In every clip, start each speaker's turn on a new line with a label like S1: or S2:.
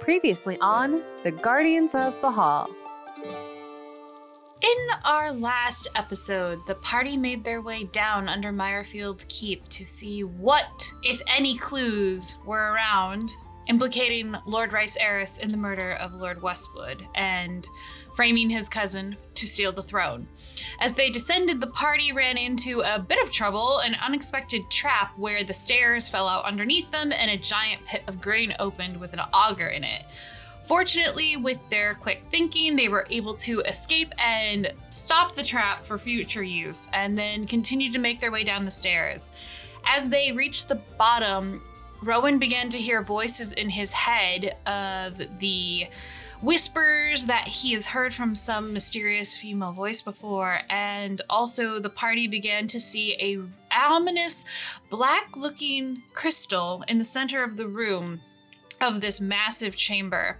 S1: Previously on The Guardians of Bahal.
S2: In our last episode, the party made their way down under Meyerfield Keep to see what, if any, clues were around implicating Lord Rice Eris in the murder of Lord Westwood and framing his cousin to steal the throne. As they descended, the party ran into a bit of trouble an unexpected trap where the stairs fell out underneath them and a giant pit of grain opened with an auger in it. Fortunately, with their quick thinking, they were able to escape and stop the trap for future use, and then continue to make their way down the stairs. As they reached the bottom, Rowan began to hear voices in his head of the whispers that he has heard from some mysterious female voice before, and also the party began to see a ominous black-looking crystal in the center of the room of this massive chamber.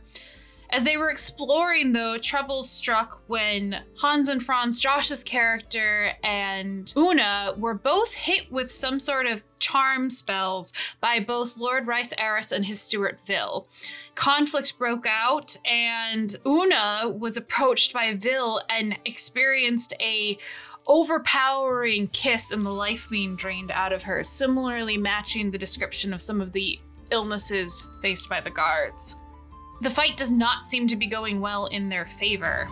S2: As they were exploring, though, trouble struck when Hans and Franz, Josh's character, and Una were both hit with some sort of charm spells by both Lord Rice Eris and his Stuart Vil. Conflict broke out, and Una was approached by Vil and experienced a overpowering kiss and the life being drained out of her, similarly matching the description of some of the illnesses faced by the guards. The fight does not seem to be going well in their favor.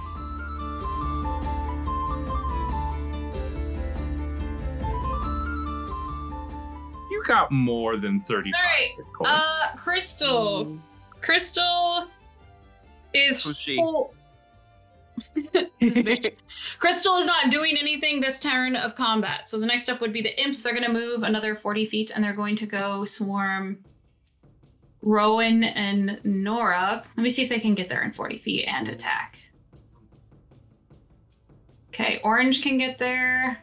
S3: You got more than 35
S2: Alright,
S4: Oh.
S3: Bitcoin.
S2: Uh, Crystal. Crystal is
S4: Mm. Who's she?
S2: whole- This bitch. Crystal is not doing anything this turn of combat. So the next step would be the imps. They're going to move another 40 feet and they're going to go swarm Rowan and Nora. Let me see if they can get there in 40 feet and attack. Okay, Orange can get there.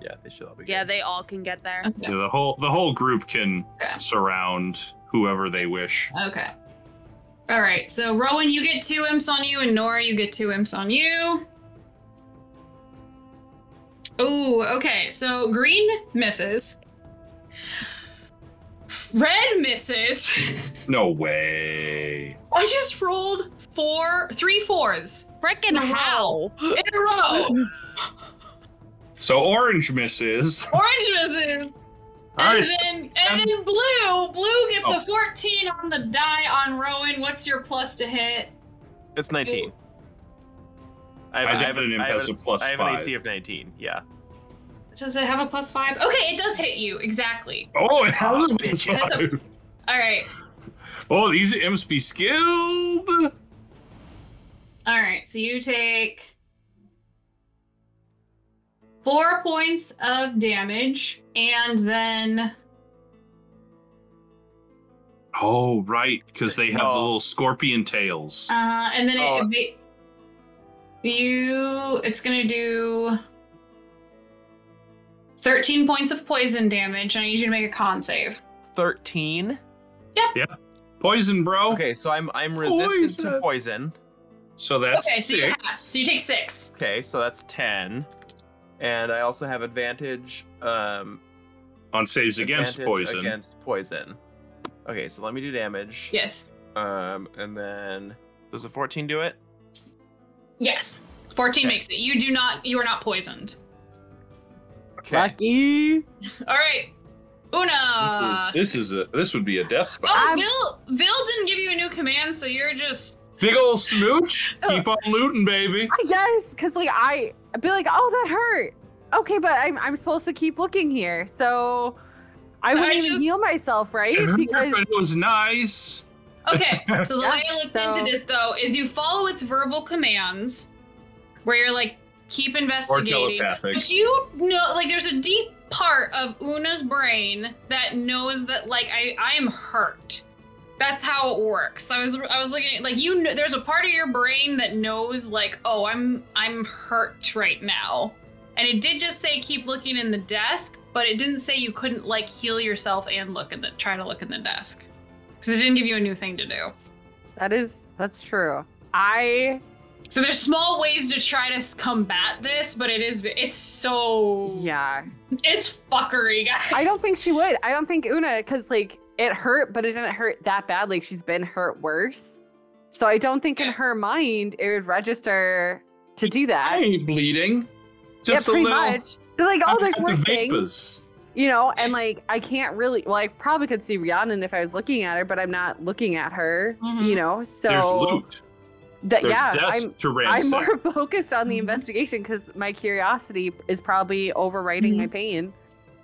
S4: Yeah, they should all be.
S5: Yeah, they all can get there.
S2: Okay.
S3: Yeah, the whole the whole group can
S2: Okay.
S3: surround whoever they wish.
S2: Okay. All right. So Rowan, you get two imps on you, and Nora, you get two imps on you. Ooh. Okay. So green misses. Red misses.
S3: No way.
S2: I just rolled four, three fours
S5: Frickin'
S2: how? in a row.
S3: So orange misses.
S2: Orange misses.
S3: All right,
S2: and
S3: so-
S2: then and then blue. Blue gets
S3: Oh.
S2: a fourteen on the die on Rowan. What's your plus to hit?
S4: It's 19. I
S3: I,
S4: have, I
S3: did
S4: have,
S3: an
S4: an,
S3: imp
S4: I have,
S3: as a
S4: an,
S3: plus
S4: I have an
S3: five.
S4: AC of 19. Yeah.
S2: Does it have a plus five? Okay, it does hit you. Exactly.
S3: Oh, it has
S4: Oh,
S3: a plus
S4: bitch.
S2: That's a-
S3: five.
S2: All right.
S3: Oh, these imps be skilled.
S2: All right. So you take four points of damage and then.
S3: Oh, right, because they have the
S4: No.
S3: little scorpion tails.
S2: Uh, and then it,
S4: Oh.
S2: it- you it's gonna do 13 points of poison damage and i need you to make a con save
S4: 13.
S3: Poison, bro.
S4: Okay, so I'm I'm resistant
S3: Poison.
S4: to poison.
S3: So that's
S2: okay so you,
S3: six.
S2: have, so you take six
S4: Okay, so that's 10. And I also have advantage um
S3: on saves against
S4: advantage
S3: poison.
S4: Against poison. Okay, so let me do damage.
S2: yes
S4: Um and then does a 14 do it?
S2: yes 14
S4: Okay.
S2: makes it you do not you are not poisoned
S4: Okay.
S5: Lucky.
S2: all right una
S3: This is a this would be a death spot.
S2: Uh, Oh, Vil, Vil didn't give you a new command, so you're just.
S3: Big ol' smooch.
S1: Oh.
S3: Keep on looting, baby.
S1: Yes, because like I I'd be like, oh, that hurt. Okay, but I'm I'm supposed to keep looking here, so I wouldn't even
S2: just-
S1: heal myself, right?
S3: It hurt,
S1: Because
S3: but it was nice.
S2: Okay, so the
S1: Yeah,
S2: way I looked
S1: so-
S2: into this, though, is you follow its verbal commands, where you're like, keep
S3: Or
S2: investigating.
S3: telepathic.
S2: But you know, like, there's a deep part of Una's brain that knows that, like, I, I am hurt. That's how it works. I was, I was looking at, like, you know, there's a part of your brain that knows, like, oh, I'm, I'm hurt right now. And it did just say keep looking in the desk, but it didn't say you couldn't, like, heal yourself and look in the, try to look in the desk. Because it didn't give you a new thing to do.
S1: that is that's true. I
S2: So there's small ways to try to s- combat this, but it is, it's so.
S1: yeah.
S2: It's fuckery, guys.
S3: Uh,
S1: I don't think she would. I don't think Una, because like it hurt, but it didn't hurt that badly. She's been hurt worse. So I don't think in
S3: Yeah.
S1: her mind it would register to do
S3: I
S1: that.
S3: ain't bleeding. Just
S1: yeah,
S3: a
S1: pretty
S3: little.
S1: much. But like, oh,
S3: I've
S1: there's
S3: got
S1: worse
S3: the
S1: things,
S3: vapors.
S1: you know. And like, I can't really. Well, I probably could see Rhiannon if I was looking at her, but I'm not looking at her, you
S2: Mhm.
S1: know. So
S3: Mm-hmm. There's loot.
S1: that
S3: There's
S1: yeah,
S3: deaths Mm-hmm.
S1: I'm
S3: to
S1: I'm
S3: ransack.
S1: more focused on the
S2: Mhm.
S1: investigation because my curiosity is probably overriding
S3: Mm-hmm.
S1: my pain.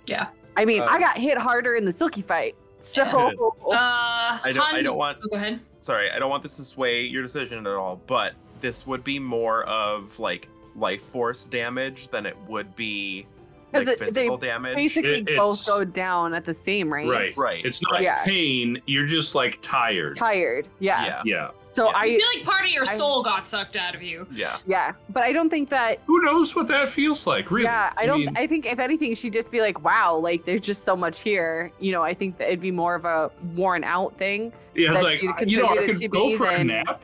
S2: Yeah.
S1: I mean,
S4: Uh,
S1: I got hit harder in the silky fight, so
S2: Uh,
S4: I don't. I
S2: Hans-
S4: don't want.
S2: Oh, go ahead.
S4: Sorry, I don't want this to sway your decision at all. But this would be more of like life force damage than it would be like
S1: 'Cause it- they
S4: physical damage.
S1: basically
S3: It-
S1: both
S3: it's-
S1: go down at the same rate.
S3: Right.
S4: Right.
S3: It's not
S1: Yeah.
S3: pain. You're just like tired.
S1: Tired. Yeah.
S4: yeah.
S3: Yeah.
S1: So
S4: Yeah.
S2: I
S1: I
S2: feel like part of your
S1: I-
S2: soul got sucked out of you.
S4: Yeah.
S1: yeah, but I don't think that.
S3: Who knows what that feels like? Really?
S1: Yeah, I don't. I,
S3: mean,
S1: think if anything, she'd just be like, "Wow, like there's just so much here." You know, I think that it'd be more of a worn out thing.
S3: yeah, it's
S1: that
S3: like
S1: she'd
S3: I- you know, I
S1: contributed to
S3: could go for a
S1: being
S3: nap,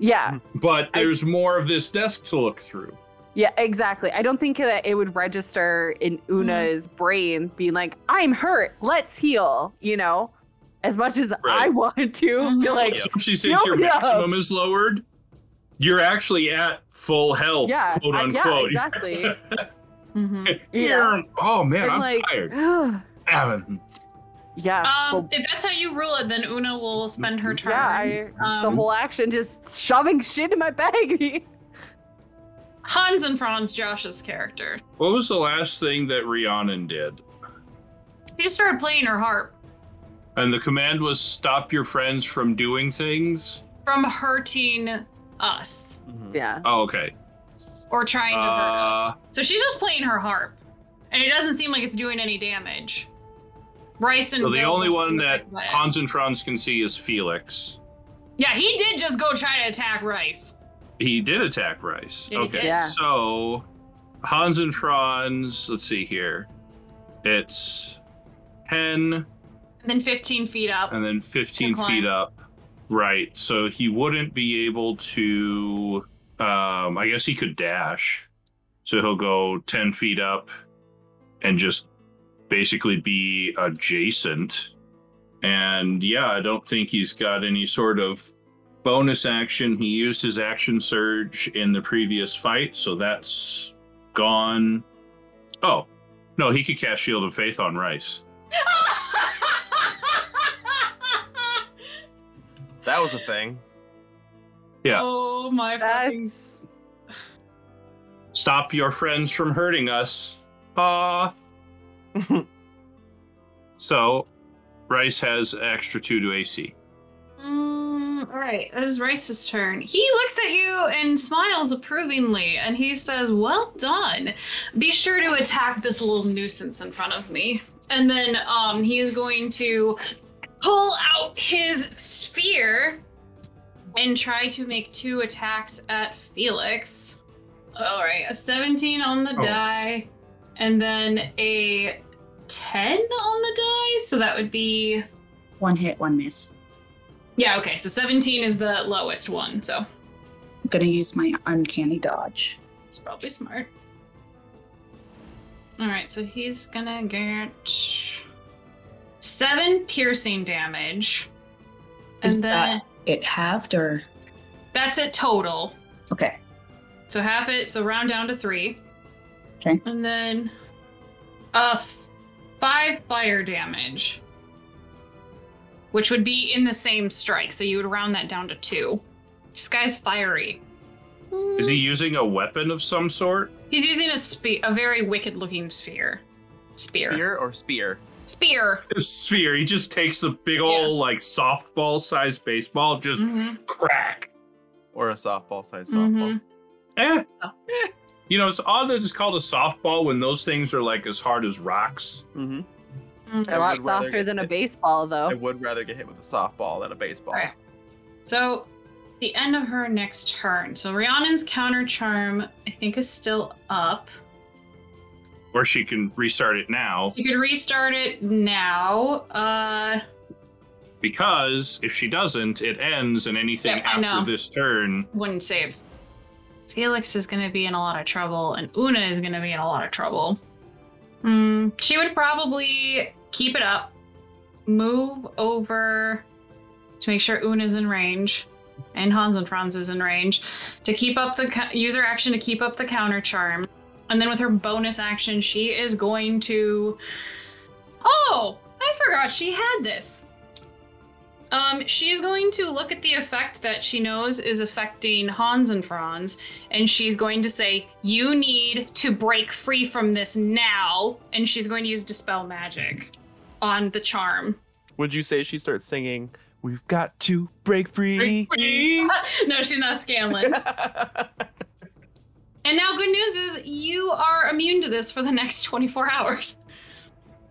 S1: Yeah,
S3: Mm-hmm. but
S1: I-
S3: there's more of this desk to look through.
S1: yeah, exactly. I don't think that it would register in Una's
S3: Mm-hmm.
S1: brain being like, "I'm hurt, let's heal." You know, as much as I
S3: Right.
S1: want to, be
S2: Mhm.
S1: like,
S3: So she says
S1: No,
S3: your
S1: no.
S3: maximum is lowered. You're actually at full health,
S1: yeah,
S3: quote
S1: I-
S3: unquote.
S1: yeah, exactly.
S3: Mm-hmm.
S1: You know?
S3: You're- Oh man,
S1: And
S3: I'm
S1: like,
S3: tired. Um,
S1: yeah,
S2: Um,
S1: well, Mm-hmm.
S2: if that's how you rule it, then Una will spend her turn.
S1: yeah, I,
S2: um,
S1: the whole action just shoving shit in my bag.
S2: Hans and Franz, Josh's character.
S3: What was the last thing that Rhiannon did?
S2: She just started playing her harp
S3: And the command was stop your friends from doing things.
S2: from hurting us
S4: Mhm.
S1: yeah.
S3: Oh, okay.
S2: or trying to hurt us.
S3: Uh,
S2: So she's just playing her harp, and it doesn't seem like it's doing any damage. Bryce and
S3: so the
S2: Bill
S3: only
S2: don't
S3: one
S2: seem
S3: that
S2: affected by it.
S3: Hans and Franz can see is Felix.
S2: yeah, he did just go try to attack Rice.
S3: He did attack Rice.
S2: Yeah, he
S3: okay.
S2: did.
S1: Yeah.
S3: So Hans and Franz, let's see here. It's 10
S2: And then 15 feet up.
S3: and then 15
S2: climb.
S3: feet up. Right. So he wouldn't be able to um I guess he could dash. So he'll go 10 feet up and just basically be adjacent. And yeah, I don't think he's got any sort of bonus action. He used his action surge in the previous fight, so that's gone. Oh, no, he could cast Shield of Faith on Rice.
S4: That was a thing.
S3: Yeah.
S2: Oh my fucking
S1: That's
S3: Stop your friends from hurting us. Ah. so, Rice has extra two to AC.
S2: Mm, all right, that is Rice's turn. He looks at you and smiles approvingly, and he says, "Well done. Be sure to attack this little nuisance in front of me." And then um, he is going to pull out his spear and try to make two attacks at Felix. All right, a 17 on the
S3: Oh.
S2: die, and then a 10 on the die. So that would be
S6: One hit, one miss.
S2: yeah, okay, so 17 is the lowest one, so
S6: I'm gonna use my uncanny dodge.
S2: it's probably smart. Alright, so he's gonna get seven piercing damage. And
S6: Is
S2: then
S6: that- It halved or
S2: that's it total.
S6: okay.
S2: So half it, so round down to three.
S6: Okay.
S2: And then uh f- five fire damage. Which would be in the same strike, so you would round that down to two. This guy's fiery.
S3: Is he using a weapon of some sort?
S2: He's using a spe- a very wicked looking spear. Spear. Spear.
S4: Spear or spear?
S3: A sphere. He just takes a big ol' like softball sized baseball, just
S6: Mm-hmm.
S2: Mhm.
S3: crack.
S4: Or a softball sized softball.
S2: Mhm.
S3: Eh. You know, it's odd that it's called a softball when those things are like as hard as rocks.
S4: Mm-hmm.
S2: Mhm.
S1: a
S4: I
S1: lot
S4: would rather
S1: softer
S4: get
S1: than a
S4: hit.
S1: baseball, though.
S4: I would rather get hit with a softball than a baseball.
S2: Alright. So, the end of her next turn. So, Rhiannon's counter charm, I think, is still up.
S3: Or she can restart it now
S2: You could restart it now. Uh,
S3: because if she doesn't, it ends and anything
S2: Yep, I know.
S3: after this turn.
S2: wouldn't save. Felix is going to be in a lot of trouble, and Una is going to be in a lot of trouble. Hmm. she would probably keep it up move over to make sure Un is in range and Hans and Franz is in range to keep up the co- user action to keep up the counter charm. And then with her bonus action, she is going to. Oh, I forgot she had this. Um, she's going to look at the effect that she knows is affecting Hans and Franz, and she's going to say, "You need to break free from this now." And she's going to use dispel magic on the charm.
S4: Would you say she starts singing, We've got to break free?
S2: no, she's not Scanlan. And now, good news is you are immune to this for the next 24 hours.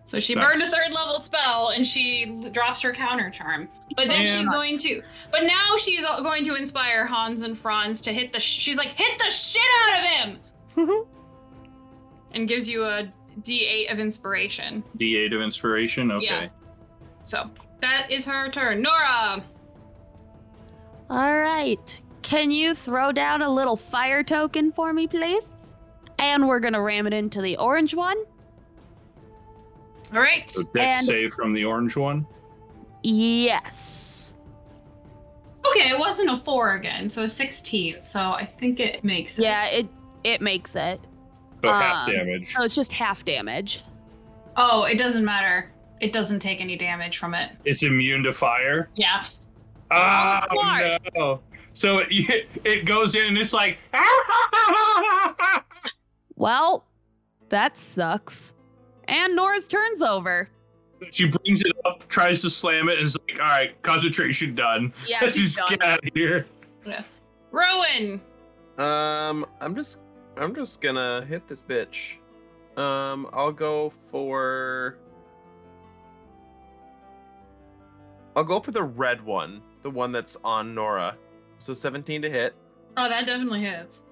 S2: So she burned a
S3: Nice.
S2: third level spell and she l- drops her counter charm. But then she's
S3: Man.
S2: going to, but now she's all- going to inspire Hans and Franz to hit the, sh- she's like, hit the shit out of him! and gives you a d8 of inspiration.
S3: D8 of inspiration. Okay.
S2: Yeah. So that is her turn. Nora!
S7: All right. Can you throw down a little fire token for me, please? And we're gonna ram it into the orange one.
S2: All right.
S3: So deck
S7: And-
S3: save from the orange one.
S7: Yes.
S2: Okay, it wasn't a four again, so a 16. So I think it makes it.
S7: Yeah, it it makes it.
S3: So half
S7: Um,
S3: damage.
S7: So it's just half damage.
S2: Oh, it doesn't matter. It doesn't take any damage from it.
S3: It's immune to fire.
S2: Yeah.
S3: Oh,
S7: smart.
S3: no. So it, it goes in and it's like,
S7: Well, that sucks. And Nora's turn's over.
S3: she brings it up, tries to slam it, and is like, all right, concentration done.
S7: Yeah, she's
S3: Just
S7: done.
S3: get out of here.
S2: Rowan!
S4: Um, I'm just, I'm just gonna hit this bitch. Um, I'll go for, I'll go for the red one, the one that's on Nora. So 17 to hit,
S2: Oh, that definitely hits.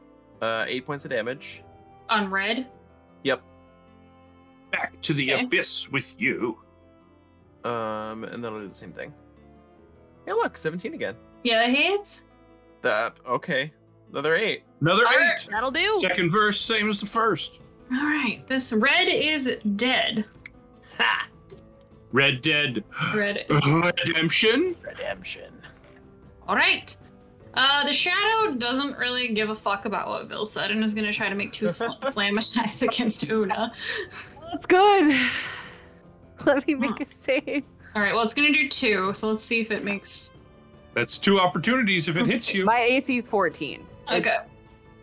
S4: uh, eight points of damage.
S2: On red?
S4: Yep.
S3: Back to the
S2: Okay.
S3: abyss with you.
S4: Um, and then I'll do the same thing. Hey, look, 17 again.
S2: Yeah, that hits.
S4: That okay. Another eight.
S3: Another
S2: Alright.
S3: eight.
S7: That'll do.
S3: Second verse, same as the first.
S2: All right. This red is dead.
S4: Ha!
S3: Red Dead
S2: Red.
S3: Redemption.
S4: Redemption.
S2: All right. Uh, the shadow doesn't really give a fuck about what Bill said and is going to try to make two sl- slam attacks against Una.
S1: That's good. Let me make a save.
S2: All right. Well, it's going to do two, so let's see if it makes.
S3: That's two opportunities if it hits you.
S1: My AC is 14.
S2: Okay.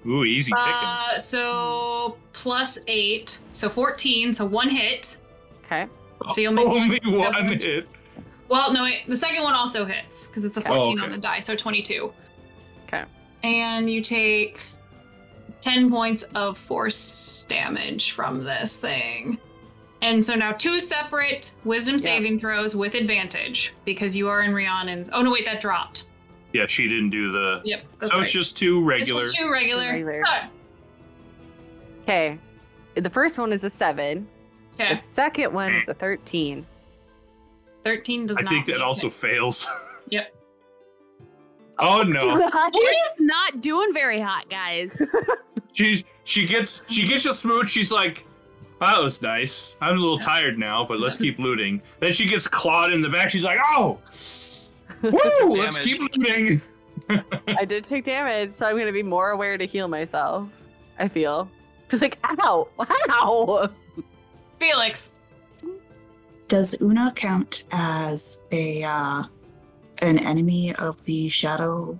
S3: Ooh, easy picking.
S2: Uh, so plus eight, so 14, so one hit.
S1: Okay.
S2: So you'll make
S3: only
S2: one-
S3: one hit.
S2: Well, no, wait. The second one also hits because it's a
S1: Okay.
S2: 14
S3: Oh, okay.
S2: on the die, so 22.
S1: Okay.
S2: And you take 10 points of force damage from this thing. And so now two separate wisdom saving throws with advantage because you are in Rhiannon's. Oh, no, wait, that dropped.
S3: Yeah, she didn't do the.
S2: Yep. That's
S3: so
S2: right.
S3: it's just two
S2: This
S3: regular.
S2: was two regular.
S1: Regular.
S2: Ah,
S1: Okay. The first one is a 7.
S2: Okay.
S1: The second one is a 13.
S2: 13 does
S3: I
S2: not.
S3: think that
S2: make
S3: also
S2: it.
S3: fails.
S2: Yep.
S3: Oh no,
S7: It's not doing very hot, guys.
S3: she's she gets she gets a smooch. She's like, oh, "That was nice. I'm a little tired now, but let's keep looting." Then she gets clawed in the back. She's like, "Oh, woo, let's
S4: Damage.
S3: keep looting."
S1: I did take damage, so I'm going to be more aware to heal myself. I feel. It's like, ow, wow.
S2: Felix.
S6: Does Una count as a uh, an enemy of the shadow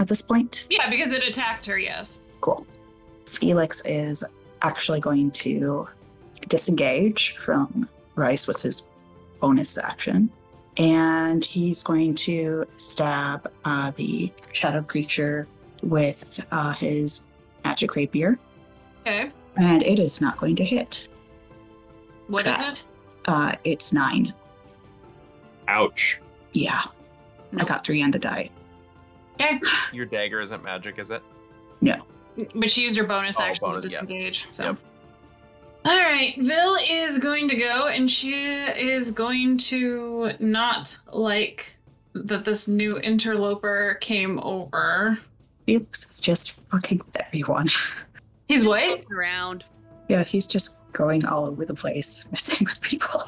S6: at this point?
S2: Yeah, because it attacked her, yes.
S6: Cool. Felix is actually going to disengage from Rice with his bonus action. And he's going to stab uh, the shadow creature with uh, his magic rapier.
S2: Okay.
S6: And it is not going to hit.
S2: What is
S6: Crap.
S2: it?
S6: Uh, it's nine.
S3: Ouch.
S6: Yeah. I
S2: Nope.
S6: got three on the die.
S2: Okay.
S4: Your dagger isn't magic, is it?
S2: But she used her bonus
S4: Oh,
S2: action
S4: bonus,
S2: to
S4: yeah.
S2: disengage. So.
S4: Yep.
S2: All right, Vil is going to go, and she is going to not like that this new interloper came over.
S6: Felix is just fucking with everyone.
S2: He's what?
S7: Around.
S6: Yeah, he's just going all over the place, messing with people.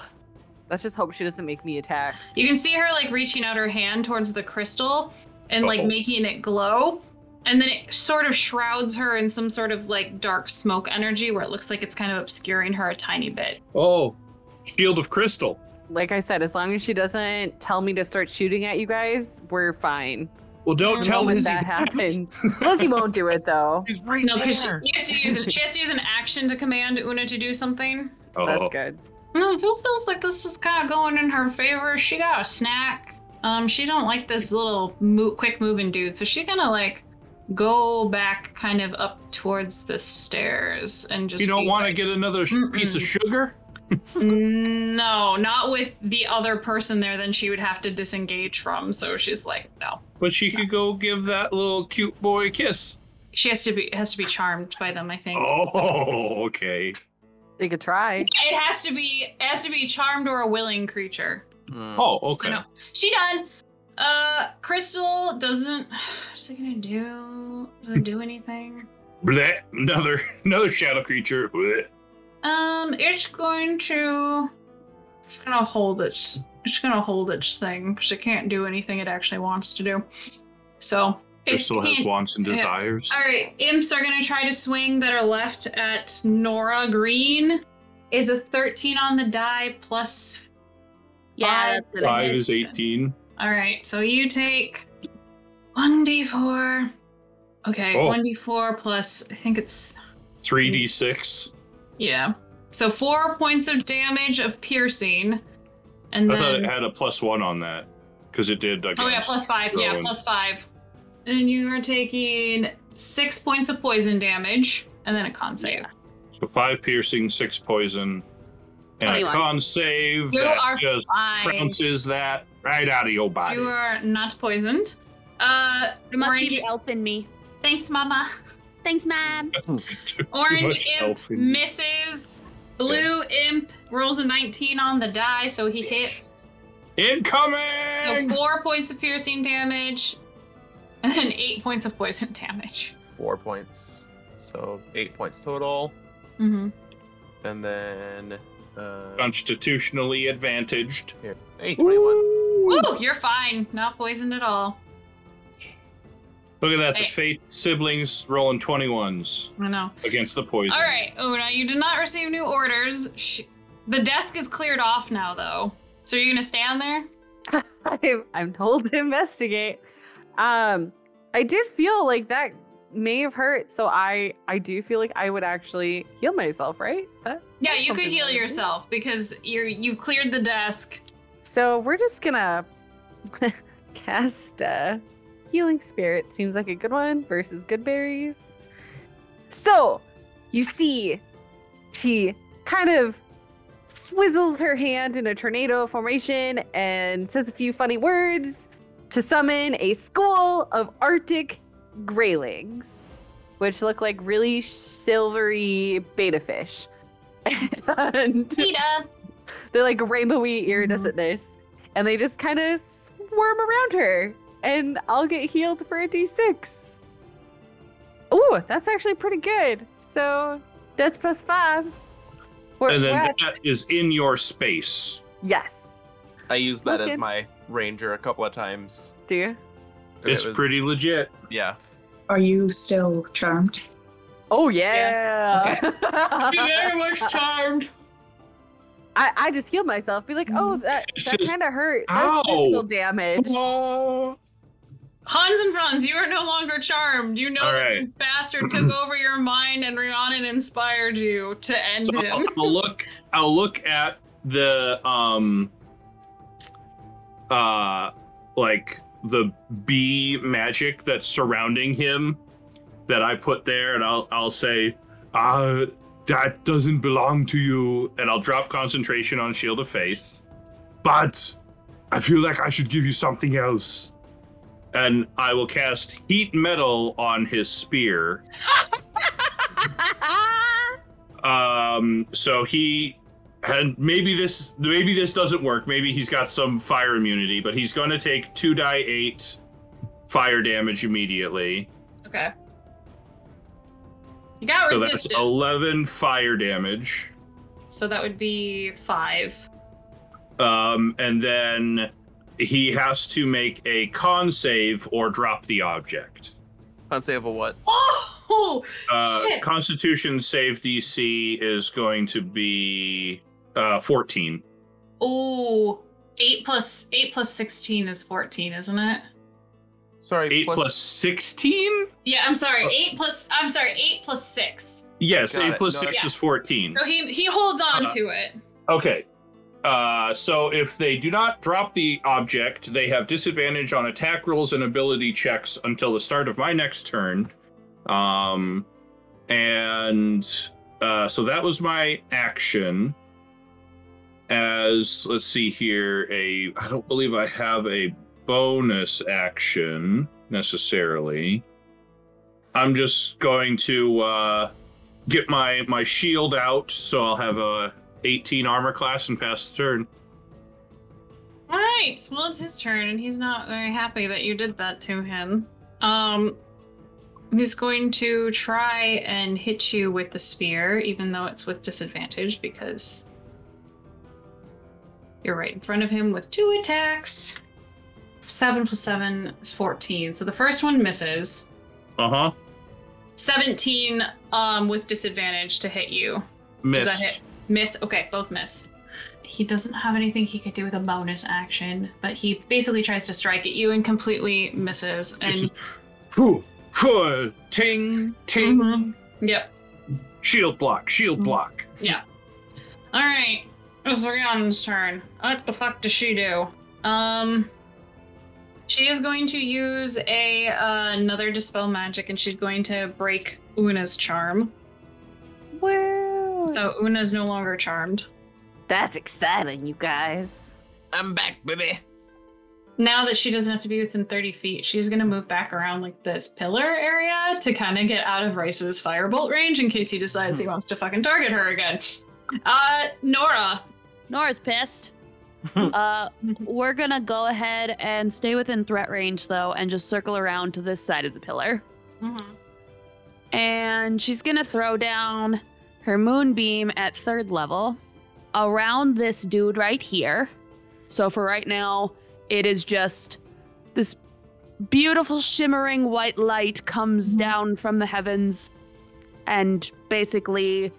S1: Let's just hope she doesn't make me attack.
S2: You can see her like reaching out her hand towards the crystal and like
S3: Uh-oh.
S2: making it glow. And then it sort of shrouds her in some sort of like dark smoke energy where it looks like it's kind of obscuring her a tiny bit.
S3: Oh, shield of crystal.
S1: Like I said, as long as she doesn't tell me to start shooting at you guys, we're fine.
S3: Well, don't
S1: The
S3: tell
S1: moment
S3: Lizzie
S1: that happens. Lizzie won't do it though.
S3: She's right
S2: No, because she, you have to use an, she has to use an action to command Una to do something.
S1: That's
S3: Oh,
S1: good.
S2: No, Phil feels like this is kind of going in her favor. She got a snack. Um, she don't like this little mo- quick moving dude, so she gonna like go back kind of up towards the stairs and just.
S3: you don't
S2: be
S3: want to
S2: like-
S3: get another sh- piece of sugar?
S2: No, not with the other person there. Then she would have to disengage from. So she's like, no.
S3: But she could go give that little cute boy a kiss.
S2: She has to be has to be charmed by them. I think.
S3: Oh, okay.
S1: They could try.
S2: It has to be it has to be charmed or a willing creature.
S3: Oh,
S2: So
S3: okay.
S2: no, she done. Uh, Crystal doesn't. Is it gonna do? Does it do anything?
S3: Bleh. Another another shadow creature. Bleh.
S2: Um, it's going to. It's gonna hold its. It's gonna hold its thing because it can't do anything it actually wants to do. So it
S3: Crystal has
S2: can't-
S3: wants and
S2: Yeah.
S3: desires.
S2: All right, imps are gonna try to swing that are left at Nora Green. Is a 13 on the die plus
S7: Yeah,
S2: Five.
S7: that's
S3: Five is
S7: eight.
S3: eighteen.
S2: All right, so you take 1d4. Okay,
S3: Oh.
S2: 1d4 plus, I think it's,
S3: Three d six.
S2: yeah. So four points of damage of piercing. And
S3: I thought
S2: then,
S3: it had a plus one on that because it did. Against.
S2: oh yeah, plus five. Yeah,
S3: Rowan.
S2: plus five. And you are taking six points of poison damage and then a con save.
S3: So five piercing, six poison, and
S2: Twenty-one.
S3: a con save
S2: You
S3: that
S2: are
S3: just
S2: Fine.
S3: trounces that right out of your body.
S2: You are not poisoned. Uh,
S7: It must be
S2: Orange-
S7: the elf in me.
S2: thanks, Mama.
S7: Thanks, mom.
S3: Too much
S2: Orange imp
S3: elf in you.
S2: misses. Blue imp rolls a 19 on the die, so he hits. So
S3: Incoming!
S2: four points of piercing damage, and then eight points of poison damage.
S4: Four points. So eight points total.
S2: Mm-hmm.
S4: And then uh,
S3: Constitutionally advantaged.
S4: hey, 21.
S2: Woo! You're fine. Not poisoned at all.
S3: Look at that, the
S2: Hey.
S3: fate siblings rolling 21s
S2: I know.
S3: against the poison.
S2: All right, Una, you did not receive new orders. Sh- the desk is cleared off now, though. So are you gonna stand there?
S1: I'm, I'm told to investigate. Um, I did feel like that may have hurt, so I I do feel like I would actually heal myself, right? That-
S2: Yeah,
S1: that's
S2: you could
S1: something
S2: heal
S1: I do.
S2: yourself because you're you cleared the desk.
S1: So we're just gonna cast uh, healing spirit. Seems like a good one versus good berries. So you see, she kind of swizzles her hand in a tornado formation and says a few funny words to summon a school of Arctic graylings, which look like really silvery beta fish. and
S2: Peter.
S1: they're like rainbowy iridescentness, and they just kind of swarm around her, and I'll get healed for a d6. Ooh, that's actually pretty good. So that's plus five. We're,
S3: And then
S1: we're at-
S3: that is in your space.
S1: yes,
S4: I used that as
S1: Looking.
S4: my ranger a couple of times.
S1: do you?
S4: It
S3: It's
S4: was-
S3: pretty legit.
S4: Yeah.
S6: Are you still charmed?
S1: Oh yeah.
S2: You're very much charmed.
S1: I, I just healed myself. Be like, oh, that
S3: It's
S1: that
S3: just-
S1: kind of hurt. That's
S3: Ow.
S1: physical damage.
S3: Oh.
S2: Hans and Franz, you are no longer charmed. You know
S3: All
S2: that
S3: right.
S2: this bastard took over your mind and Rhiannon inspired you to end
S3: So I'll,
S2: him.
S3: I'll look. I'll look at the um, uh, like the bee magic that's surrounding him that I put there, and I'll I'll say, uh, that doesn't belong to you, and I'll drop concentration on Shield of Faith. But I feel like I should give you something else. And I will cast heat metal on his spear um so he and maybe this maybe this doesn't work maybe he's got some fire immunity but he's going to take 2 die 8 fire damage immediately
S2: Okay. You got
S3: so
S2: resistance.
S3: that's
S2: So,
S3: 11 fire damage
S2: that would be five.
S3: Um, and then he has to make a con save or drop the object.
S4: Unsavable what?
S2: Oh,
S3: Uh,
S2: Shit.
S3: Constitution save DC is going to be uh, 14.
S2: oh, eight plus eight plus sixteen is fourteen, isn't it?
S4: Sorry,
S3: 8 plus 16?
S2: Yeah, I'm sorry.
S3: Oh.
S2: Eight plus I'm sorry. Eight plus six.
S3: Yes,
S4: Got
S3: 8
S4: it.
S3: plus
S4: No,
S3: 6
S2: that's-
S3: is 14.
S2: So he he holds on
S3: Uh-huh.
S2: to it.
S3: Okay. Uh, so if they do not drop the object, they have disadvantage on attack rolls and ability checks until the start of my next turn. Um, and uh, so that was my action. As let's see here, a I don't believe I have a bonus action necessarily. I'm just going to uh, get my my shield out, so I'll have a 18 armor class and pass the turn.
S2: All right. Well, it's his turn, and he's not very happy that you did that to him. Um, he's going to try and hit you with the spear, even though it's with disadvantage because you're right in front of him with two attacks. Seven plus seven is fourteen. So the first one misses.
S3: Uh huh.
S2: 17 um with disadvantage to hit you.
S3: Miss.
S2: Does that hit? Miss. Okay, both miss. He doesn't have anything he could do with a bonus action, but he basically tries to strike at you and completely misses. And
S3: Phew, phew, ting, ting.
S2: Mhm. yep.
S3: Shield block, shield
S2: Mhm.
S3: block.
S2: All right. It's Rihanna's turn. What the fuck does she do? Um she is going to use a uh, another dispel magic and she's going to break Una's charm.
S1: Woo!
S2: So Una's no longer charmed.
S1: That's exciting, you guys.
S4: I'm back, baby.
S2: now that she doesn't have to be within 30 feet, she's going to move back around like this pillar area to kind of get out of Rice's firebolt range in case he decides he wants to fucking target her again. Uh, Nora.
S7: Nora's pissed. uh, we're gonna go ahead and stay within threat range though, and just circle around to this side of the pillar. Mm-hmm. And she's gonna throw down her moonbeam at third level around this dude right here. So for right now, it is just this beautiful shimmering white light comes
S3: Mm-hmm.
S2: Mhm.
S7: down from the heavens and basically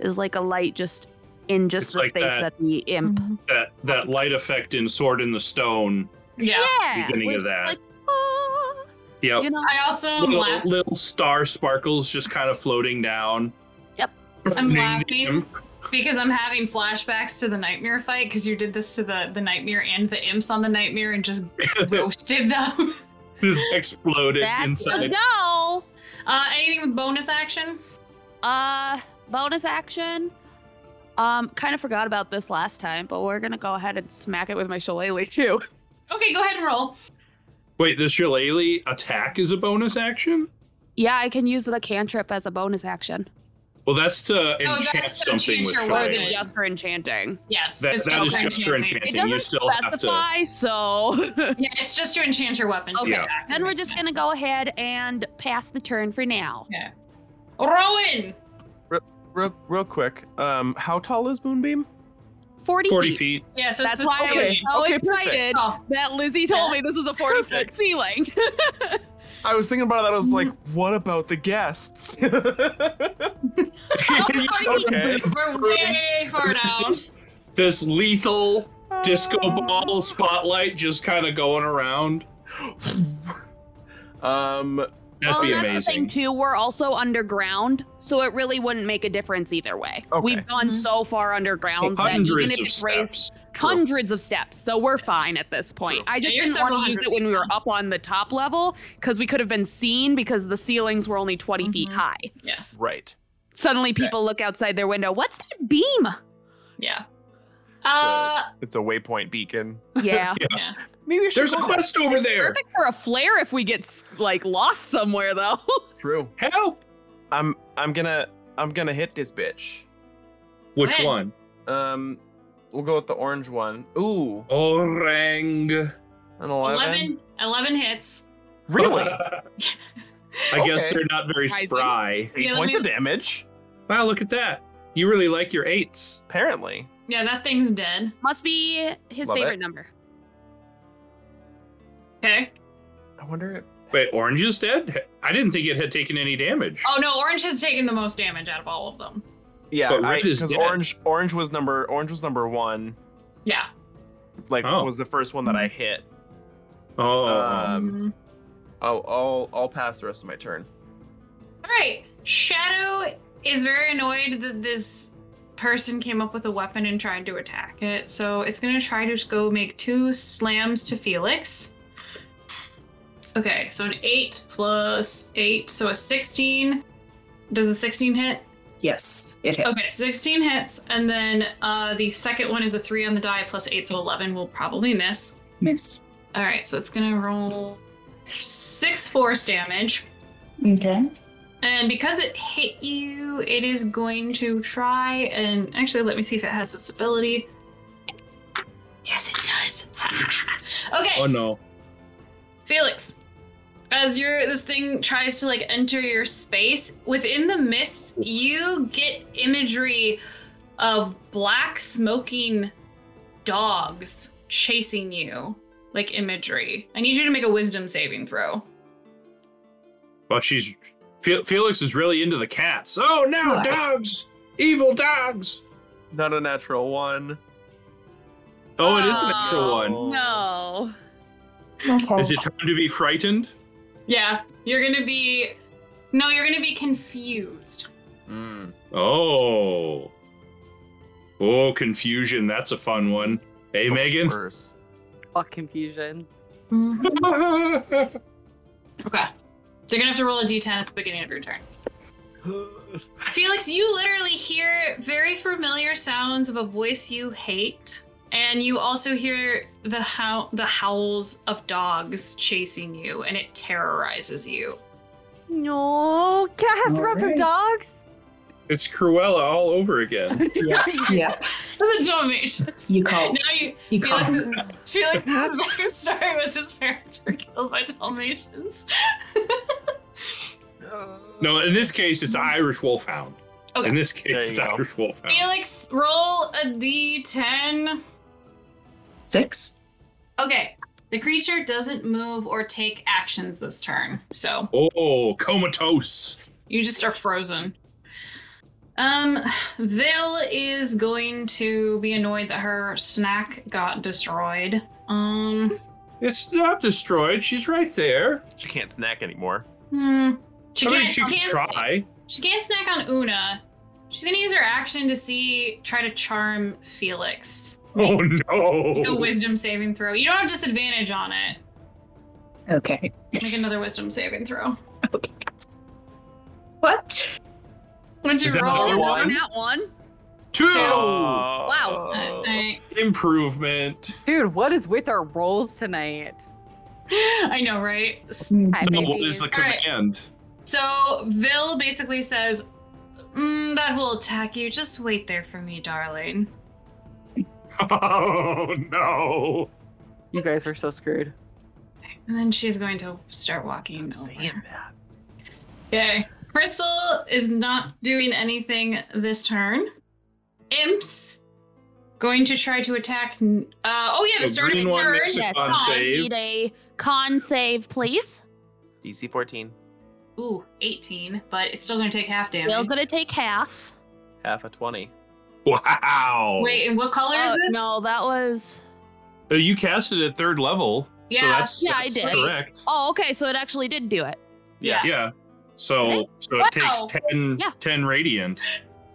S7: is like a light just in just
S3: It's
S7: the
S3: like
S7: space
S3: that-
S7: that the imp
S3: That that light effect in Sword in the Stone.
S2: Yeah.
S7: yeah,
S3: beginning
S7: we're
S3: of
S7: just
S3: that.
S7: like, "Ah,"
S3: Yep.
S7: you know,
S2: I also am,
S3: little,
S2: laugh-
S3: little star sparkles just kind of floating down.
S7: Yep.
S2: I'm
S3: Ding,
S2: laughing
S3: ding.
S2: because I'm having flashbacks to the nightmare fight because you did this to the, the nightmare and the imps on the nightmare and just roasted them.
S3: Just exploded
S7: that's a
S3: inside.
S7: go.
S2: Uh, anything with bonus action?
S7: Uh, bonus action. Um, kind of forgot about this last time, but we're gonna go ahead and smack it with my shillelagh too.
S2: Okay, go ahead and roll.
S3: Wait, the shillelagh attack is a bonus action?
S7: Yeah, I can use the cantrip as a bonus action.
S3: Well, that's to enchant
S2: Oh, that's to
S3: something
S2: change
S3: with
S2: your
S7: Or is
S2: weapon.
S3: shillelagh.
S7: it just for enchanting?
S2: Yes.
S3: That, that is
S2: for
S3: just
S2: enchanting.
S3: for enchanting.
S7: It
S3: you
S7: doesn't
S3: still have to.
S7: specify, so
S2: Yeah, it's just to enchant your weapon. to
S7: Okay.
S2: attack.
S7: then we're just gonna go ahead and pass the turn for now.
S2: Rowan!
S4: Real, real quick. Um, how tall is Moonbeam?
S7: Forty,
S3: 40
S7: feet.
S3: feet.
S2: Yeah, so
S7: That's
S2: it's
S7: why I was
S4: Okay.
S7: so
S4: Okay, perfect.
S7: excited
S2: Oh,
S7: that Lizzie told me this was a forty foot
S4: Perfect.
S7: ceiling.
S4: I was thinking about that. I was like, what about the guests?
S2: okay,
S4: Okay.
S2: Oh, We're way far down.
S3: This, this lethal disco
S7: Oh.
S3: ball spotlight just kind of going around.
S4: um,
S3: That'd
S7: well,
S3: be
S7: Oh, that's the thing
S3: amazing.
S7: too. We're also underground, so it really wouldn't make a difference either way.
S4: Okay.
S7: We've gone
S2: Mhm.
S7: so far underground that even
S3: Hundreds
S7: if
S3: of
S7: it's raised
S3: steps.
S7: hundreds of steps, so we're fine at this point. I just
S2: Yeah, you're
S7: didn't want
S2: several
S7: to use it
S2: hundred
S7: when we were up on the top level because we could have been seen because the ceilings were only 20 feet
S2: Mhm.
S7: high.
S4: right.
S7: Suddenly, people look outside their window. What's that beam?
S2: Yeah. Uh,
S4: It's a waypoint beacon.
S7: Yeah,
S2: yeah.
S4: Maybe I should
S3: There's a
S4: go there.
S3: quest over there.
S7: perfect for a flare if we get s- like lost somewhere though.
S4: True.
S3: Help!
S4: I'm I'm gonna I'm gonna hit this bitch.
S3: Which
S2: When?
S3: one?
S4: Um, we'll go with the orange one. Ooh,
S3: Orang.
S4: an
S2: 11.
S4: eleven.
S2: 11, hits.
S4: Really?
S3: I guess
S4: Okay.
S3: they're not very
S7: Surprising.
S3: spry.
S4: Eight
S2: Yeah, let
S4: points
S2: me-
S4: of damage.
S3: Wow, look at that. You really like your eights.
S4: Apparently.
S2: Yeah, that thing's dead.
S7: Must be his
S4: Love
S7: favorite
S4: it.
S7: number.
S2: Okay.
S4: I wonder if
S3: Wait, orange is dead? I didn't think it had taken any damage.
S2: Oh no, orange has taken the most damage out of all of them.
S4: Yeah,
S3: But red is
S4: because
S3: dead.
S4: orange orange was number orange was number one.
S2: Yeah.
S4: Like
S3: Oh.
S4: was the first one that I hit.
S3: Oh,
S4: Um,
S2: Mhm.
S4: I'll, I'll I'll pass the rest of my turn.
S2: All right. Shadow is very annoyed that this person came up with a weapon and tried to attack it, so it's gonna try to go make two slams to Felix. Okay, so an eight plus eight, so a sixteen. Does the sixteen hit?
S6: Yes, it hits.
S2: Okay, 16 hits, and then uh, the second one is a three on the die plus eight, so 11 will probably miss.
S6: Miss.
S2: All right, so it's gonna roll six force damage,
S6: Okay.
S2: and because it hit you, it is going to try and actually let me see if it has this ability. Yes, it does. okay,
S3: oh no.
S2: Felix, as your this thing tries to like enter your space, within the mist, you get imagery of black smoking dogs chasing you, like imagery. I need you to make a wisdom saving throw.
S3: Well, she's. Fe- Felix is really into the cats. Oh no, dogs! Evil dogs!
S4: Not a natural one.
S3: Oh, it is an actual one.
S4: Oh.
S7: No.
S6: Okay.
S3: Is it time to be frightened?
S2: Yeah, you're gonna be no, you're gonna be confused.
S4: Mm.
S3: Oh. Oh, confusion. That's a fun one. Hey,
S4: so much
S3: Megan.
S4: worse.
S1: Fuck confusion.
S2: Mm-hmm. Okay, so you're gonna have to roll a d10 at the beginning of your turn. Felix, you literally hear very familiar sounds of a voice you hate, and you also hear the how the howls of dogs chasing you, and it terrorizes you.
S1: No, cat has to run from
S6: Alright.
S1: dogs.
S3: it's Cruella all over again.
S6: Yeah. yeah.
S2: The Dalmatians.
S6: You call.
S2: Now you,
S6: You call.
S2: Felix, Felix backstory was his parents were killed by Dalmatians.
S3: No, in this case, it's Irish Wolfhound.
S2: Okay.
S3: In this
S4: There you
S3: case, it's
S4: go.
S3: Irish Wolfhound.
S2: Felix, roll a d10.
S6: Six.
S2: Okay, the creature doesn't move or take actions this turn, so
S3: Oh, comatose.
S2: You just are frozen. Um, Vil is going to be annoyed that her snack got destroyed. Um,
S3: It's not destroyed. She's right there.
S4: She can't snack anymore.
S2: hmm. She
S3: I
S2: can't,
S3: mean, she
S2: she
S3: can
S2: can't,
S3: try.
S2: She can't snack on Una. She's gonna use her action to see, try to charm Felix.
S3: Oh
S2: Make a
S3: no.
S2: wisdom saving throw. You don't have disadvantage on it.
S6: Okay.
S2: Make another wisdom saving throw.
S6: What?
S2: What'd you
S3: Is that
S2: roll?
S3: another
S7: Not
S3: one?
S7: That one.
S3: Two
S4: wow.
S3: Uh,
S2: All right.
S3: improvement.
S1: Dude, what is with our rolls tonight?
S2: I know, right?
S1: Hi,
S3: So
S1: baby.
S3: what is the
S2: All right.
S3: command?
S2: So Vil basically says, mm, "That will attack you. Just wait there for me, darling."
S3: Oh no.
S1: You guys were so screwed.
S2: And then she's going to start walking over.
S4: that.
S2: Okay. Crystal is not doing anything this turn. Imps going to try to attack. n- Uh, oh yeah, the
S3: The
S2: start of
S3: green
S2: his
S3: one
S2: turn.
S3: makes a
S2: Yes,
S3: con
S2: con.
S3: save.
S7: Need a con save, please.
S4: DC 14,
S2: Ooh, 18, but it's still going to take half damage.
S7: Still gonna take half.
S4: half a 20.
S3: Wow.
S2: Wait, and what color
S7: Uh,
S2: is Oh, this?
S7: no, that was.
S3: So you cast it at third level. so
S2: Yeah,
S3: that's,
S7: yeah, I
S3: that's
S7: did.
S3: correct.
S7: Oh, okay. So it actually did do it.
S4: Yeah.
S3: Yeah. So
S7: Okay.
S3: so it
S2: Wow.
S3: takes 10,
S7: Yeah.
S3: 10 radiant.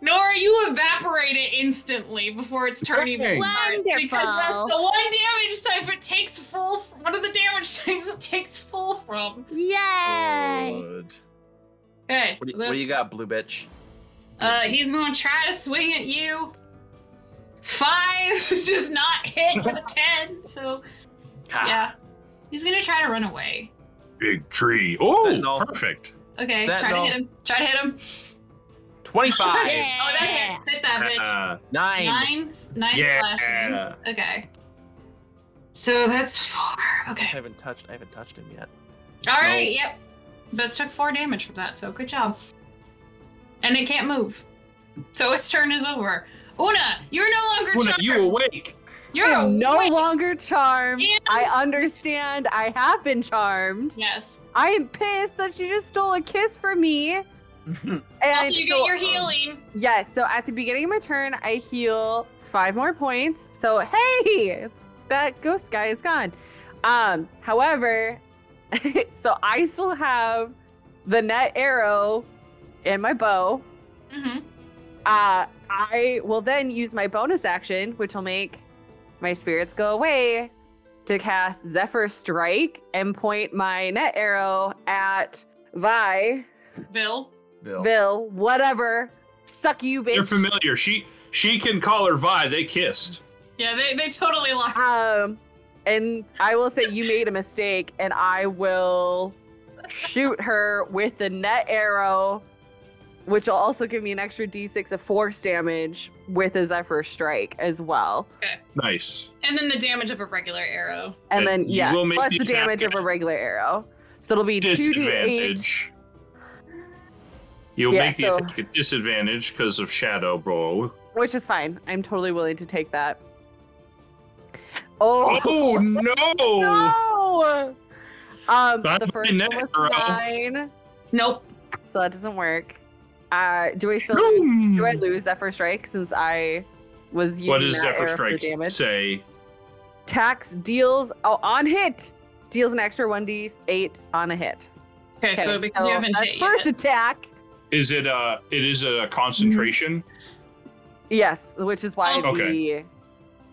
S2: Nora, you evaporate it instantly before its turn even
S3: Dang.
S2: starts. Because that's
S7: Wonderful.
S2: the one damage type it takes full one of the damage types it takes full from.
S7: Yay!
S4: Good.
S2: Okay,
S4: What, do,
S2: so
S4: what do
S2: there's
S4: you got, blue bitch?
S2: uh he's gonna try to swing at you. Five does not hit with a ten, so
S4: Ha.
S2: yeah. He's gonna try to run away.
S3: Big tree. Oh,
S4: Sentinel.
S3: perfect.
S2: Okay, try to
S4: Sentinel.
S2: hit him. Try to hit him.
S4: 25,
S7: Yeah.
S2: Oh that hits, hit that bitch.
S3: Uh,
S4: 9.
S2: Nine, nine
S3: Yeah.
S2: slashing. Okay. So that's four.
S4: I
S2: Okay.
S4: haven't touched. I haven't touched him yet.
S2: All right. Yep. But it took four damage from that, so good job. And it can't move, so its turn is over. Una, you're no longer
S4: Una,
S2: charmed.
S4: you awake.
S2: You're
S1: I am no
S2: awake.
S1: longer charmed.
S2: Yes.
S1: I understand. I have been charmed.
S2: Yes.
S1: I am pissed that she just stole a kiss from me. And
S2: Also, you
S1: so-
S2: get your healing.
S1: Yes, so at the beginning of my turn, I heal five more points. So hey, that ghost guy is gone. Um, however, so I still have the net arrow and my bow.
S2: Mm-hmm.
S1: Uh, I will then use my bonus action, which will make my spirits go away, to cast Zephyr Strike and point my net arrow at Vi,
S2: Bill.
S4: Bill.
S1: Bill, whatever. Suck you, bitch.
S3: You're familiar. She she can call her Vi. They kissed.
S2: Yeah, they, they totally locked.
S1: Um, and I will say you made a mistake, and I will shoot her with the net arrow, which will also give me an extra d6 of force damage with a Zephyr Strike as well.
S3: Nice.
S2: And then the damage of a regular arrow.
S1: And
S3: Okay,
S1: then,
S3: you
S1: yeah,
S3: will make
S1: plus
S3: the
S1: the damage of a
S3: attack.
S1: regular arrow. So it'll be 2d8.
S3: Disadvantage. You'll
S1: Yeah,
S3: make the
S1: so-
S3: attack a disadvantage because of Shadow Blow.
S1: Which is fine. I'm totally willing to take that. Oh,
S3: Oh no!
S1: no! Um,
S3: Not
S1: the
S3: my
S1: first one
S3: net
S1: was
S3: arrow.
S1: nine,
S2: Nope.
S1: so that doesn't work. Uh, do I still lose- do I lose Zephyr Strike since I was using
S3: What does
S1: that
S3: Zephyr
S1: arrow for
S3: Strike
S1: damage?
S3: say?
S1: Tax deals oh, on hit deals an extra one d eight on a hit.
S2: Okay, so because you haven't
S1: that's
S2: hit
S1: first
S2: yet.
S1: attack.
S3: Is it uh it is a concentration?
S1: Yes, which is why
S2: Oh.
S3: Okay.
S1: the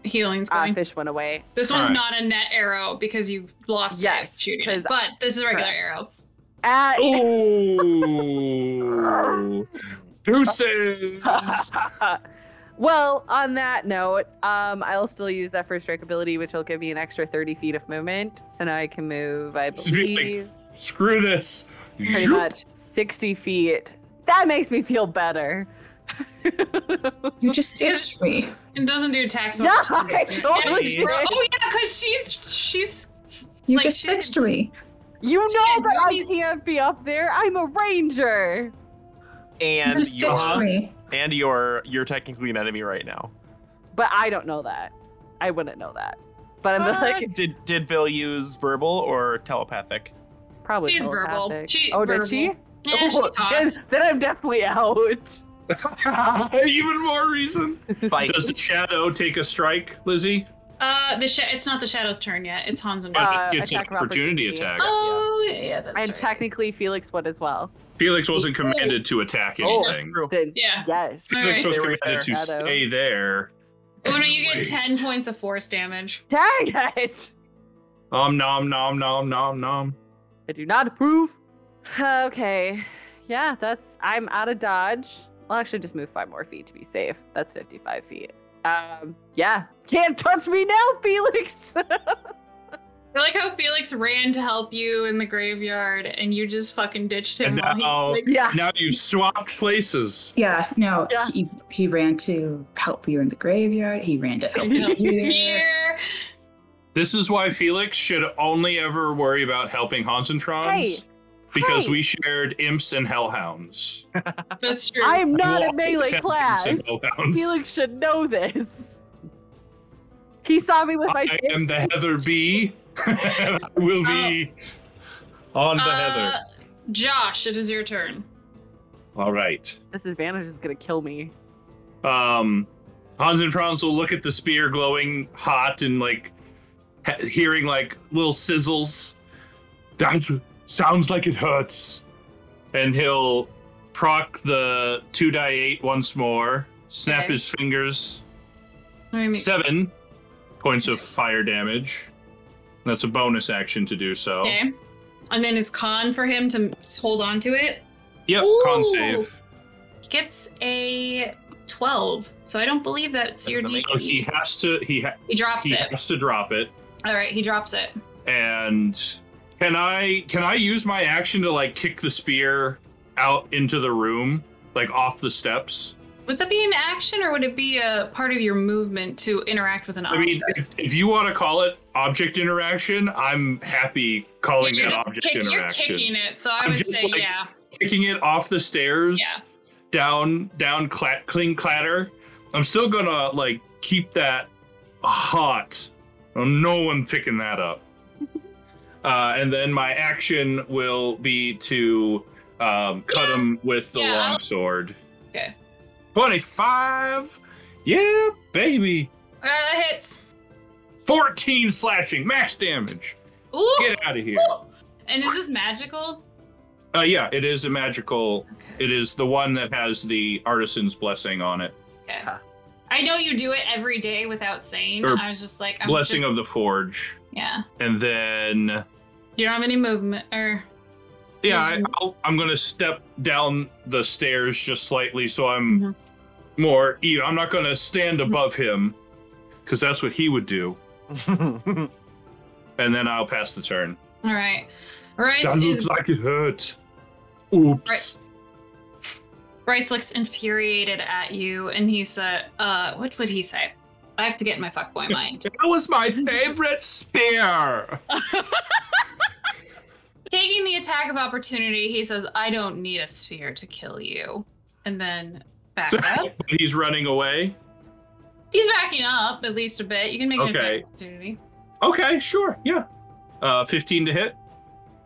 S2: healing's
S1: uh,
S2: going.
S1: fish went away.
S2: this one's
S3: Alright.
S2: not a net arrow because you lost
S1: Yes,
S2: it shooting it.
S1: 'cause-
S2: But this is a regular
S1: correct.
S2: arrow.
S1: At
S3: Oh, deuces!
S1: well, on that note, um, I'll still use that first strike ability, which will give me an extra 30 feet of movement. So now I can move, I
S3: It's really-
S1: believe,
S3: Screw this!
S1: pretty much 60 feet. That makes me feel better.
S6: You just ditched me.
S2: It doesn't do tax.
S1: Yeah,
S2: opportunity.
S1: I totally
S2: she's
S1: did.
S2: broke. Oh yeah, because she's she's
S6: You
S2: Like,
S6: just
S2: shit.
S6: ditched me.
S1: You know
S2: Shit,
S1: that I
S2: really?
S1: can't be up there. I'm a ranger.
S6: You
S4: And
S6: just
S4: you're,
S6: ditched me.
S4: and you're you're technically an enemy right now.
S1: But I don't know that. I wouldn't know that. But I'm
S4: Uh,
S1: like,
S4: did did Bill use verbal or telepathic?
S1: probably
S2: she's verbal.
S1: telepathic.
S2: She
S1: oh,
S2: verbal.
S1: did she?
S2: Yeah, she
S1: Oh, then,
S2: talks.
S1: then I'm definitely out.
S3: Even more reason.
S4: Bite.
S3: Does the shadow take a strike, Lizzie?
S2: Uh, the sh- it's not the shadow's turn yet. It's Hans and.
S1: Uh,
S2: Gretel.
S3: It gets an
S1: attack of
S3: opportunity,
S1: opportunity.
S3: attack.
S2: oh yeah, yeah, that's
S1: And
S2: right.
S1: technically, Felix would as well.
S3: Felix wasn't commanded to attack
S1: Oh.
S4: That's
S3: anything.
S4: true.
S1: Then,
S2: Yeah.
S1: yes.
S3: Felix
S2: Alright.
S3: was
S4: They were
S3: commanded to
S1: there. Shadow.
S3: stay there.
S2: Una, you get
S3: Wait.
S2: ten points of force damage.
S1: Dang it!
S3: Om nom nom nom nom nom.
S1: I do not approve. Okay. Yeah, that's. I'm out of dodge. I'll actually just move five more feet to be safe. That's 55 feet. Um, yeah. Can't touch me now, Felix!
S2: I like how Felix ran to help you in the graveyard, and you just fucking ditched him.
S3: And
S2: while he's,
S3: now-
S2: like,
S1: yeah.
S3: Now you've swapped places.
S6: Yeah, no,
S1: Yeah.
S6: He, he ran to help you in the graveyard. He ran to help you here.
S2: here.
S3: This is why Felix should only ever worry about helping Hansentrons.
S1: Hey,
S3: because
S1: hey.
S3: we shared imps and hellhounds.
S2: That's true.
S1: I am not a
S3: Lots of
S1: melee
S3: imps
S1: class.
S3: and hellhounds.
S1: Felix should know this. He saw me with my.
S3: I am the Heather Bee. and I will be Oh. on the Heather.
S2: Uh, Josh, it is your turn.
S3: Uh, All right.
S1: This advantage is gonna kill me.
S3: Um, Hans and Franz will look at the spear glowing hot and like he- hearing like little sizzles. That sounds like it hurts. And he'll proc the 2 die 8 once more, snap
S2: Okay.
S3: his fingers.
S2: Let me make-
S3: Seven points of fire damage. That's a bonus action to do so.
S2: Okay. And then it's con for him to s- hold on to it.
S3: Yep,
S2: Ooh.
S3: con save.
S2: He gets a 12. So I don't believe that's your
S4: Doesn't
S2: DC.
S4: make-
S3: So he has to he ha-
S2: He drops
S3: he
S2: it.
S3: has to drop it.
S2: All right, he drops it.
S3: And can I can I use my action to like kick the spear out into the room, like off the steps?
S2: Would that be an action or would it be a part of your movement to interact with an
S3: I
S2: object?
S3: mean, if, if you want to call it object interaction, I'm happy calling
S2: you're,
S3: that
S2: just
S3: object
S2: kick- you're
S3: interaction.
S2: kicking it, so I
S3: I'm
S2: would
S3: just
S2: say,
S3: like-
S2: yeah.
S3: kicking it off the stairs,
S2: Yeah.
S3: down, down, clat, cling, clatter, I'm still gonna like keep that hot. Oh, No one picking that up. Uh, and then my action will be to um, cut
S2: Yeah.
S3: him with the
S2: Yeah, I'll-
S3: long sword.
S2: Okay.
S3: 25. Yeah, baby.
S2: Uh, that hits.
S3: 14 slashing, max damage.
S2: Ooh.
S3: Get out of here.
S2: And is this magical?
S3: Uh, yeah, it is a magical.
S2: Okay.
S3: It is the one that has the artisan's blessing on it.
S2: okay.
S4: Huh.
S2: I know you do it every day without saying.
S3: Or
S2: I was just like, I'm
S3: blessing
S2: just,
S3: of the forge.
S2: Yeah.
S3: And then
S2: You don't have any movement or.
S3: Yeah, I,
S2: Is-
S3: I'll, I'm gonna step down the stairs just slightly, so I'm
S2: Mm-hmm.
S3: more. You know, I'm not gonna stand above him, because that's what he would do. And then I'll pass the turn.
S2: All right. Rice
S3: That
S2: is
S3: looks like it hurt. Oops.
S2: Right. Bryce looks infuriated at you, and he said, uh, what would he say? I have to get in my fuckboy mind.
S3: That was my favorite spear.
S2: Taking the attack of opportunity, he says, I don't need a sphere to kill you. And then back up.
S3: He's running away.
S2: He's backing up at least a bit. You can make an
S3: Okay.
S2: attack of opportunity.
S3: Okay, sure, yeah. Uh, 15 to hit.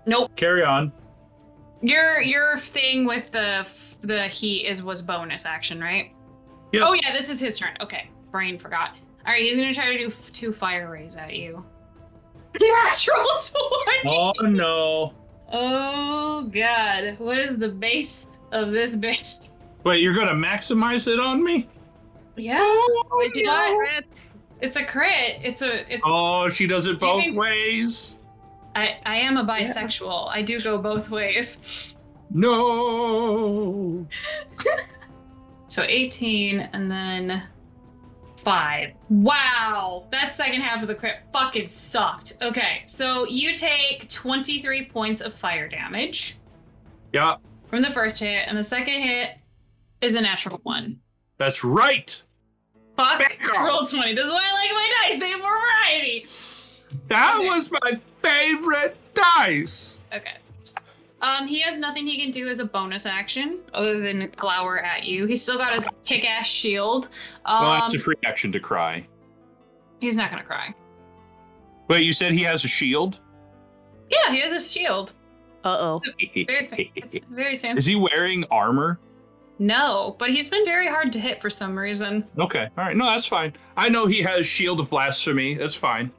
S2: Nope.
S3: Carry on.
S2: Your your thing with the f- the heat is was bonus action, right?
S3: Yeah.
S2: Oh yeah, this is his turn. Okay, brain forgot. All right, he's gonna try to do f- two fire rays at you. Natural twenty.
S3: Oh no.
S2: Oh god, what is the base of this bitch?
S3: Wait, you're gonna maximize it on me?
S2: Oh, Yeah,
S1: Would you
S2: no.
S1: Rats?
S2: it's a crit. It's a it's.
S3: Oh, she does it both
S2: think-
S3: ways.
S2: I I am a bisexual. I do go both ways.
S3: No.
S2: So eighteen and then five. Wow, that second half of the crit fucking sucked. Okay, so you take twenty three points of fire damage
S3: Yeah,
S2: from the first hit, and the second hit is a natural one.
S3: that's right.
S2: Fuck,
S3: Back off.
S2: roll twenty. This is why I like my dice. They have more variety.
S3: That
S2: Okay.
S3: was my favorite dice.
S2: Okay. Um, he has nothing he can do as a bonus action other than glower at you. He's still got his kick-ass shield. Um,
S3: well, that's a free action to cry.
S2: he's not gonna cry.
S3: Wait, you said he has a shield?
S2: Yeah, he has a shield.
S7: Uh oh.
S2: Very, fa- it's very
S3: Is
S2: fancy.
S3: he wearing armor?
S2: No, but he's been very hard to hit for some reason.
S3: Okay, all right. No, that's fine. I know he has Shield of Blasphemy. That's fine.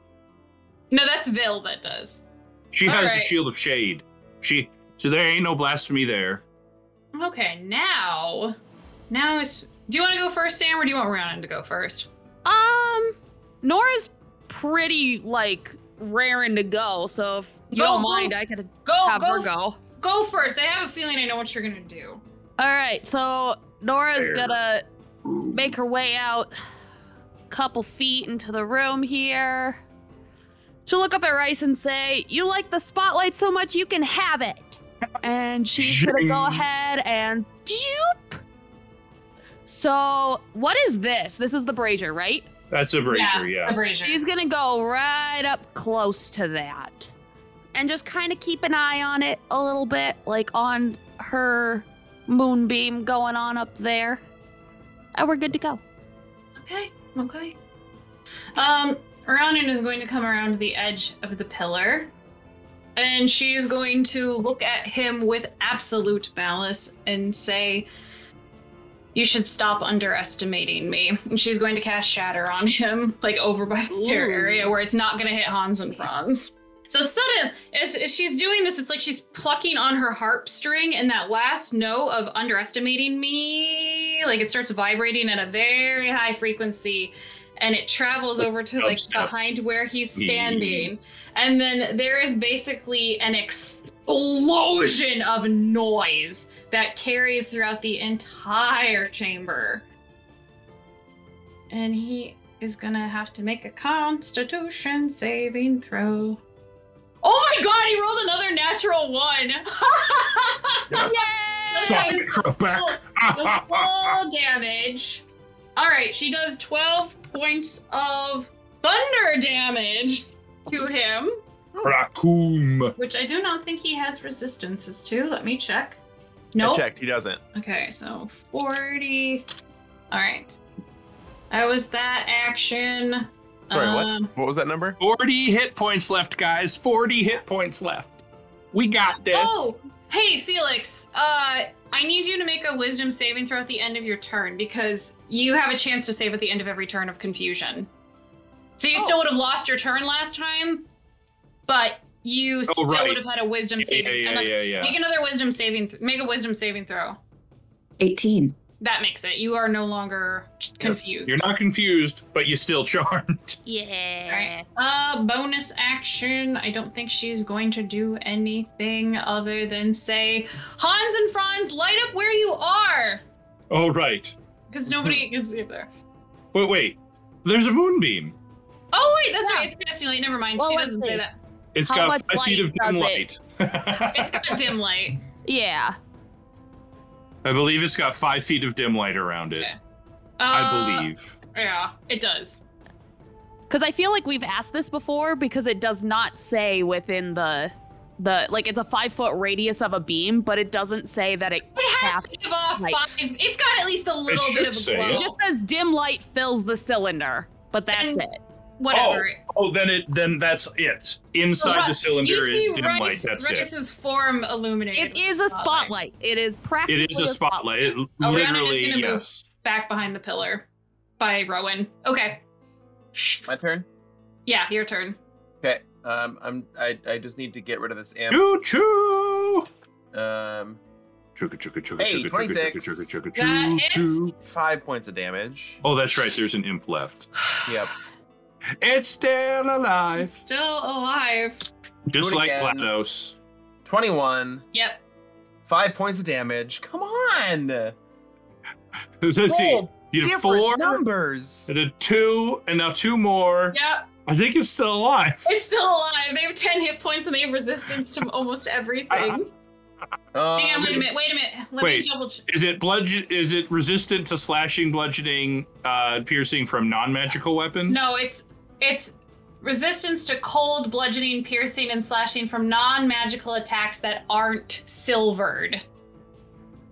S2: No, that's Vil that does.
S3: She
S2: All
S3: has a
S2: right.
S3: Shield of Shade. She so there ain't no blasphemy there.
S2: Okay, now, now it's. Do you want to go first, Sam, or do you want Rhiannon to go first?
S7: Um, Nora's pretty like raring to go, so if you
S2: Go,
S7: don't
S2: go.
S7: mind, I could
S2: Go,
S7: have her
S2: go,
S7: go.
S2: go first. I have a feeling I know what you're gonna do.
S7: All right, so Nora's
S3: Fair.
S7: gonna make her way out a couple feet into the room here. She'll look up at Rice and say, You like the spotlight so much you can have it. And she's gonna go
S3: Zhing.
S7: ahead and doop. So, what is this? This is the brazier, right?
S3: That's a brazier, yeah.
S2: A brazier.
S7: She's gonna go right up close to that and just kind of keep an eye on it a little bit, like on her moonbeam going on up there. And we're good to go.
S2: Okay, okay. Um, Ronan is going to come around the edge of the pillar, and she's going to look at him with absolute malice and say, "You should stop underestimating me." And she's going to cast Shatter on him, like over by the stair
S7: Ooh.
S2: area where it's not going to hit Hans and Franz. So sudden, as, as she's doing this, it's like she's plucking on her harp string, and that last note of underestimating me, like it starts vibrating at a very high frequency, and it travels over to like
S3: Dubstep.
S2: behind where he's standing, and then there is basically an explosion of noise that carries throughout the entire chamber, and he is gonna have to make a Constitution saving throw. Oh my god, he rolled another natural one.
S3: Yes.
S2: Suck
S3: it, Trebek.
S2: So full damage. All right, she does 12 points of thunder damage to him,
S3: Raccoon.
S2: which I do not think he has resistances to. Let me check.
S4: I
S2: Nope.
S4: checked. He doesn't.
S2: Okay, so 40. All right. That was that action.
S4: Sorry, what?
S2: Um,
S4: What was that number?
S8: 40 hit points left, guys. 40 hit points left. We got this.
S2: Oh, hey Felix. Uh, I need you to make a Wisdom saving throw at the end of your turn because you have a chance to save at the end of every turn of confusion. So you
S3: Oh.
S2: still would have lost your turn last time, but you still
S3: Oh, right.
S2: would have had a Wisdom
S3: Yeah,
S2: saving.
S3: yeah, yeah,
S2: another-
S3: yeah, yeah.
S2: Make another Wisdom saving. Th- make a Wisdom saving throw.
S6: 18.
S2: That makes it. You are no longer confused.
S3: You're not confused, but you're still charmed.
S5: Yeah.
S2: Alright. Uh, bonus action. I don't think she's going to do anything other than say, Hans and Franz, light up where you are!
S3: Oh, right.
S2: Because nobody can see there.
S3: Wait, wait. There's a moonbeam.
S2: Oh, wait, that's right. It's casting light. Never mind.
S5: Well,
S2: she
S5: let's
S2: doesn't
S5: see.
S2: say that.
S3: It's
S7: How much
S3: got five feet
S7: light
S3: of dim light.
S7: does
S2: It's got dim light.
S7: Yeah.
S3: I believe it's got five feet of dim light around it.
S2: Okay.
S3: I
S2: Uh,
S3: believe.
S2: Yeah, it does.
S7: Because I feel like we've asked this before because it does not say within the the like it's a five foot radius of a beam, but it doesn't say that it.
S2: It has
S7: casts-
S2: to give off
S7: light.
S2: five. It's got at least a little
S3: should
S2: bit of a
S3: say
S2: glow.
S3: it.
S7: It just says dim light fills the cylinder, but that's
S2: And-
S7: it.
S2: Whatever.
S3: Oh, then it then that's it. Inside
S2: Right.
S3: the cylinder
S2: you
S3: is
S2: see
S3: dim light.
S2: Rice,
S3: That's it.
S2: Rice's form illuminated.
S7: It is a spotlight. It is practically.
S3: It is a spotlight. It
S2: Ariana is
S3: literally
S2: gonna move.
S3: yes.
S2: Back behind the pillar by Rowan. Okay.
S4: My turn.
S2: Yeah, your turn.
S4: Okay. Um, I'm. I, I just need to get rid of this amp.
S3: Choo choo.
S4: Um,
S3: Chugga chugga chugga
S4: Hey,
S3: chugga chugga
S4: 26.
S3: chugga chugga
S2: That
S3: chugga choo
S2: hits.
S3: choo.
S4: five points of damage.
S3: Oh, that's right. There's an imp left.
S4: Yep.
S3: It's still alive.
S2: Still alive.
S3: Just
S4: it
S3: like
S4: again.
S3: GLaDOS.
S4: Twenty-one.
S2: Yep.
S4: Five points of damage. Come on.
S3: So see,
S4: Roll
S3: you had a
S4: different
S3: four,
S4: numbers.
S3: and a two, and now two more.
S2: Yep.
S3: I think it's still alive.
S2: It's still alive. They have 10 hit points and they have resistance to almost everything.
S4: Um,
S2: Hang on, wait a minute. Wait a minute. Let
S3: uh, Wait.
S2: me double check.
S3: Is it bludgeon? Is it resistant to slashing, bludgeoning, uh, piercing from non-magical weapons?
S2: No, it's it's resistance to cold, bludgeoning, piercing, and slashing from non-magical attacks that aren't silvered.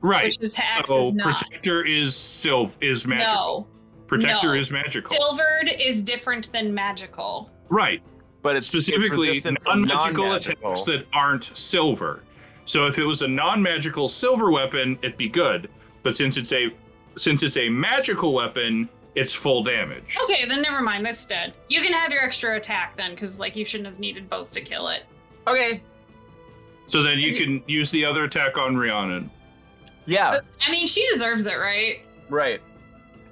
S3: right.
S2: Which is Hax
S3: So
S2: is not.
S3: protector is silv is magical.
S2: No. no.
S3: protector is magical.
S2: Silvered is different than magical.
S3: right.
S4: But it's
S3: Specifically,
S4: it's resistant from
S3: non-magical
S4: non-magical.
S3: attacks that aren't silver. So if it was a non-magical silver weapon, it'd be good. But since it's a since it's a magical weapon, it's full damage.
S1: Oh.
S2: Okay, then never mind. That's dead. You can have your extra attack then, because like you shouldn't have needed both to kill it.
S4: Okay.
S3: So then you
S2: And
S3: can use the other attack on Rhiannon.
S4: Yeah.
S2: I mean, she deserves it, right?
S4: Right.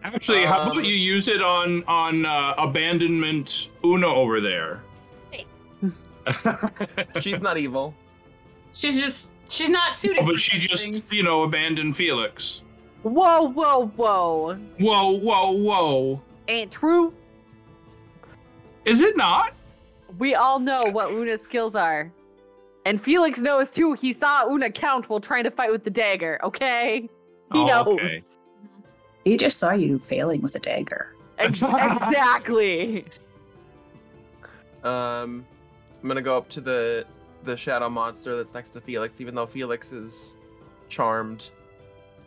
S3: Actually, how
S4: Um,
S3: about you use it on on uh, abandonment Una over there?
S4: She's not evil.
S2: She's just she's not suited.
S3: Oh,
S2: for
S3: but she
S2: such
S3: just
S2: things.
S3: you know abandoned Felix.
S1: Whoa, whoa, whoa.
S3: Whoa, whoa, whoa!
S1: Ain't true.
S3: Is it not?
S1: We all know what Una's skills are. And Felix knows too. He saw Una count while trying to fight with the dagger, okay? He
S3: Oh,
S1: knows.
S3: okay.
S6: He just saw you failing with a dagger.
S1: Ex- exactly.
S4: Um, I'm gonna go up to the the shadow monster that's next to Felix, even though Felix is charmed.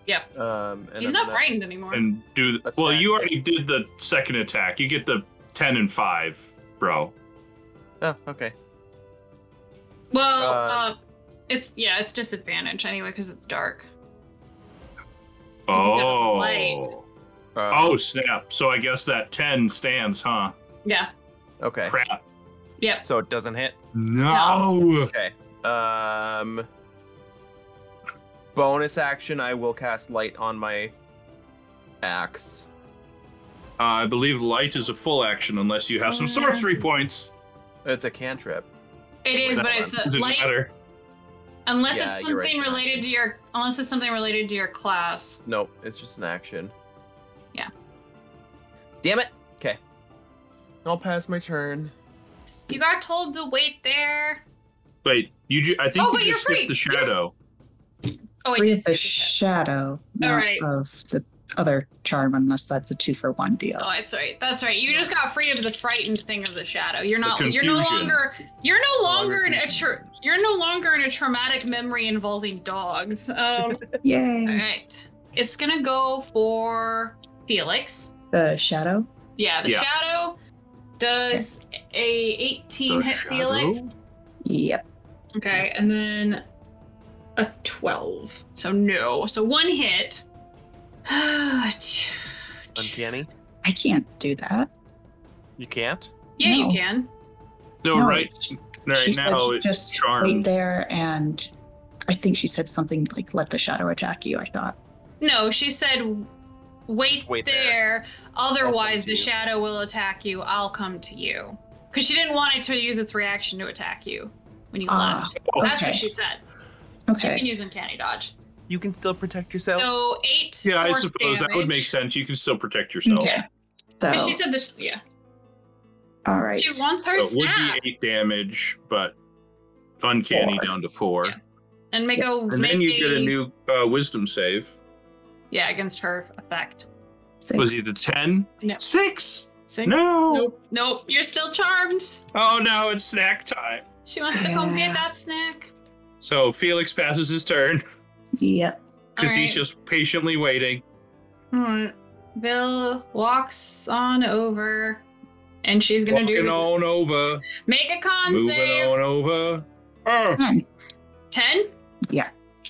S2: Yep.
S4: Um, and
S2: He's
S4: I'm
S2: not
S4: gonna-
S2: frightened anymore.
S3: And do the,
S4: Attack.
S3: well. You already did the second attack. You get the ten and five, bro.
S4: Oh, okay.
S2: Well, uh,
S4: Uh,
S2: it's yeah, it's disadvantage anyway because it's dark. Because he's got the
S3: Oh.
S2: light.
S4: Uh,
S3: Oh snap! So I guess that ten stands, huh?
S2: Yeah.
S4: Okay.
S3: Crap.
S2: Yep.
S4: Oh, So it doesn't hit.
S3: No.
S4: Okay. Um. Bonus action, I will cast light on my axe.
S3: Uh, I believe light is a full action unless you have some
S2: Mm-hmm.
S3: sorcery points.
S4: It's a cantrip.
S2: It is,
S4: That
S2: but
S4: one.
S2: it's
S3: Doesn't
S2: a light
S3: matter.
S2: unless
S4: Yeah,
S2: it's
S4: you're right,
S2: something
S4: you're right.
S2: related to your unless it's something related to your class.
S4: Nope, it's just an action.
S2: Yeah.
S4: Damn it. Okay. I'll pass my turn.
S2: You got told to wait there.
S3: Wait, you? Ju- I think
S2: Oh,
S3: you
S2: wait,
S3: just
S2: you're free.
S3: skipped the shadow.
S2: Oh, I
S6: Free
S2: did
S6: of
S2: skip
S6: the
S2: the shadow.
S6: shadow
S2: All
S6: not
S2: right.
S6: of the other charm, unless that's a two for one deal.
S2: Oh, that's right. That's right. You just got free of the frightened thing of the shadow. You're
S3: The
S2: not. You're no
S3: confusion.
S2: longer. You're no
S4: No longer
S2: longer in a. Tra-
S4: confused.
S2: you're no longer in a traumatic memory involving dogs. Um.
S6: Yay.
S2: All right. It's gonna go for Felix.
S6: The shadow.
S2: Yeah, the
S3: Yeah.
S2: shadow does a 18
S3: The
S2: hit Felix.
S3: shadow?
S6: Yep.
S2: Okay, and then a 12. So no. So one hit. yeah,
S4: Uncanny.
S6: I can't do that.
S4: You can't.
S2: you
S6: No.
S2: can.
S3: No,
S6: No,
S3: right,
S6: she-
S3: right
S6: she said
S3: now it's
S6: just
S3: charmed.
S6: wait there, and I think she said something like, "Let the shadow attack you." I thought.
S2: No, she said wait,
S4: Just wait
S2: there.
S4: there. I'll
S2: Otherwise
S4: come to
S2: the
S4: you."
S2: shadow will attack you. I'll come to you. Cuz she didn't want it to use its reaction to attack you when you
S6: Ah,
S2: left. That's
S6: okay.
S2: what she said. You can
S6: Okay.
S2: use uncanny dodge.
S4: You can still protect yourself.
S2: So 8
S3: Yeah, I
S2: force
S3: suppose that would make
S2: damage.
S3: sense. You can still protect yourself.
S6: Okay. So,
S2: 'Cause she said this yeah.
S6: all right.
S2: She wants her
S3: So it would
S2: snap
S3: be eight damage, but uncanny
S6: Four.
S3: down to four.
S2: Yeah. and make a
S3: And
S2: make
S3: then you get a new uh, wisdom save.
S2: yeah against her effect.
S6: Six.
S3: Was either ten?
S2: No.
S3: Six?
S2: Six?
S3: No.
S2: Nope. Nope. You're still charmed.
S8: Oh no, it's snack time.
S2: She wants to come get that snack.
S3: So Felix passes his turn
S6: Yep.
S3: because he's
S2: Alright.
S3: just patiently waiting.
S2: Alright. Bill walks on over, and she's gonna
S3: Walking
S2: do
S3: on over,
S2: make a con
S3: moving
S2: save.
S3: on over. Oh,
S2: Ten.
S6: Yeah.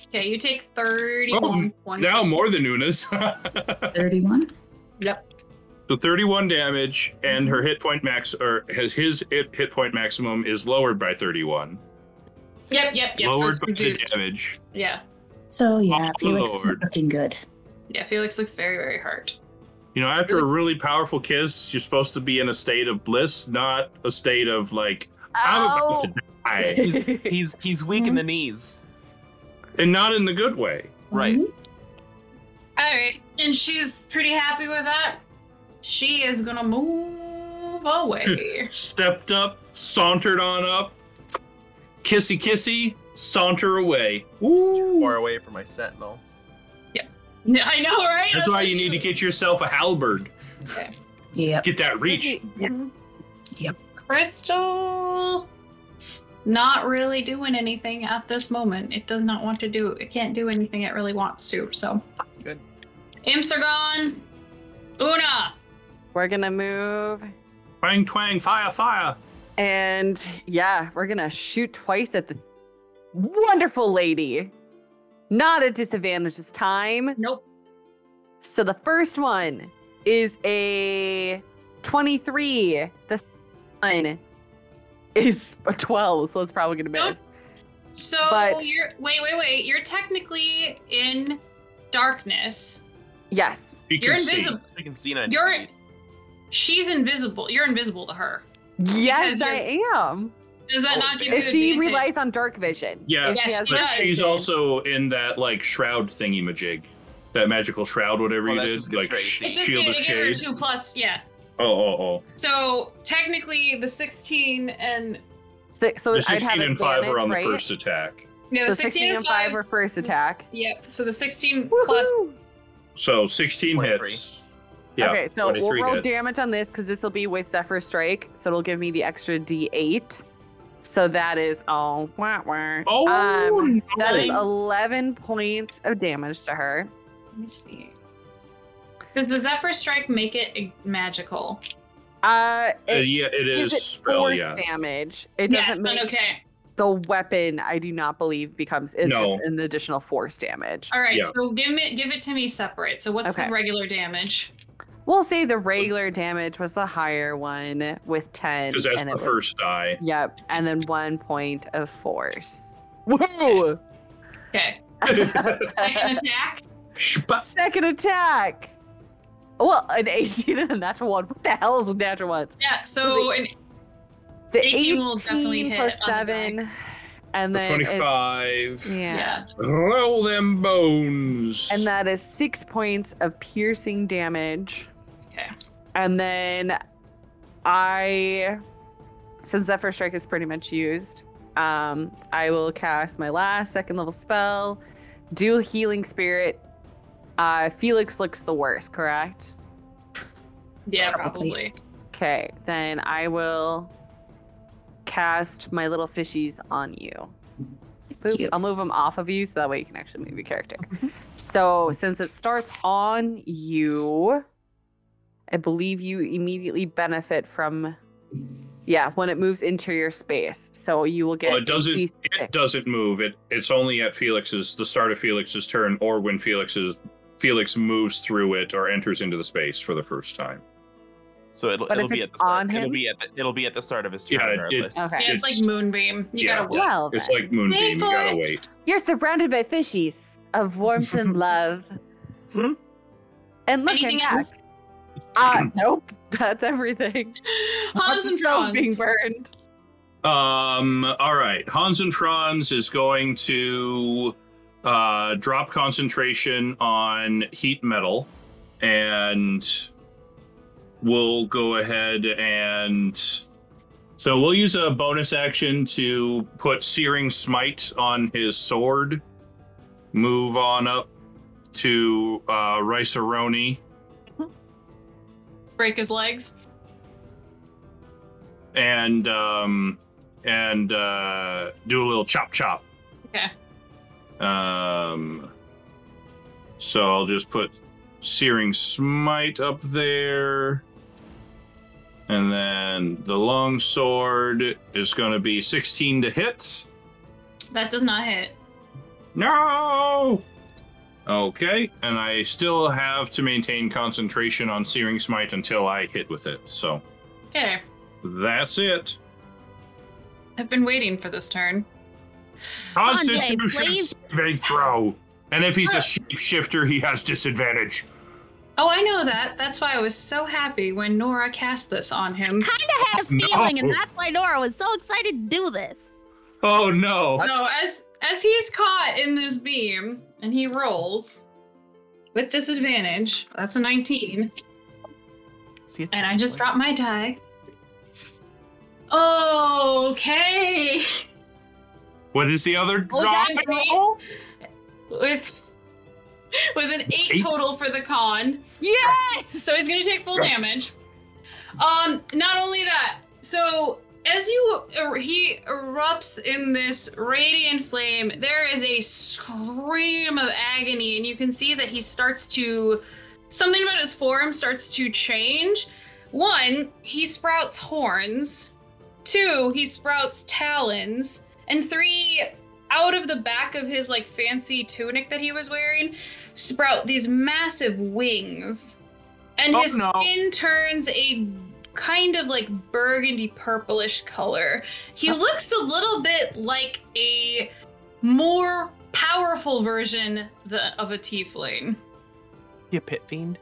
S2: Okay, you take thirty-one points.
S3: Oh, now more than Una's.
S6: Thirty-one.
S3: So 31 damage, and her hit point max, or has his hit, hit point maximum is lowered by 31.
S2: Yep. Yep. Yep. so
S3: lowered
S2: it's
S3: by two
S2: reduced.
S3: damage.
S2: Yeah.
S6: So yeah,
S3: Oh,
S6: Felix is
S3: Lord.
S6: looking good.
S2: Yeah. Felix looks very, very hurt.
S3: You know, after a really powerful kiss, you're supposed to be in a state of bliss, not a state of like I'm about
S1: Oh,
S3: to die,
S4: He's he's he's weak in the
S2: Mm-hmm.
S4: knees.
S3: and not in the good way.
S4: Right.
S2: Mm-hmm. All right, and she's pretty happy with that. She is gonna move away.
S3: Stepped up, sauntered on up, kissy kissy, saunter away. Woo.
S4: Far away from my sentinel.
S2: I know, right?
S3: Hmm. That's why
S2: what
S3: you
S2: she-
S3: need to get yourself a halberd.
S6: Yep.
S3: Get that reach.
S2: Crystal s- not really doing anything at this moment. It does not want to do it can't do anything it really wants to, so
S4: Good.
S2: Imps are gone. Una!
S1: We're gonna move,
S3: Twang twang, fire fire.
S1: and yeah, we're gonna shoot twice at the wonderful lady. Not at disadvantage this time.
S2: Nope.
S1: So the first one is a 23. The second one is a 12, so it's probably gonna
S2: Nope.
S1: miss.
S2: So
S1: But-
S2: you're wait, wait, wait. You're technically in darkness.
S1: Yes.
S3: You
S2: You're
S3: can see.
S2: invisible.
S4: I can see 90
S2: You're
S4: feet.
S2: she's invisible. You're invisible to her.
S1: Yes,
S2: Because
S1: I am.
S2: Does that
S4: Oh,
S2: not give you
S1: If she
S2: advantage?
S1: relies on dark vision.
S3: Yeah,
S1: If she
S2: Yes,
S1: has
S2: she
S3: But
S1: dark
S2: does.
S3: she's
S1: vision.
S3: also in that like shroud thingy majig, that magical shroud, whatever
S4: Oh,
S3: you
S4: that's
S3: did,
S4: just good
S3: like
S4: trade,
S3: sh-
S4: see.
S2: It's just
S3: shield
S2: gonna
S3: of
S2: give her
S3: shade.
S2: two plus, yeah.
S3: Oh, oh, oh.
S2: So technically the sixteen and
S1: Six, so
S3: The
S1: I'd have
S3: sixteen and five are
S1: advantage,
S3: on the
S1: right?
S3: first attack,
S2: you know,
S1: So
S2: 16,
S1: 16 and 5 are first attack.
S2: Yep. So the 16 plus
S1: Woohoo!
S3: so sixteen
S4: 23.
S3: hits. Yeah,
S1: okay, so we'll
S3: 23
S1: roll
S3: hits.
S1: damage on this because this will be with Zephyr Strike, so it'll give me the extra D8. So that is oh, wah, wah.
S3: Oh,
S1: Um, that is
S3: no.
S1: 11 points of damage to her.
S2: Let me see. Does the Zephyr Strike make it ig- magical?
S1: Uh,
S3: Uh,
S1: it,
S3: yeah, it
S1: gives
S3: is
S1: it
S3: spell.
S1: force
S3: Yeah,
S1: damage. It
S2: Yes,
S1: doesn't
S2: then
S1: make
S2: okay.
S1: the weapon. I do not believe becomes it's
S3: No.
S1: just an additional force damage.
S2: All right.
S3: Yeah.
S2: So give me, give it to me separate. So what's
S1: Okay.
S2: the regular damage?
S1: We'll say the regular damage was the higher one with 10.
S3: because that's
S1: and
S3: the
S1: it was-
S3: first die.
S1: Yep, and then one point of force. Woo!
S2: Okay. Second attack.
S3: Shpa-
S1: Second attack. Well, an 18 and a natural one. What the hell is with natural ones?
S2: Yeah. So an,
S1: The
S2: 18 will definitely
S1: 18
S2: hit
S1: plus
S2: on the die.
S1: seven, and then it's-
S3: Twenty-five.
S1: yeah.
S2: yeah.
S3: Roll them bones.
S1: and that is six points of piercing damage.
S2: Okay.
S1: And then I, since Zephyr Strike is pretty much used, um, I will cast my last second level spell, do Healing Spirit. Uh, Felix looks the worst, correct?
S2: Yeah.
S6: Probably.
S2: Probably.
S1: Okay, then I will cast my little fishies on you. Boop.
S6: you.
S2: Oh
S1: I'll move them off of you so that way you can actually move your character. So since it starts on you, I believe you immediately benefit from. Yeah, when it moves into your space, so you will get.
S3: Well, Oh, it doesn't.
S1: D6.
S3: It doesn't move. It it's only at Felix's the start of Felix's turn, or when Felix's Felix moves through it or enters into the space for the first time.
S4: So it'll,
S1: But
S4: it'll
S1: if
S4: be
S1: it's
S4: at the start.
S1: on
S4: It'll
S1: him- Oh.
S4: be at the, it'll be at the start of his turn
S3: Yeah, it-
S4: regardless.
S1: Okay.
S2: Yeah, it's,
S3: It's-
S2: like Moonbeam. You
S3: yeah.
S2: gotta wait.
S1: Well,
S3: It's
S1: then.
S3: like Moonbeam. You
S2: for
S3: gotta
S2: it.
S3: wait.
S1: You're surrounded by fishies of warmth and love.
S4: Hmm?
S1: and look,
S2: Anything
S1: I'm
S2: else?
S1: back. Uh, nope, that's everything. Lots
S2: Hans
S1: of
S2: and
S1: stuff
S2: Franz.
S1: being burned.
S3: Um. All right. Hans and Franz is going to uh, drop concentration on heat metal, and we'll go ahead and so we'll use a bonus action to put searing smite on his sword. Move on up to uh, Riceroni.
S2: Break his legs.
S3: and um and uh do a little chop chop.
S2: Okay.
S3: Um so I'll just put searing smite up there. And then the long sword is going to be 16 to hit.
S2: That does not hit.
S3: No. Okay, and I still have to maintain concentration on searing smite until I hit with it. So
S2: Okay.
S3: that's it.
S2: I've been waiting for this turn.
S3: Constitution
S7: please.
S3: saving throw. And if he's a shapeshifter, he has disadvantage.
S2: Oh, I know that. That's why I was so happy when Nora cast this on him.
S9: kind of had a
S3: No.
S9: feeling, and that's why Nora was so excited to do this.
S3: Oh no.
S2: So as as he's caught in this beam and he rolls with disadvantage, that's a 19,
S4: See ya,
S2: and I
S4: Charlie.
S2: just dropped my die. Okay.
S3: What is the other
S2: Oh,
S3: draw?
S2: that's an eight. With with an eight,
S3: Eight?
S2: total for the con. Yes. So he's gonna take full
S3: Yes.
S2: damage. Um. Not only that. So as you er, he erupts in this radiant flame, there is a scream of agony, and you can see that he starts to something about his form starts to change. One, he sprouts horns. Two, he sprouts talons. And three, out of the back of his like fancy tunic that he was wearing sprout these massive wings and
S3: Oh,
S2: his
S3: no.
S2: skin turns a kind of like burgundy purplish color
S4: Uh.
S2: he looks a little bit like a more powerful version th- of a tiefling
S4: You pit fiend.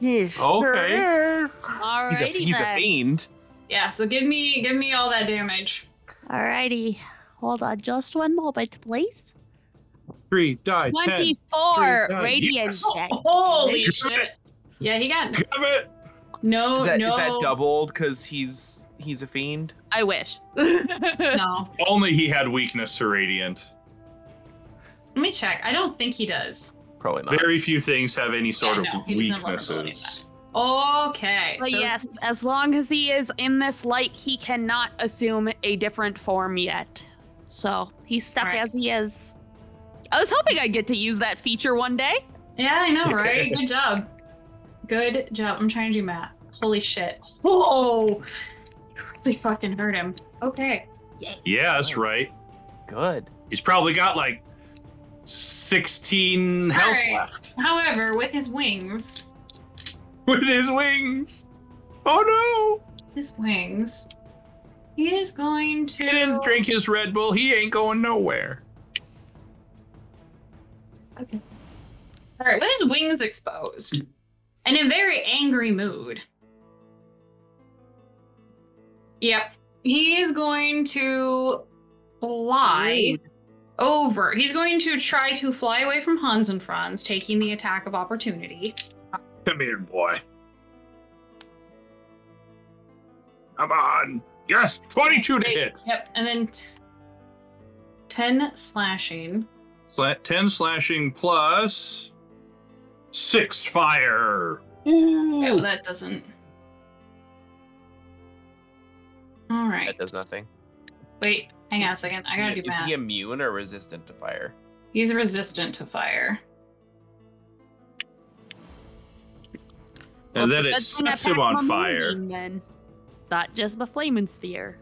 S1: Yes,
S3: Okay.
S9: Alrighty
S4: He's a he's a
S9: then.
S4: fiend.
S2: yeah so give me give me all that damage
S9: Alrighty. Hold on just one moment, please.
S3: Three, die, ten.
S9: 24
S3: three, nine.
S9: radiant
S3: Yes.
S9: damage.
S2: holy
S3: Damage.
S2: shit yeah he got
S3: Have it.
S2: no
S4: Is that is
S2: Oh, no
S4: that doubled because he's he's a fiend?
S7: I wish.
S2: no
S3: Only he had weakness to radiant.
S2: let me check i don't think he does
S4: Probably not.
S3: Very few things have any sort
S2: Yeah, no,
S3: of
S2: he doesn't have vulnerability to
S3: weaknesses.
S2: Okay.
S7: But
S2: so
S7: yes, as long as he is in this light, he cannot assume a different form yet. So he's stuck
S2: Right.
S7: as he is. I was hoping I'd get to use that feature one day.
S2: Yeah, I know, right? Good job. Good job. I'm trying to do math. Holy shit. Whoa! You really fucking hurt him. Okay.
S3: Yeah, that's right.
S4: Good.
S3: He's probably got like sixteen health
S2: Alright.
S3: left
S2: However, with his wings,
S3: with his wings. Oh
S2: his wings, he is going to.
S3: no! He didn't drink his Red Bull. He ain't going nowhere.
S2: All right, with his wings exposed, and in very angry mood. Yep, he is going to fly over. He's going to try to fly away from Hans and Franz, taking the attack of opportunity.
S3: Come here, boy. Come on. Yes, 22 to
S2: Wait,
S3: hit.
S2: Yep, and then t- ten slashing.
S3: Sla- 10 slashing plus 6 fire.
S2: Oh, that doesn't. All right.
S4: That does nothing.
S2: Wait, hang on a second. I
S4: Is
S2: gotta
S4: he,
S2: do
S4: Is
S2: math.
S4: he immune or resistant to fire?
S2: He's resistant to fire.
S3: and
S7: Well,
S3: then it
S7: that's gonna
S3: sets him
S7: attack my
S3: on
S7: moon
S3: fire.
S7: beam, Then
S9: Not just my flaming sphere.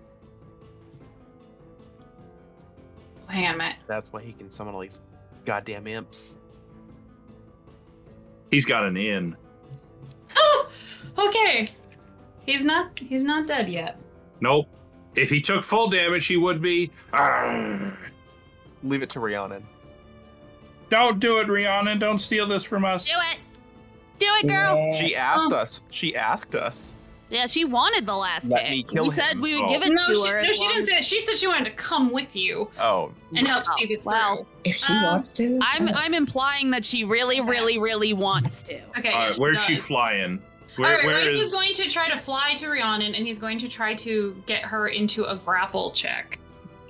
S2: Damn it.
S4: That's why he can summon all these goddamn imps.
S3: He's got an in.
S2: Oh, okay. He's not. He's not dead yet.
S3: Nope. If he took full damage, he would be. Arrgh.
S4: Leave it to Rhiannon.
S8: Don't do it, Rihanna. Don't steal this from us.
S9: Do it. Do it, girl.
S6: Yeah.
S4: She
S2: Um,
S4: asked us. She asked us.
S9: Yeah, she wanted the last
S4: Let
S9: pick.
S4: me kill
S9: we
S4: him.
S9: said we would
S3: Oh.
S9: give it
S2: No,
S9: to
S2: she,
S9: her.
S2: no,
S9: as
S2: she
S9: long
S2: didn't say that. She said she wanted to come with you
S4: Oh,
S2: and help
S9: Wow.
S2: see this
S9: Wow.
S2: through.
S6: If she
S7: Um,
S6: wants to,
S7: I'm
S6: yeah.
S7: I'm implying that she really, really, really wants to.
S2: Okay.
S3: All right,
S2: yes,
S3: where's she
S2: does.
S3: flying? Where,
S2: All right,
S3: where
S2: Rice is...
S3: is?
S2: going to try to fly to Rhiannon, and he's going to try to get her into a grapple check.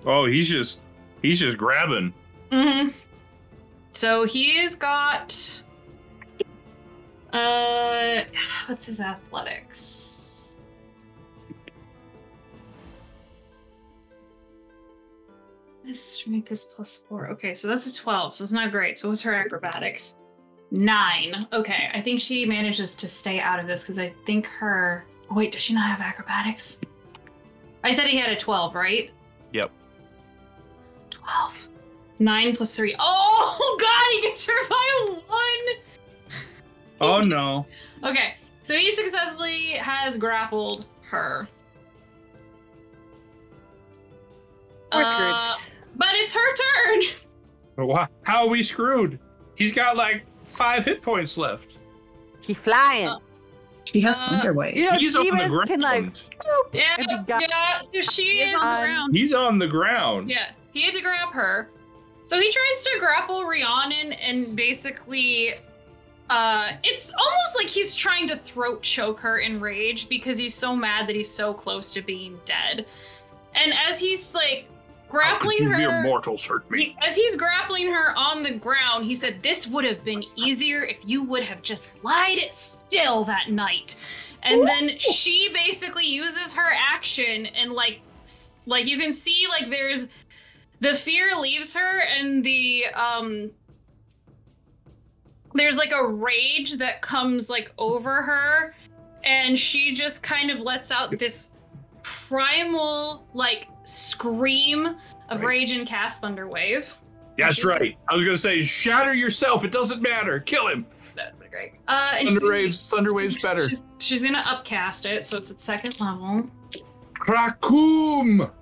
S3: Oh, he's just he's just grabbing.
S2: Mm-hmm. So he's got. Uh, what's his athletics? Let's make this plus four. Okay, so that's a 12, so it's not great. So what's her acrobatics? Nine. Okay, I think she manages to stay out of this because I think her. oh, Wait, does she not have acrobatics? I said he had a 12, right? 12. 9 plus 3. Oh, God, he gets her by
S8: Oh no.
S2: a 1. Okay, so he successfully has grappled her.
S1: We're screwed.
S2: Uh, but it's her turn.
S8: Wha- How are we screwed? He's got like five hit points left.
S1: He flying.
S2: Oh.
S6: she has
S2: uh,
S6: Thunderwave.
S1: you know,
S8: He's on the
S1: demons
S8: ground.
S1: can like. bloop,
S2: Yeah,
S1: and be gone.
S2: yeah. So she
S7: He
S2: is
S1: on-
S2: around.
S8: He's on the ground.
S2: Yeah, he had to grab her. So he tries to grapple Rhiannon and basically uh it's almost like he's trying to throat choke her in rage because he's so mad that he's so close to being dead. And as he's like
S3: How Oh, could
S2: grappling
S3: you mere
S2: her
S3: mortals hurt me?
S2: he- as he's grappling her on the ground, he said, This would have been easier if you would have just lied still that night. And then she basically uses her action and, like, s- like you can see, like, there's the fear leaves her and the, um, there's like a rage that comes like over her and she just kind of lets out this primal like scream of
S3: Right.
S2: rage and cast thunder wave.
S3: That's right. I was gonna say, shatter yourself. It doesn't matter. Kill him.
S2: That'd be great. Uh, and she's
S8: Thunder
S2: gonna-
S8: waves. Thunder waves better.
S2: She's, she's gonna upcast it, so it's at second level.
S8: Krakum.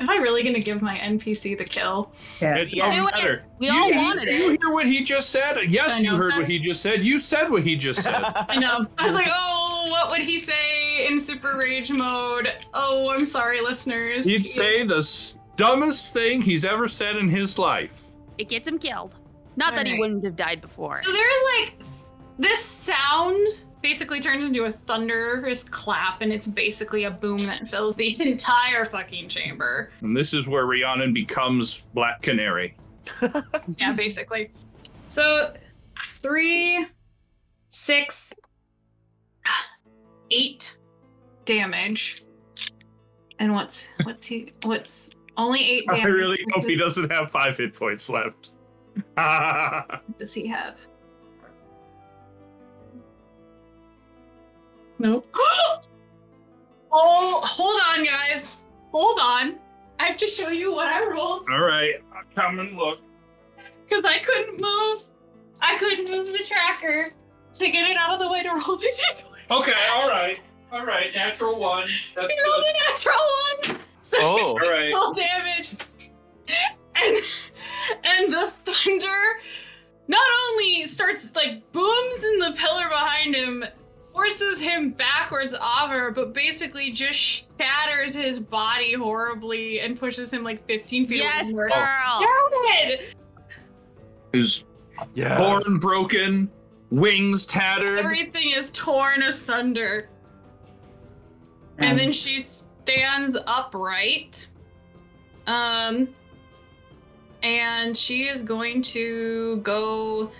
S2: Am I really gonna give my NPC the kill?
S6: Yes.
S8: It
S7: Yeah.
S8: doesn't matter.
S7: We
S8: you,
S7: all
S8: you-
S7: wanted
S8: you
S7: it.
S8: hear what he just said?
S2: I
S8: Yes, you
S2: know.
S8: heard what he just said. You said what he just said.
S2: I know. I was like, oh, what would he say in super rage mode? Oh, I'm sorry, listeners.
S8: He'd say the s- dumbest thing he's ever said in his life.
S9: It gets him killed. Not that he
S2: Alright.
S9: wouldn't have died before.
S2: So there is like this sound basically turns into a thunderous clap, and it's basically a boom that fills the entire fucking chamber.
S3: And this is where Rhiannon becomes Black Canary. Mm-hmm.
S2: yeah, basically. So three, six, eight damage. And what's what's he what's only eight damage?
S3: I really
S2: What
S3: hope he
S2: does-
S3: doesn't have five hit points left.
S2: Does he have? Nope. oh, hold on, guys. Hold on. I have to show you what I rolled.
S3: All right, come and look.
S2: because I couldn't move. I couldn't move the tracker to get it out of the way to roll the two.
S8: Okay, all right, all right. Natural one. That's
S2: He rolled a natural one, so
S4: Oh.
S8: All right.
S2: full damage. And and the thunder not only starts like booms in the pillar behind him, forces him backwards off her, but basically just shatters his body horribly and pushes him like 15 feet
S9: yes,
S2: away.
S9: girl.
S2: Yes,
S3: His
S4: Yes.
S8: Horn broken, wings tattered.
S2: Everything is torn asunder. And then she stands upright. Um and she is going to go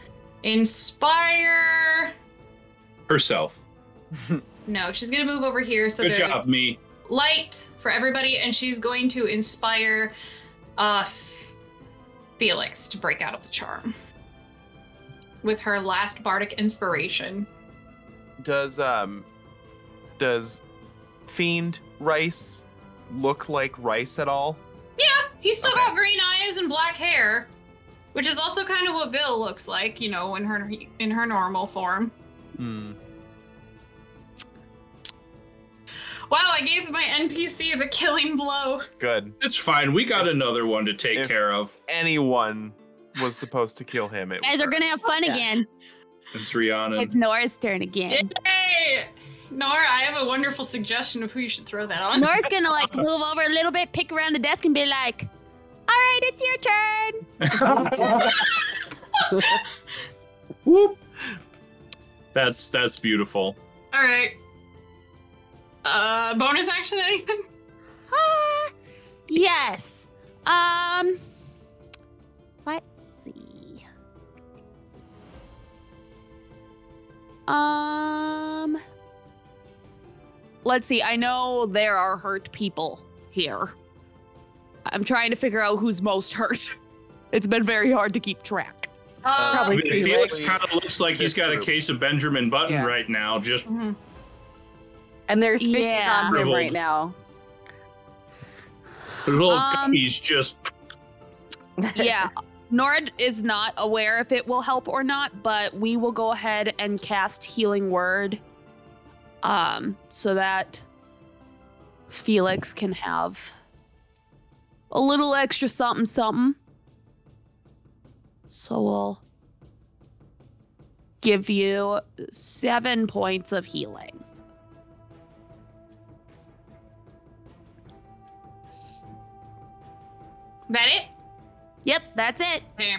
S2: inspire.
S3: herself.
S2: No, she's going to move over here so
S3: Good
S2: there's
S3: job, me.
S2: light for everybody and she's going to inspire uh F- Felix to break out of the charm with her last bardic inspiration.
S4: does um does Fiend Rice look like Rice at all?
S2: He's still
S4: Okay.
S2: got green eyes and black hair, which is also kind of what Bill looks like, you know, in her in her normal form.
S4: Hmm.
S2: Wow, I gave my NPC the killing blow.
S4: Good.
S3: It's fine. We got another one to take
S4: If-
S3: care of.
S4: Anyone was supposed to kill him. It was
S9: guys are
S4: her.
S9: gonna have fun again.
S3: It's Rihanna.
S9: It's Nora's turn again.
S2: Hey, Nora, I have a wonderful suggestion of who you should throw that on.
S9: Nora's gonna like move over a little bit, pick around the desk, and be like, "All right, it's your turn."
S8: Whoop.
S3: That's that's beautiful.
S2: All right. Uh, bonus action? Anything?
S9: Ah, yes. Um, let's see. Um,
S7: Let's see. I know there are hurt people here. I'm trying to figure out who's most hurt. It's been very hard to keep track.
S2: Uh,
S4: Probably
S3: I mean,
S4: Felix.
S3: Felix kind of looks like he's
S4: This
S3: got a
S4: group.
S3: case of Benjamin Button
S7: Yeah.
S3: right now. Just
S2: mhm.
S1: And there's fishes
S9: Yeah.
S1: on him
S3: Shriveled.
S1: right now.
S3: little
S7: Um,
S3: he's just
S7: yeah. Nora is not aware if it will help or not, but we will go ahead and cast Healing Word um, so that Felix can have a little extra something something. So we'll give you seven points of healing.
S2: That it?
S9: Yep, that's it.
S2: Yeah.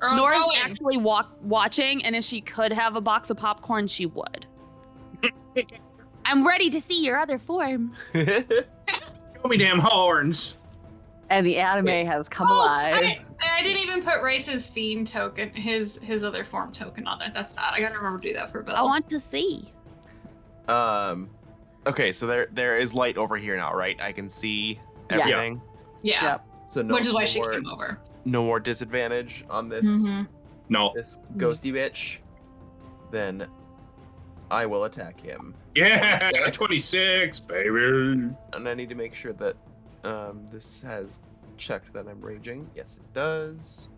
S2: Earl oh,
S7: Nora's
S2: Cohen.
S7: actually walk, watching, and if she could have a box of popcorn, she would.
S9: I'm ready to see your other form.
S8: Show me damn horns.
S1: And the anime has come
S2: Oh,
S1: alive.
S2: I, I didn't even put Rice's fiend token, his his other form token on it. That's not. I gotta remember to do that for Bill.
S7: Oh,
S9: I want to see.
S4: Um. Okay, so there there is light over here now, right? I can see
S1: Yeah.
S4: everything.
S2: yeah,
S1: Yep.
S4: So no,
S2: which is why
S4: no
S2: she
S4: more,
S2: came over.
S4: no more disadvantage on this
S2: Mhm.
S3: no.
S4: this ghosty bitch. Then I will attack him,
S3: Yeah,
S4: 26.
S3: twenty six, baby.
S4: and I need to make sure that um this has checked that I'm raging. Yes, it does.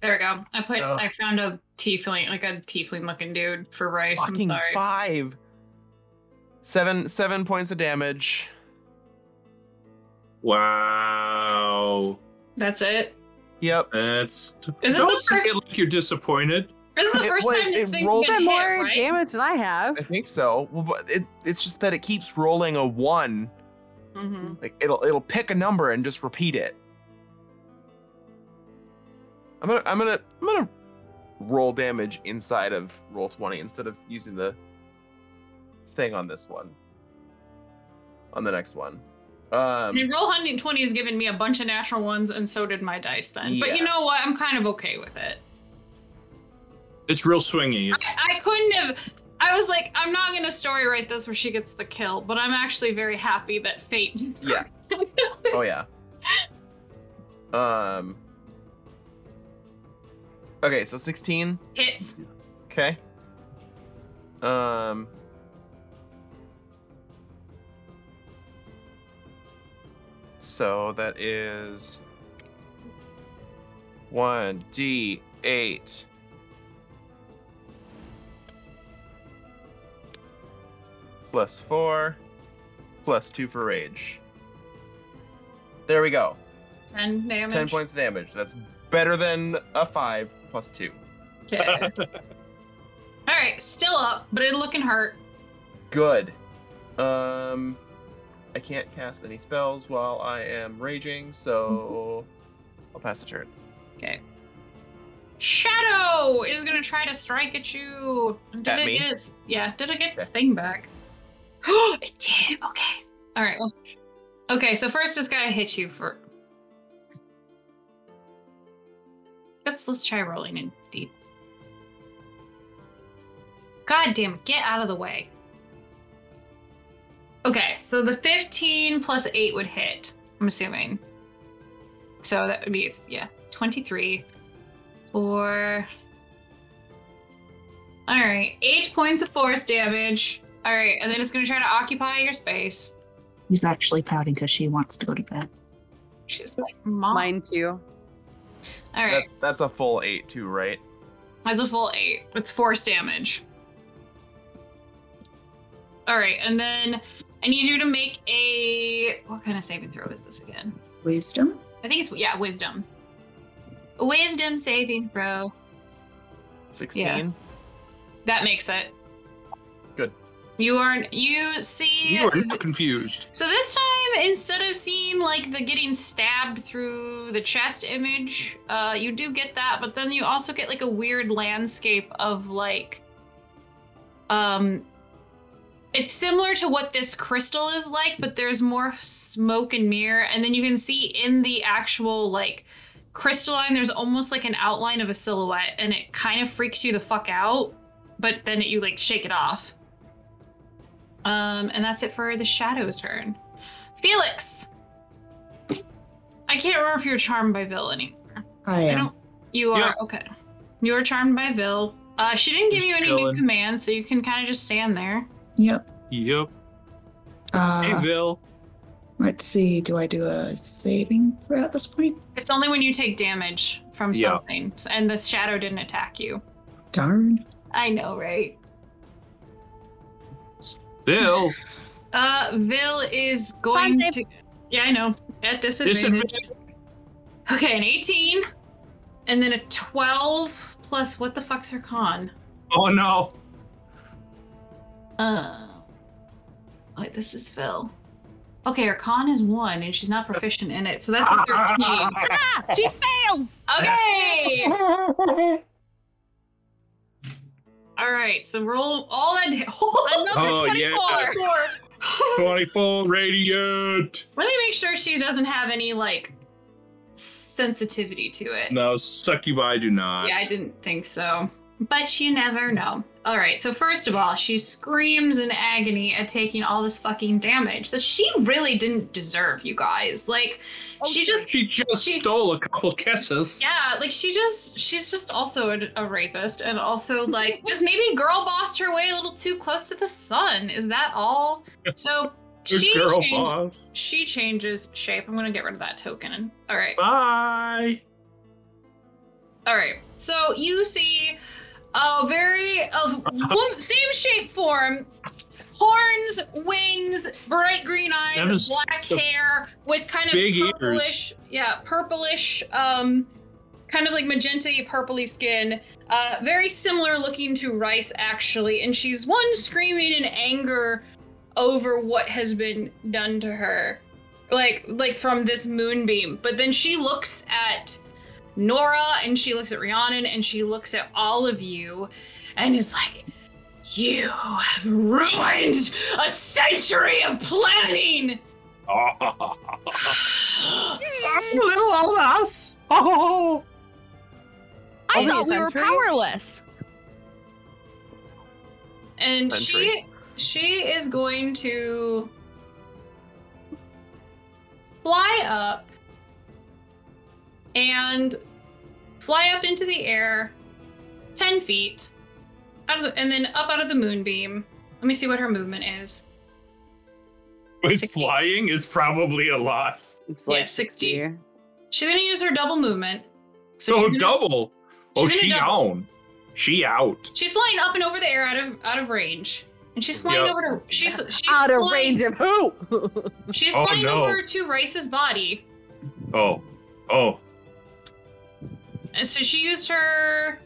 S2: There we go. I put.
S4: Ugh.
S2: I found a tiefling, like a tiefling looking dude for Rice.
S4: Fucking
S2: I'm sorry.
S4: five. Seven seven points of damage.
S3: Wow,
S2: That's it.
S4: Yep.
S3: that's.
S2: Is this
S3: Don't
S2: the
S3: say
S2: first-
S3: it like you're disappointed.
S2: This is the
S4: It-
S2: first
S4: wait,
S2: time this
S4: it
S2: thing's
S4: rolled-
S2: been hit,
S1: more
S2: right?
S1: damage than I have.
S4: I think so. Well, but it, it's just that it keeps rolling a one.
S2: hmm
S4: Like it'll it'll pick a number and just repeat it. I'm gonna I'm gonna I'm gonna roll damage inside of roll twenty instead of using the thing on this one. On the next one. Um
S2: and roll hunting twenty has given me a bunch of natural ones, and so did my dice then. But
S4: Yeah.
S2: you know what? I'm kind of okay with it.
S3: It's real swingy. It's,
S2: I couldn't have. I was like, I'm not gonna story write this where she gets the kill, but I'm actually very happy that fate just.
S4: Yeah. oh yeah. Um Okay, so sixteen.
S2: Hits.
S4: Okay. Um. So that is one D eight. Plus four, plus two for rage. There we go.
S2: Ten damage.
S4: Ten points of damage. That's better than a five plus two.
S2: Okay. All right, still up, but it looking hurt.
S4: Good. Um, I can't cast any spells while I am raging, so I'll pass the turn.
S2: Okay. Shadow is gonna try to strike at you. Did
S4: At
S2: it
S4: me?
S2: get its yeah, did it get its
S4: Okay.
S2: thing back? it did. Okay. Alright, well. Okay, so first it's gotta hit you for Let's let's try rolling in deep. God damn it, get out of the way. Okay, so the 15 plus 8 would hit, I'm assuming. So that would be yeah, 23 or All right, eight points of force damage. All right, and then it's gonna try to occupy your space.
S6: She's actually pouting because she wants to go to bed.
S2: She's like, mom.
S5: Mine too.
S2: All right,
S4: That's that's a full eight too, right?
S2: That's a full eight. It's force damage. All right, and then I need you to make a what kind of saving throw is this again?
S6: Wisdom.
S2: I think it's yeah, wisdom. Wisdom saving throw.
S4: Sixteen.
S2: That makes it.
S4: Good.
S2: You are you see
S3: You are not confused.
S2: So this time, instead of seeing like the getting stabbed through the chest image, uh, you do get that, but then you also get like a weird landscape of like, um, it's similar to what this crystal is like, but there's more smoke and mirror, and then you can see in the actual like crystalline, there's almost like an outline of a silhouette, and it kind of freaks you the fuck out, but then you like shake it off. Um, and that's it for the shadow's turn. Felix! I can't remember if you're charmed by Vil anymore.
S6: I
S2: I
S6: am.
S2: don't you are okay. You're charmed by Vil. Uh she didn't give
S3: Just
S2: you any new
S3: chilling.
S2: commands, so you can kinda just stand there.
S6: Yep.
S3: Yep.
S6: Uh,
S8: Hey, Bill.
S6: let's see. Do I do a saving throw at this point?
S2: It's only when you take damage from
S3: Yeah.
S2: something. And the shadow didn't attack you.
S6: Darn.
S2: I know, right?
S3: Bill,
S2: Uh Vil is going
S9: Five
S2: to Yeah, I know. At disadvantage.
S3: disadvantage.
S2: Okay, an 18. And then a 12 plus what the fuck's her con?
S8: Oh no.
S2: Uh, wait, this is Phil. Okay, her con is one, and she's not proficient in it, so that's a thirteen.
S9: Ah, she fails.
S2: Okay. All right, so roll all that. Da-
S9: Another
S3: Oh, yeah.
S9: 24.
S3: 24 radiant.
S2: Let me make sure she doesn't have any like sensitivity to it.
S3: No, succubi do not.
S2: Yeah, I didn't think so. But you never know. All right, so first of all, she screams in agony at taking all this fucking damage that she really didn't deserve, you guys. Like, she just
S8: She just
S2: She-
S8: stole a couple kisses.
S2: Yeah, like she just she's just also a, a rapist and also like just maybe girl bossed her way a little too close to the sun. Is that all? So
S3: Good
S2: she
S3: girl
S2: change-
S3: boss.
S2: she changes shape. I'm gonna get rid of that token. All right.
S3: Bye.
S2: All right. So you see a very of wo- same shape form, horns, wings, bright green
S3: That
S2: eyes,
S3: is
S2: black
S3: the
S2: hair with kind of
S3: big ears.
S2: purplish, yeah, purplish um kind of like magenta purpley skin. Uh very similar looking to Rice actually, and she's one screaming in anger over what has been done to her. Like like from this moonbeam. But then she looks at Nora and she looks at Rhiannon and she looks at all of you and is like, You have ruined a century of planning!
S8: Little old us. Oh.
S9: I
S1: Only a
S9: thought we were
S1: century?
S9: powerless.
S2: And she
S4: Century.
S2: she is going to fly up and fly up into the air 10 feet out of the, and then up out of the moonbeam. Let me see what her movement is.
S8: With flying is probably a lot.
S1: It's
S2: Yeah,
S1: like
S2: 60. She's gonna use her double movement. So she's
S3: So
S2: gonna-
S3: double. Oh,
S2: she's
S3: she
S2: gonna
S3: down. She out.
S2: She's flying up and over the air out of out of range, and she's flying
S3: Yep.
S2: over to she's, she's
S1: Out of
S2: flying-
S1: range of who?
S2: She's
S3: Oh,
S2: flying
S3: no.
S2: over to Rice's body,
S3: Oh. Oh.
S2: and so she used her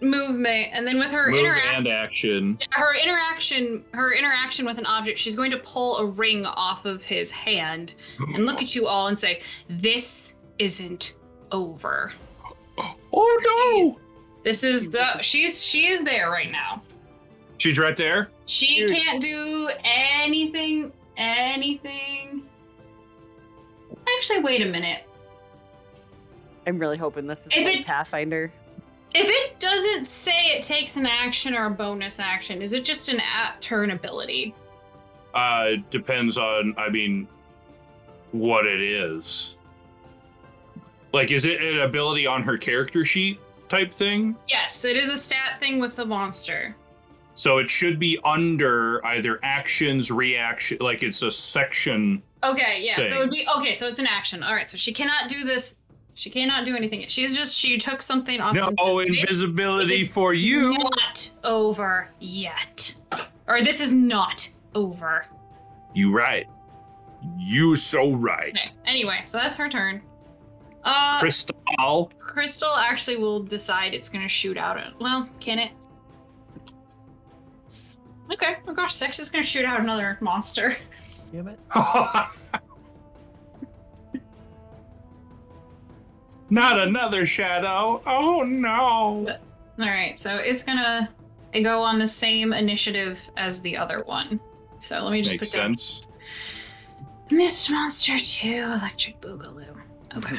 S2: movement, and then with her
S3: Move
S2: interact
S3: and action.
S2: her interaction her interaction with an object, she's going to pull a ring off of his hand and look at you all and say, "This isn't over.
S3: Oh
S2: This is the she's she is there right now."
S3: no! She's right there.
S2: She can't do anything, anything. Actually, wait a minute.
S1: I'm really hoping this is
S2: If
S1: like
S2: it-
S1: Pathfinder.
S2: If it doesn't say it takes an action or a bonus action, is it just an at turn ability?
S3: Uh, depends on. I mean, what it is. Like, is it an ability on her character sheet type thing.
S2: Yes, it is a stat thing with the monster.
S3: So it should be under either actions, reaction, like it's a section.
S2: Okay, yeah. So
S3: Thing.
S2: it would be okay. So it's an action. All right. So she cannot do this. She cannot do anything. She's just she took something off.
S8: No
S2: and said, "This
S8: invisibility
S2: is
S8: for you.
S2: Not over yet, or this is not over.
S3: You right. You so right.
S2: Okay. Anyway, so that's her turn. Uh,
S3: Crystal.
S2: Crystal actually will decide it's gonna shoot out. At, well, can it? S- Okay. Oh gosh, Sex is gonna shoot out another monster.
S4: Damn it.
S8: Not another shadow. Oh no.
S2: All right, so it's gonna go on the same initiative as the other one. So let me just
S3: Makes
S2: put down
S3: sense.
S2: Mist Monster 2 Electric Boogaloo. Okay.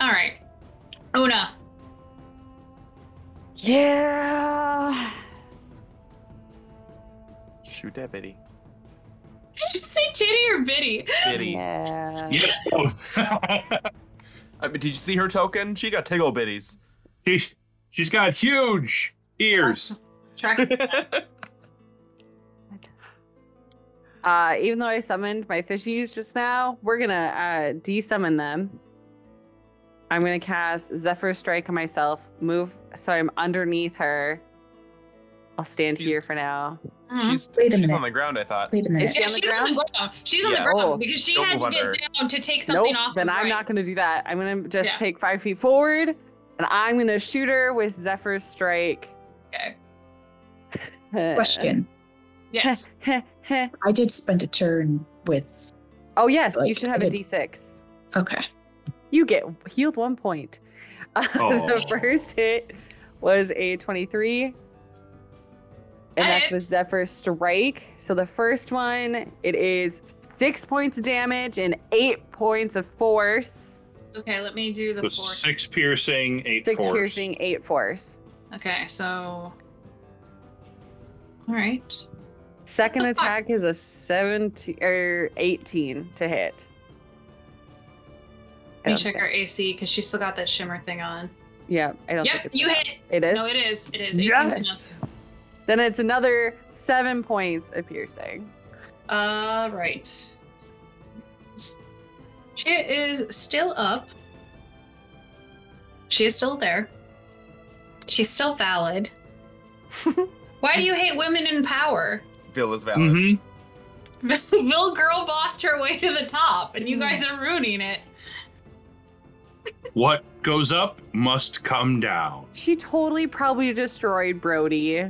S2: All right. Una.
S1: Yeah.
S4: Shoot that bitty.
S2: Did you say Chitty or Biddy?
S4: Bitty.
S1: Yeah.
S3: Yes, both.
S4: I mean, did you see her token? She got tickle bitties.
S3: She- She's got huge ears.
S2: Ah, Tracks.
S1: Uh, even though I summoned my fishies just now, we're gonna uh, de-summon them. I'm gonna cast Zephyr Strike on myself. Move so I'm underneath her. I'll stand here
S4: She's-
S1: for now.
S2: Mhm.
S4: She's,
S6: Wait a
S4: she's
S6: minute.
S4: on the ground, I thought.
S6: Wait a minute.
S1: she
S2: Yeah,
S1: on the
S2: she's on the ground. She's on the
S4: Yeah.
S2: ground
S1: Oh.
S2: because she
S4: Don't
S2: had to
S4: move
S2: get
S4: under.
S2: down to take something
S1: nope.
S2: off.
S1: Then
S2: the
S1: I'm
S2: right.
S1: not gonna do that. I'm gonna just
S2: Yeah.
S1: take five feet forward, and I'm gonna shoot her with Zephyr Strike.
S2: Okay.
S6: Question.
S2: Yes.
S6: I did spend a turn with.
S1: oh yes, you
S6: Like,
S1: should have
S6: I
S1: a
S6: did-
S1: D6.
S6: Okay.
S1: You get healed one point. Uh,
S3: Oh.
S1: the first hit was a 23. And
S2: That
S1: that's with
S2: hits.
S1: Zephyr Strike. So the first one, it is six points of damage and eight points of force.
S2: Okay, let me do the
S3: So
S2: force.
S3: six piercing, eight
S1: six
S3: force.
S1: piercing, eight force.
S2: Okay, so. All right.
S1: Second
S2: The fuck?
S1: attack is a 17 or 18 to hit. I
S2: Let me
S1: don't
S2: check
S1: think-
S2: our AC because she's still got that shimmer thing on.
S1: Yeah, I don't think
S2: Yep,
S1: it's
S2: you
S1: enough.
S2: hit.
S1: It is.
S2: No, it is. It is. 18's enough.
S1: yes. Then it's another seven points of piercing.
S2: Uh, right. She is still up. She is still there. She's still valid. Why do you hate women in power?
S4: Villa's valid.
S8: Mm-hmm.
S2: Will girl bossed her way to the top, and you guys are ruining it.
S3: What goes up must come down.
S1: She totally probably destroyed Brody.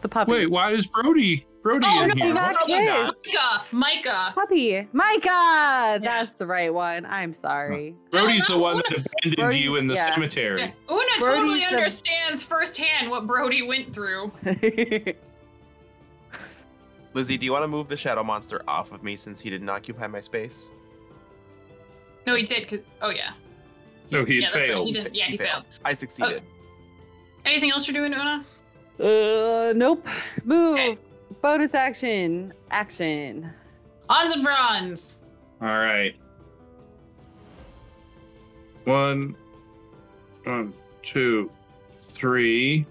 S1: The puppy.
S8: Wait, why is Brody Brody
S2: Oh,
S8: in
S2: no,
S8: here?
S1: you got
S4: Probably not.
S1: kissed.
S2: Micah, Micah.
S1: Puppy. Micah! That's the right one. I'm sorry.
S3: Brody's
S2: No,
S3: the
S2: no,
S3: one
S2: Una-
S3: that abandoned
S1: Brody's-
S3: you in the
S1: yeah.
S3: cemetery.
S2: Yeah, Una
S1: Brody's
S2: totally
S1: the-
S2: understands firsthand what Brody went through.
S4: Lizzie, do you want to move the shadow monster off of me since he didn't occupy my space?
S2: No, he did. Cause, oh yeah,
S3: No, he
S2: yeah, that's what
S3: failed.
S2: he did. Yeah, he failed.
S4: I succeeded.
S2: Anything else you're doing, Una?
S1: uh, nope. Move.
S2: Okay.
S1: Bonus action. Action.
S2: Hans and Franz.
S3: All right. One, one, two, three.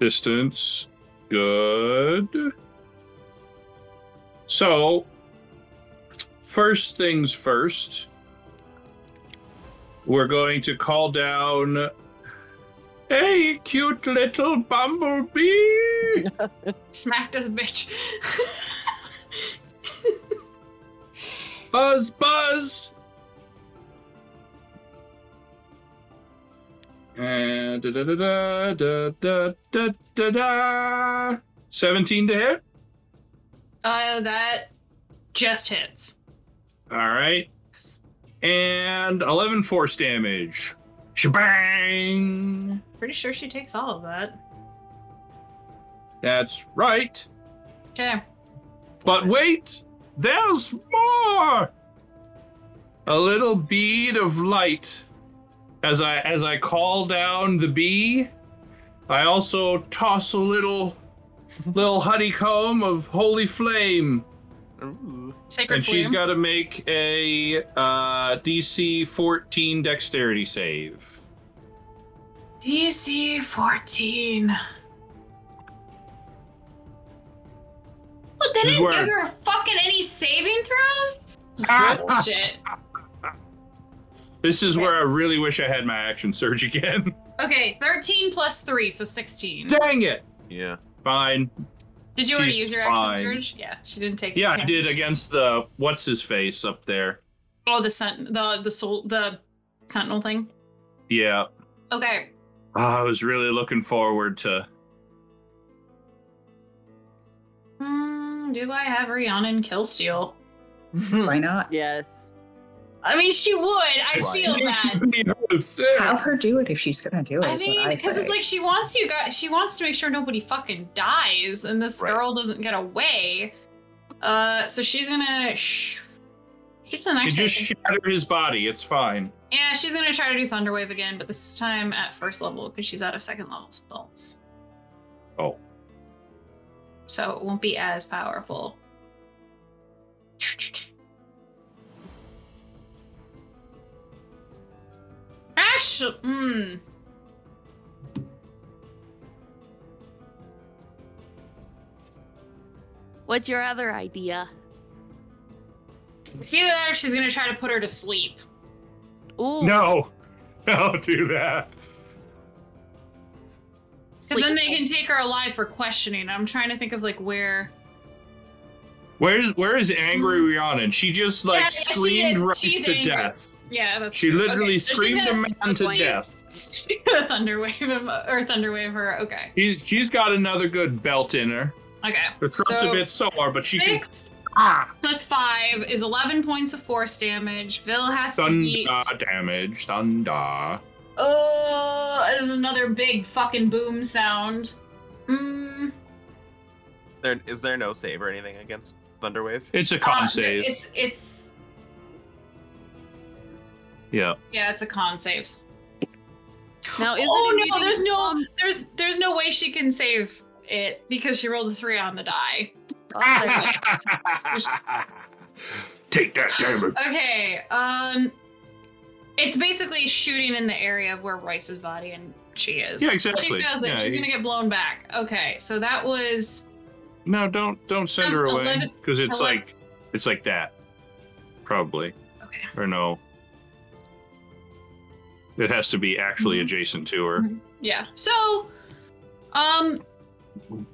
S3: Distance. Good. So, first things first, we're going to call down. Hey, cute little bumblebee!
S2: Smack this bitch.
S8: Buzz Buzz.
S3: And da da da da da da da da da. Seventeen to hit.
S2: uh, that just hits.
S3: All right. And eleven force damage. Shebang!
S2: Pretty sure she takes all of that.
S3: That's right.
S2: Okay.
S3: But wait, there's more. A little bead of light. As I as I call down the bee, I also toss a little little honeycomb of holy flame
S4: Ooh.
S2: Sacred
S3: And she's
S2: Flame.
S3: got to make a uh, DC 14 dexterity save.
S2: DC 14.
S9: Well, they didn't
S3: Word.
S9: give her fucking any saving throws?
S2: Ah, Bullshit.
S3: This is where I really wish I had my action surge again.
S2: Okay, 13 plus 3, so 16.
S3: Dang it!
S4: Yeah.
S3: Fine.
S2: Did you already
S3: she's
S2: use your action
S3: fine.
S2: surge? Yeah, she didn't take
S3: Yeah, I
S2: can't-
S3: did against the what's his face up there.
S2: Oh, the sent the the soul the sentinel thing.
S3: Yeah,
S2: Okay.
S3: Ah, I was really looking forward to.
S2: Hmm, do I have Rhiannon kill steal?
S6: Why not?
S5: Yes.
S2: I mean, she would. I
S4: Right.
S2: feel bad.
S6: Have her do it if she's gonna do it.
S2: I
S6: is what
S2: mean, because
S6: say.
S2: it's like she wants you guys. She wants to make sure nobody fucking dies, and this
S4: Right.
S2: girl doesn't get away. Uh, so she's gonna. Sh- she doesn't
S3: You
S2: actually.
S3: just shatter his body. It's fine.
S2: yeah, she's gonna try to do Thunderwave again, but this time at first level because she's out of second level spells.
S3: Oh.
S2: So it won't be as powerful. Actually, mm,
S7: What's your other idea?
S2: it's either that or she's gonna try to put her to sleep.
S7: Ooh,
S3: No, don't do that.
S2: Because then they can take her alive for questioning. I'm trying to think of like where.
S3: Where's where is angry Rhiannon? She just like
S2: Hmm. Yeah, yeah, she
S3: screamed
S2: is.
S3: Rice
S2: She's
S3: to
S2: angry.
S3: death.
S2: Yeah, that's.
S3: She literally
S2: Okay, so she's
S3: screamed a
S2: gonna-
S3: man to
S7: Blaze.
S3: death.
S2: She's gonna thunderwave him or thunderwave her. Okay.
S3: She's she's got another good belt in her.
S2: Okay.
S3: Her throat's
S2: So-
S3: a bit sore, but she can
S2: Six
S7: Ah.
S2: plus five is eleven points of force damage. Vil has to beat.
S3: thunder damage. Thunder.
S2: Oh, this is another big fucking boom sound. Mm,
S4: There is there no save or anything against Thunderwave?
S3: It's a con
S2: uh,
S3: save.
S2: It's it's
S3: Yeah.
S2: yeah, it's a con save.
S7: now is
S2: oh no,
S7: it invading
S2: there's no
S7: from-
S2: there's there's no way she can save it because she rolled a three on the die.
S7: Oh, there's no-
S3: Take that damage.
S2: Okay, um it's basically shooting in the area of where Rice's body and she is.
S3: Yeah, exactly.
S2: She feels it.
S3: Yeah,
S2: She's
S3: you-
S2: gonna get blown back. Okay, so that was
S3: No, don't don't send her away
S2: Um, Eleven-
S3: because it's
S2: eleven-
S3: like it's like that, probably.
S2: okay.
S3: Or no. It has to be actually
S2: Mm-hmm.
S3: adjacent to her.
S2: Yeah. So um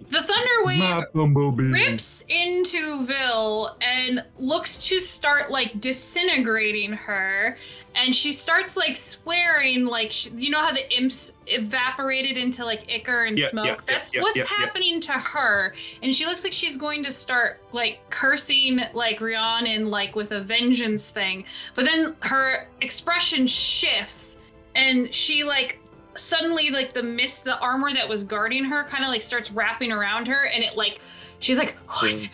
S2: the thunder wave
S3: bumblebee.
S2: rips into Vil and looks to start like disintegrating her. And she starts like swearing, like, sh you know how the imps evaporated into like ichor and
S3: Yeah,
S2: smoke?
S3: yeah, yeah,
S2: That's
S3: yeah,
S2: what's
S3: yeah, yeah.
S2: happening to her. And she looks like she's going to start like cursing like Rhiannon, like with a vengeance thing. But then her expression shifts and she like suddenly like the mist the armor that was guarding her kind of like starts wrapping around her and it like she's like what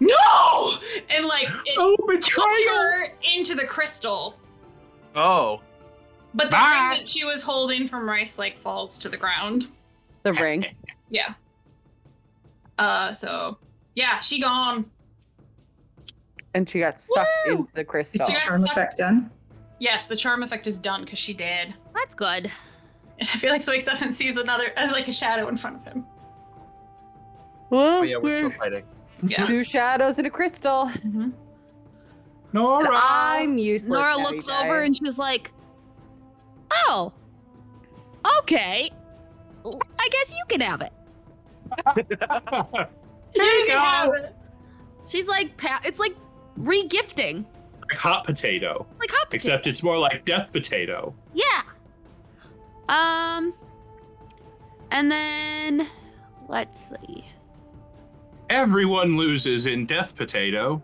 S2: no and like it
S3: Oh,
S2: puts
S3: betrayal!
S2: her into the crystal
S4: Oh.
S2: but the
S3: Bye.
S2: ring that she was holding from rice like falls to the ground
S5: The ring.
S2: yeah uh so yeah she gone
S5: And she got sucked into the
S6: Is
S5: crystal.
S6: the
S2: Yeah,
S6: charm
S2: suck-
S6: effect done?
S2: yes the charm effect is done because she did
S9: That's good.
S2: and felix wakes up and sees another uh, like a shadow in front of him
S5: Whoa,
S4: oh yeah, we're
S5: we're
S4: still fighting.
S2: yeah Mm-hmm.
S5: two shadows and a crystal.
S3: Nora.
S5: I'm useless.
S7: Nora
S5: now, you
S7: looks over
S5: guys.
S7: and she's like, "Oh, okay. I guess you can have it."
S2: There you
S3: go.
S7: She's like, pa- "It's like regifting,
S3: Like hot potato,
S7: like hot potato."
S3: except it's more like death potato.
S7: Yeah. Um. And then, let's see.
S3: Everyone loses in death potato.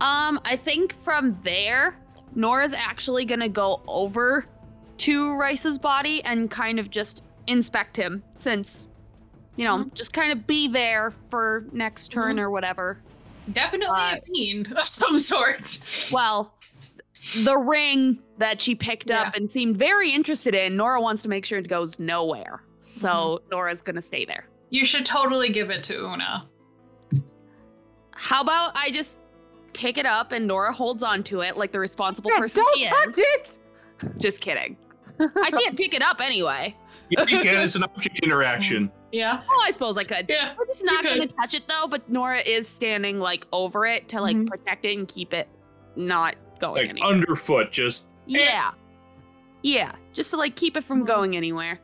S7: Um, I think from there, Nora's actually gonna go over to Rice's body and kind of just inspect him, since, you know, just kind of be there for next turn or whatever.
S2: definitely
S7: Uh,
S2: a fiend of some sort
S7: Well, the ring that she picked up and seemed very interested in, Nora wants to make sure it goes nowhere. So Nora's gonna stay there.
S2: You should totally give it to Una.
S7: How about I just pick it up and Nora holds onto it like the responsible
S1: Yeah,
S7: person
S1: don't
S7: she
S1: touch
S7: is?
S1: it.
S7: Just kidding. I can't pick it up anyway.
S3: You can, it's an object interaction.
S8: Yeah.
S7: Oh, I suppose I could.
S8: Yeah.
S7: We're just not
S8: could.
S7: gonna touch it though, but Nora is standing like over it to like
S1: Mm-hmm.
S2: Mhm.
S7: protect it and keep it not going
S3: Like
S7: anywhere.
S3: underfoot, just
S7: Yeah. Yeah. Just to like keep it
S1: Mm-hmm.
S7: from going anywhere.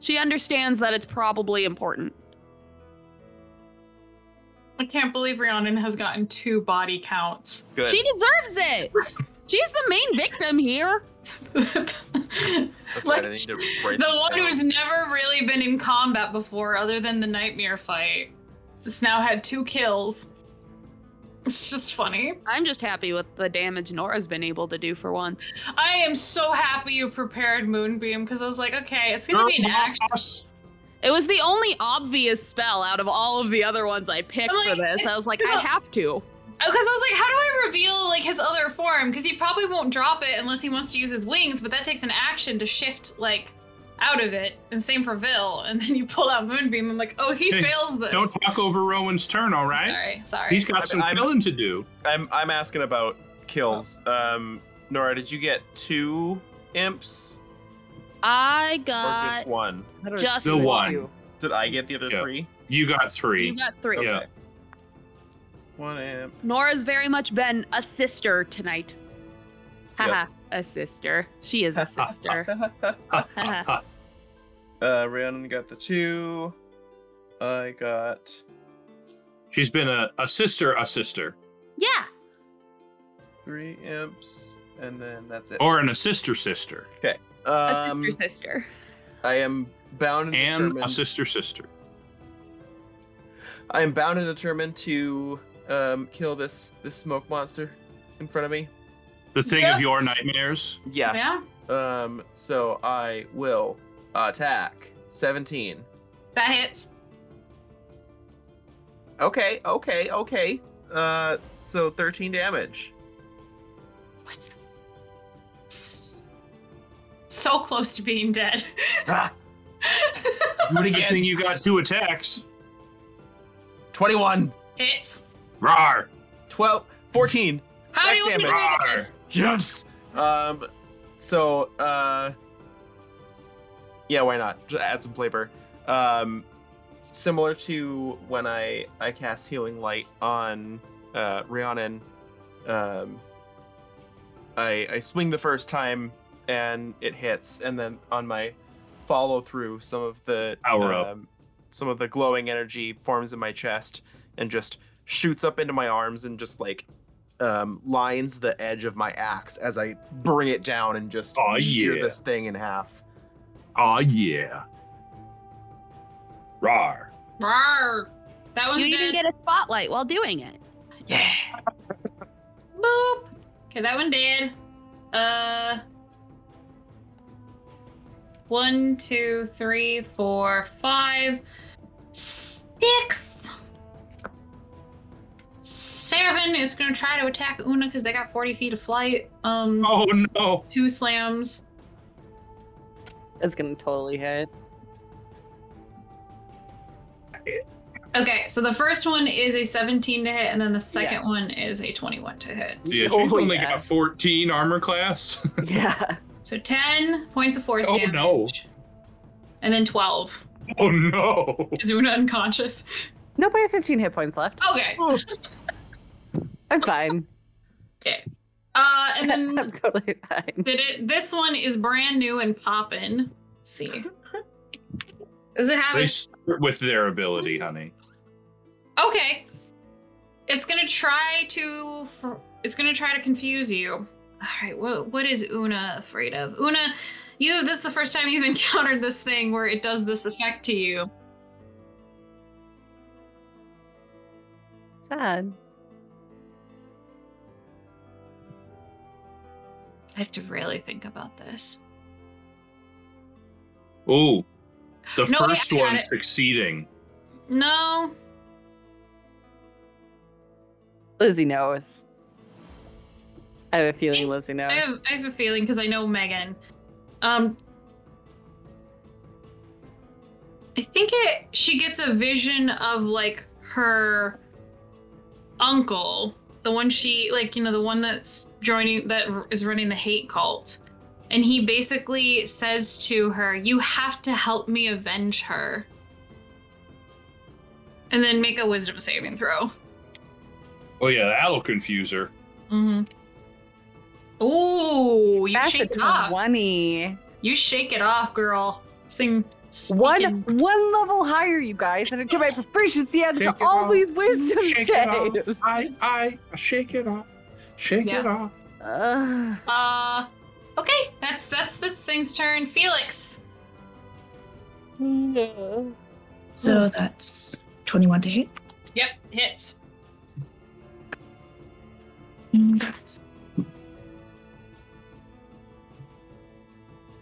S7: She understands that it's probably important.
S2: I can't believe Rhiannon has gotten two body counts.
S4: Good.
S7: She deserves it. She's the main victim here.
S2: the
S4: That's right.
S2: like,
S4: I need to write this
S2: one
S4: down.
S2: who's never really been in combat before, other than the nightmare fight, has now had two kills. It's just funny.
S7: I'm just happy with the damage Nora's been able to do for once.
S2: I am so happy you prepared Moonbeam because I was like, okay, it's gonna be
S8: Oh
S2: an action.
S8: Boss.
S7: It was the only obvious spell out of all of the other ones I picked
S2: I'm like,
S7: for this. I was like,
S2: it's
S7: I
S2: a-
S7: have to.
S2: Because I was like, how do I reveal like his other form? Because he probably won't drop it unless he wants to use his wings, but that takes an action to shift like out of it. And same for Vil. And then you pull out Moonbeam. I'm like, oh, he
S3: Hey,
S2: fails this.
S3: don't talk over Rowan's turn, all right?
S2: Sorry, sorry.
S3: He's got some
S4: I'm-
S3: killing to do.
S4: I'm I'm asking about kills. Um, Nora, did you get two imps
S7: I
S4: or
S7: got
S4: just one?
S7: just,
S3: The
S7: one.
S3: one.
S4: Did I get the other
S3: Yeah.
S4: three?
S3: You got
S7: You
S3: three.
S7: got three.
S3: Yeah.
S4: One imp.
S7: Nora's very much been a sister tonight. Haha, a sister. She is a sister.
S5: Um,
S3: uh,
S4: Uh, Rhiannon got the two. I got.
S3: she's been a, a sister, a sister,
S7: yeah.
S4: three imps, and then that's it.
S3: or an a sister sister,
S7: A
S4: um,
S7: sister sister.
S4: I am bound and,
S3: and a
S4: determined.
S3: sister sister.
S4: I am bound and determined to um, kill this this smoke monster in front of me.
S3: The thing
S2: Yeah.
S3: of your nightmares.
S4: Yeah.
S2: yeah,
S4: Um. So I will attack. Seventeen.
S2: that hits.
S4: Okay. Okay. Okay. Uh. So thirteen damage.
S2: What? So close to being dead.
S4: Ah,
S3: Good thing you got two attacks.
S4: Twenty-one.
S2: Hits.
S3: Rar.
S4: Twelve. Fourteen.
S2: How do you want me to
S3: Backgammon.
S2: do this?
S4: Yes. Um. So. Uh. Yeah. Why not? Just add some flavor. Um. Similar to when I I cast healing light on uh, Rhiannon. Um. I I swing the first time and it hits, and then on my follow through, some of the
S3: Power up.
S4: um, some of the glowing energy forms in my chest and just shoots up into my arms and just like um, lines the edge of my axe as I bring it down and just
S3: Aw,
S4: shear
S3: yeah.
S4: this thing in half.
S3: Aw, Ah, yeah. Rar.
S2: Rawr. That one's
S7: You even
S2: dead.
S7: get a spotlight while doing it.
S2: Boop. Okay, that one dead. Uh. One, two, three, four, five, six. Seven is gonna try to attack Una because they got 40 feet of flight. Um,
S3: Oh no.
S2: two slams.
S5: It's gonna totally hit.
S2: Okay, so the first one is a 17 to hit, and then the second one is a 21 to hit.
S3: Yeah, she's
S5: Oh,
S3: only
S5: yeah.
S3: got 14 armor class.
S5: Yeah.
S2: So 10 points of force
S3: Oh,
S2: damage.
S3: no.
S2: And then 12
S3: oh no.
S2: is Una unconscious.
S5: Nope, I have 15 hit points left.
S2: Okay.
S5: I'm fine.
S2: Uh, and
S5: I'm
S2: then
S5: totally fine.
S2: did it, this one is brand new and poppin'. Let's see. Does it have
S3: They
S2: a
S3: start with their ability, honey.
S2: Okay. It's gonna try to. fr- It's gonna try to confuse you. All right. What what is Una afraid of? Una, you have this is the first time you've encountered this thing where it does this effect to you.
S5: Sad.
S2: I have to really think about this.
S3: Oh, the
S2: No, wait,
S3: first
S2: I got
S3: one
S2: it.
S3: succeeding.
S2: No.
S5: Lizzie knows. I have a feeling Lizzie knows.
S2: I have I have a feeling because I know Megan. Um. I think it. She gets a vision of like her uncle, the one she like, you know, the one that's joining that is running the hate cult, and he basically says to her, "You have to help me avenge her." And then make a wisdom saving throw.
S3: Oh yeah, that'll confuse her.
S2: Mm-hmm. Ooh, you
S1: That's
S2: shake
S1: a
S2: it off.
S1: twenty.
S2: You shake it off, girl. Sing.
S1: One
S2: speaking-
S1: one level higher, you guys, and I get my proficiency added
S8: Shake
S1: to
S8: it
S1: all
S8: off.
S1: these wisdom
S8: Shake it off.
S1: saves.
S8: I, I, shake it off. Shake it off.
S1: Ugh.
S2: Uh, okay, that's that's this thing's turn. Felix,
S6: So
S2: Mm.
S6: that's 21 to hit.
S2: yep, hits.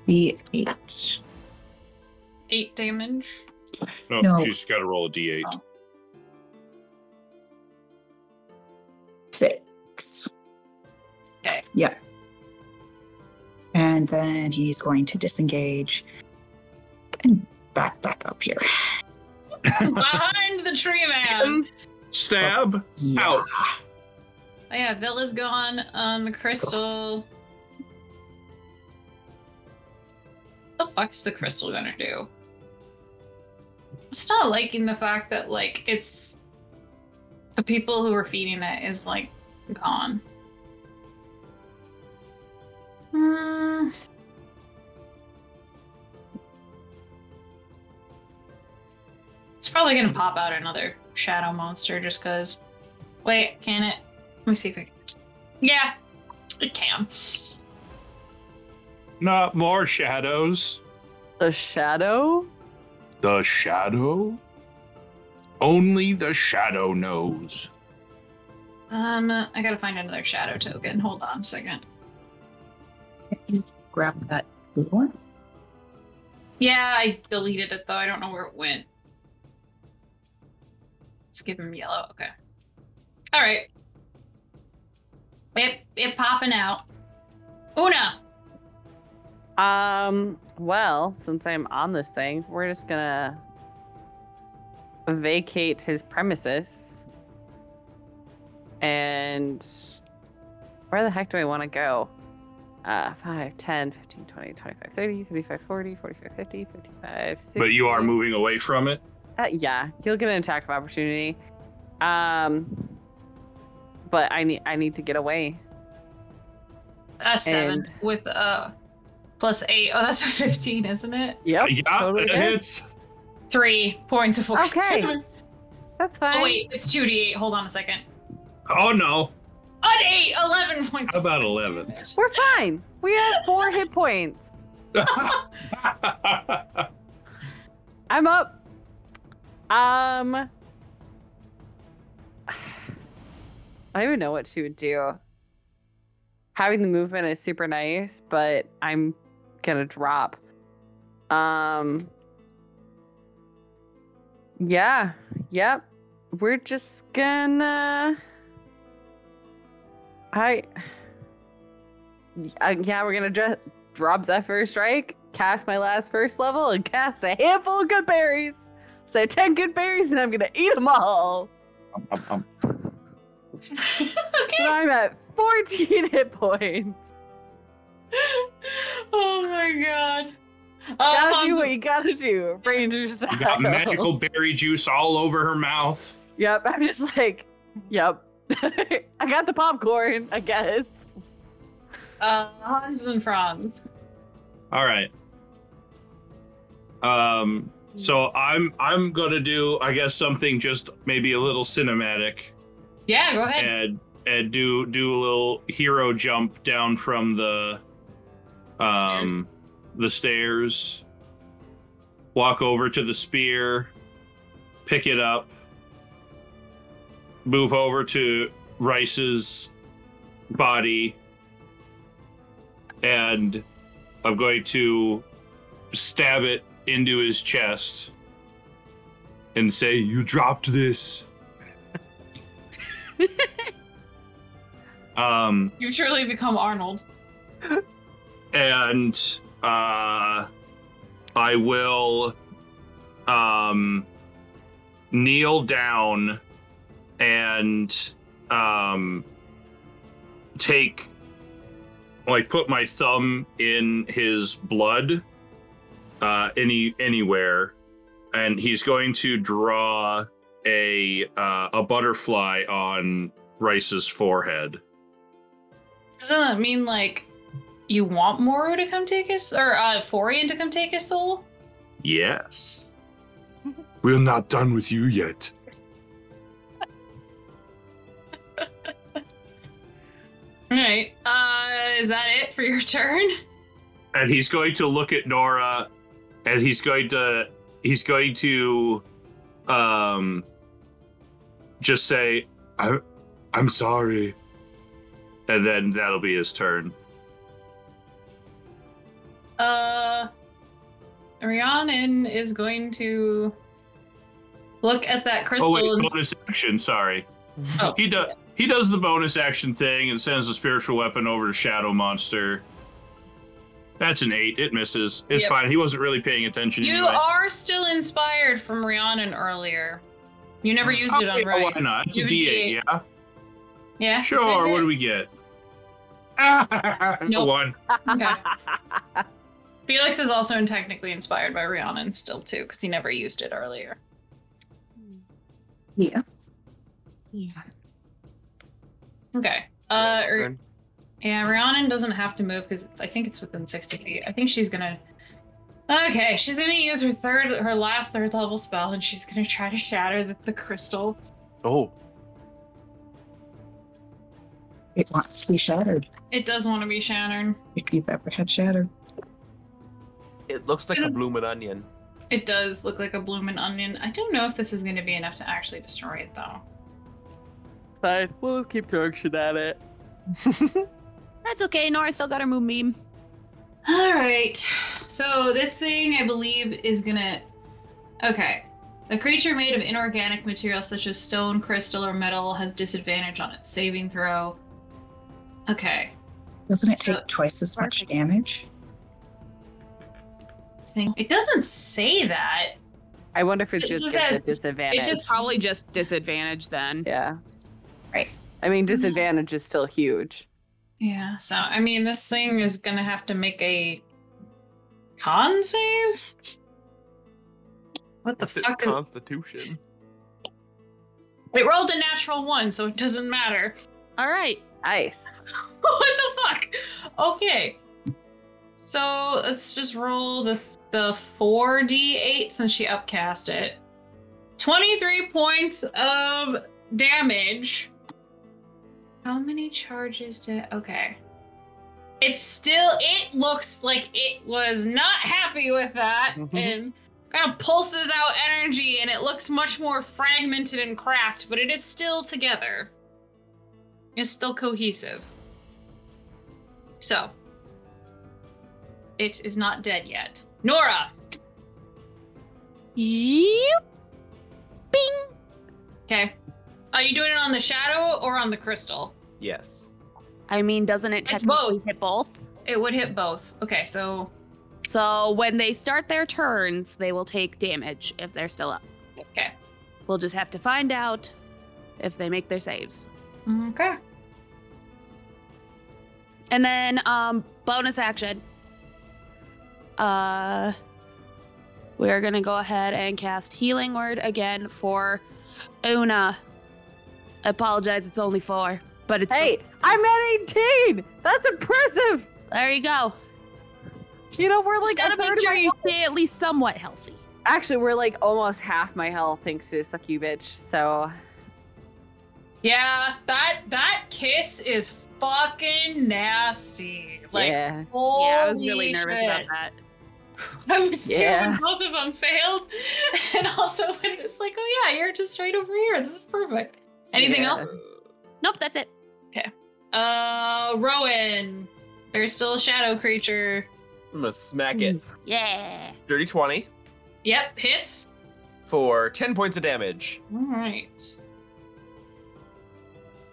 S6: D8.
S2: Eight damage.
S3: No,
S6: No.
S3: she's got to roll a d8.
S6: Oh. Six.
S2: Okay.
S6: Yeah. And then he's going to disengage and back back up here.
S2: Behind the tree man.
S8: Stab.
S6: Yeah.
S8: Out.
S2: Oh yeah, Villa's gone. Um, Crystal. The fuck is the crystal gonna do? It's not liking the fact that like it's the people who are feeding it is like gone. Hmm. It's probably gonna pop out another shadow monster just cause. Wait, can it? Let me see if I can. Yeah, it can.
S8: Not more shadows.
S5: The shadow?
S8: The shadow? Only the shadow knows.
S2: Um, I gotta find another shadow token. Hold on a second.
S6: Grab that blue one.
S2: Yeah, I deleted it though. I don't know where it went. Let's give him yellow. Okay. All right. It it popping out. Una.
S5: Um, well, since I'm on this thing, we're just gonna vacate his premises. And where the heck do I want to go? Uh, 5, 10, 15, 20, 25, 30, 35, 40, 45, 50, 55, 60.
S3: But you are moving away from it.
S5: Uh, yeah, you'll get an attack of opportunity. Um, but I need I need to get away.
S2: A seven
S5: And-
S2: with uh plus eight. Oh, that's a fifteen, isn't it?
S5: Yep,
S8: Uh, yeah,
S5: totally
S8: it
S5: good.
S8: hits.
S2: Three points of force.
S5: Okay. That's fine.
S2: oh wait, it's two d eight. Hold on a second.
S8: Oh no.
S2: An eight. Eleven points.
S3: How
S2: of
S3: about
S2: force
S3: 11?
S2: damage.
S5: We're fine. We have four hit points. I'm up. Um, I don't even know what she would do. Having the movement is super nice, but I'm gonna drop. Um, yeah, yep. We're just gonna. I. Uh, yeah, we're gonna just drop Zephyr Strike, cast my last first level, and cast a handful of good berries. So 10 good berries, and I'm gonna eat them all.
S2: okay.
S5: So I'm at 14 hit points.
S2: oh my god. Uh,
S5: Gotta do
S2: Alfonso-
S5: what you gotta do, Ranger style.
S3: You got magical berry juice all over her mouth.
S5: Yep, I'm just like, yep. I got the popcorn, I guess.
S2: uh, Hans and Franz.
S3: All right. Um. So I'm I'm gonna do I guess something just maybe a little cinematic
S2: Yeah, go ahead.
S3: and and do do a little hero jump down from the um the stairs walk over to the spear pick it up move over to Rice's body and I'm going to stab it into his chest and say you dropped this um
S2: You've truly become Arnold.
S3: and uh, I will um, kneel down and um, take, like, put my thumb in his blood, uh, any anywhere, and he's going to draw a uh, a butterfly on Rice's forehead.
S2: Doesn't that mean like you want Moro to come take his or uh Forian to come take his soul?
S3: Yes.
S10: We're not done with you yet.
S2: Alright. Uh is that it for your turn?
S3: and he's going to look at Nora, and he's going to he's going to um just say,
S10: I, I'm sorry.
S3: and then that'll be his turn.
S2: Uh Rhiannon is going to look at that crystal
S3: Oh wait,
S2: and
S3: bonus action. Sorry,
S2: Oh.
S3: he does he does the bonus action thing and sends the spiritual weapon over to Shadow Monster. That's an eight. It misses. It's
S2: Yep.
S3: fine. He wasn't really paying attention.
S2: you
S3: anyway.
S2: are still inspired from Rhiannon earlier. You never used it
S3: Oh, Okay,
S2: on
S3: well,
S2: Rice.
S3: why not? It's a
S2: Give it
S3: D8,
S2: D8.
S3: yeah.
S2: Yeah.
S3: Sure. what do we get?
S2: Nope.
S3: One.
S2: Okay. Felix is also technically inspired by Rhiannon still too, because he never used it earlier.
S6: Yeah.
S2: Okay. Uh,
S4: That's
S2: or-
S4: good.
S2: yeah, Rhiannon doesn't have to move because I think it's within sixty feet. I think she's gonna. Okay, she's gonna use her third, her last third level spell, and she's gonna try to shatter the, the crystal.
S4: oh,
S6: It wants to be shattered.
S2: It does want to be shattered.
S6: If you've ever had shattered.
S4: it looks like a bloomin' onion.
S2: It does look like a bloomin' onion. I don't know if this is gonna be enough to actually destroy it though.
S5: Fine. We'll just keep throwing shit at it.
S9: That's okay. Nora still got her moon beam.
S2: All right. So this thing, I believe, is gonna. Okay. A creature made of inorganic material such as stone, crystal, or metal has disadvantage on its saving throw. Okay.
S6: Doesn't it
S2: So-
S6: take twice as much
S9: Perfect.
S6: damage?
S2: Thing. It doesn't say that.
S5: I wonder if it's
S2: It
S5: just
S2: says
S5: gives
S2: that
S5: a disadvantage.
S2: it
S7: It's probably just disadvantage then.
S5: yeah.
S6: Right.
S5: I mean, disadvantage is still huge.
S2: Yeah. So I mean, this thing is gonna have to make a con save. What the
S4: What's its
S2: fuck? is-
S4: constitution?
S2: It rolled a natural one, so it doesn't matter.
S7: All right.
S5: Nice.
S2: what the fuck? Okay. So let's just roll the the four d eight since she upcast it. Twenty three points of damage. How many charges did? Okay. It's still. It looks like it was not happy with that,
S4: Mhm.
S2: and kind of pulses out energy, and it looks much more fragmented and cracked, but it is still together. It's still cohesive. So, it is not dead yet. Nora.
S9: Yep. Bing.
S2: Okay. Are you doing it on the shadow or on the crystal?
S4: Yes.
S7: I mean, doesn't it
S2: It's
S7: technically
S2: both.
S7: hit both?
S2: It would hit both. Okay, so
S7: So when they start their turns, they will take damage if they're still up.
S2: okay.
S7: We'll just have to find out if they make their saves.
S2: Okay.
S7: And then um bonus action. Uh we are gonna go ahead and cast Healing Word again for Una. I apologize, it's only four. But it's
S5: Hey, I'm at 18. That's impressive.
S7: there you go.
S5: You know, we're
S7: Just
S5: like
S7: gotta
S5: a third
S7: make
S5: of
S7: sure
S5: my-
S7: you stay at least somewhat healthy.
S5: Actually, we're like almost half my health thanks to suck you, bitch. So
S2: Yeah, that that kiss is fucking nasty. Like
S5: yeah,
S2: holy
S7: yeah, I was really nervous
S2: shit.
S7: about that.
S2: I was too
S5: Yeah.
S2: when both of them failed. And also when it was like, oh yeah, you're just right over here. This is perfect. Anything
S5: Yeah.
S2: else?
S9: Nope, that's it.
S2: Uh Rowan. There's still a shadow creature.
S4: I'm gonna smack
S2: Mm.
S4: it.
S9: Yeah.
S4: Dirty 20
S2: Yep, hits.
S4: for 10 points of damage.
S2: All right.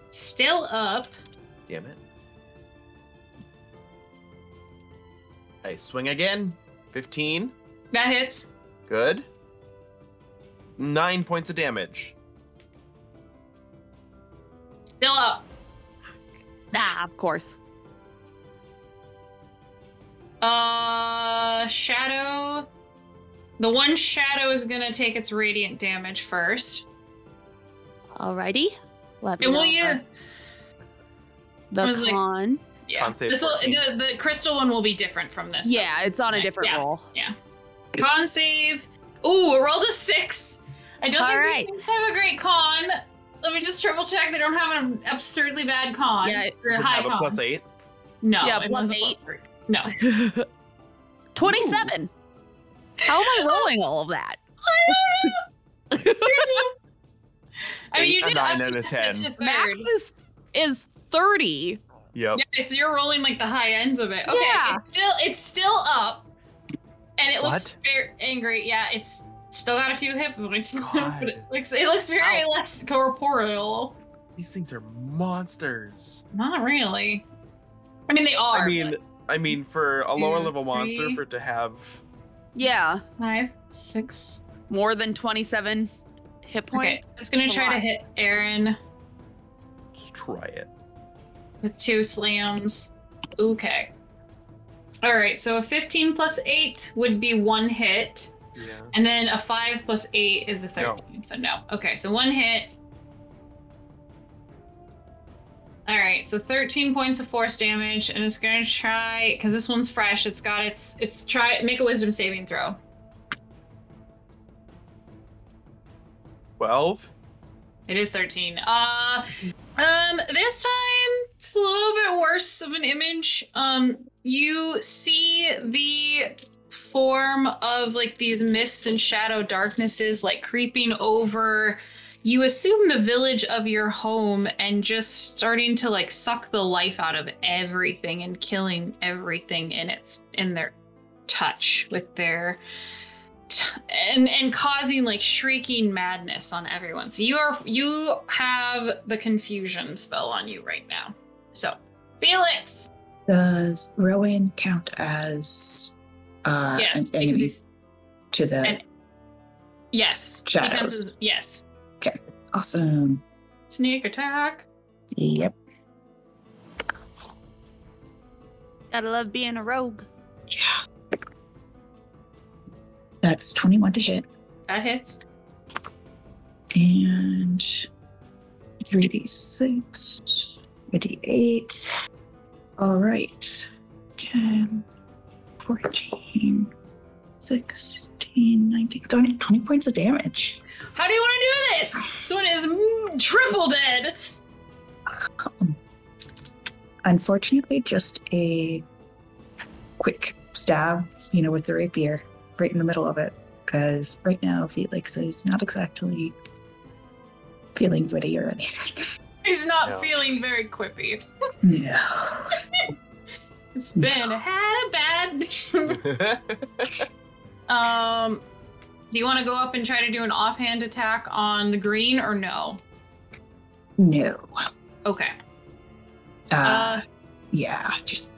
S2: Still up.
S4: Damn it. I swing again. 15.
S2: That hits.
S4: Good. Nine points of damage.
S2: Still up.
S7: Ah, of course.
S2: Uh, shadow. The one shadow is gonna take its radiant damage first.
S7: Alrighty. Let me
S2: And will
S7: know
S2: you? I was
S7: the
S2: like-
S7: con.
S2: Yeah.
S4: Con save
S2: This
S4: 14.
S2: the the crystal one will be different from this.
S7: yeah, it's on a different
S2: Yeah.
S7: roll.
S2: Con save. Ooh, I rolled a six. I don't
S7: All
S2: think
S7: right.
S2: these things have a great con. Let me just triple check. They don't have an absurdly bad con.
S7: Yeah,
S2: or a
S4: Does it
S2: high
S4: have a
S2: con.
S4: plus eight.
S2: No.
S7: Yeah,
S2: it
S7: plus
S2: has a
S7: eight.
S2: three. No.
S7: 27. How am I rolling all of that?
S2: I mean, you
S4: Eight, a
S2: did
S4: nine,
S2: up
S4: and a
S2: this to
S4: 10.
S2: third.
S7: Max is is 30.
S4: Yep.
S2: Yeah, so you're rolling like the high ends of it. Okay,
S7: Yeah.
S2: it's still it's still up, and it looks
S4: What?
S2: very angry. Yeah, it's still got a few hit points,
S4: God.
S2: but it looks it looks very less corporeal.
S4: These things are monsters.
S2: Not really. I mean, they are.
S4: I mean, I mean, for a lower
S2: two,
S4: level monster,
S2: three.
S4: for it to have
S7: Yeah,
S2: but five, six.
S7: more than 27 hit point.
S2: Okay, it's gonna
S7: That's a
S2: try to
S7: lot.
S2: hit Aaron
S4: just try it.
S2: with two slams. Okay. All right, so a 15 plus eight would be one hit.
S4: Yeah.
S2: And then a five plus eight is a
S4: No.
S2: thirteen. So no. Okay, so one hit. All right, so thirteen points of force damage, and it's gonna try because this one's fresh. It's got its it's try make a wisdom saving throw.
S4: Twelve.
S2: It is thirteen. Uh, um, this time it's a little bit worse of an image. Um, you see the form of like these mists and shadow darknesses like creeping over you assume the village of your home and just starting to like suck the life out of everything and killing everything in its in their touch with their t- and and causing like shrieking madness on everyone. So you are you have the confusion spell on you right now. So Felix,
S6: Does Rowan count as uh,
S2: yes,
S6: an
S2: because
S6: enemy
S2: he's
S6: to the
S2: and- yes, he
S6: Shadows.
S2: counts as- yes,
S6: awesome?
S2: sneak attack.
S6: Yep.
S9: Gotta love being a rogue.
S6: Yeah. That's 21 to hit
S2: That hits.
S6: and 3d6, 3d8. All right. 10, 14, 16, 19, 20, 20 points of damage.
S2: How do you want to do this? This one is mm, triple dead.
S6: Unfortunately, just a quick stab, you know, with the rapier right in the middle of it. Because right now, Felix is not exactly feeling witty or anything.
S2: He's not
S4: No.
S2: feeling very quippy.
S6: No.
S2: It's been had a bad. um, do you want to go up and try to do an offhand attack on the green or no?
S6: No.
S2: Okay.
S6: Uh,
S2: Uh,
S6: yeah, just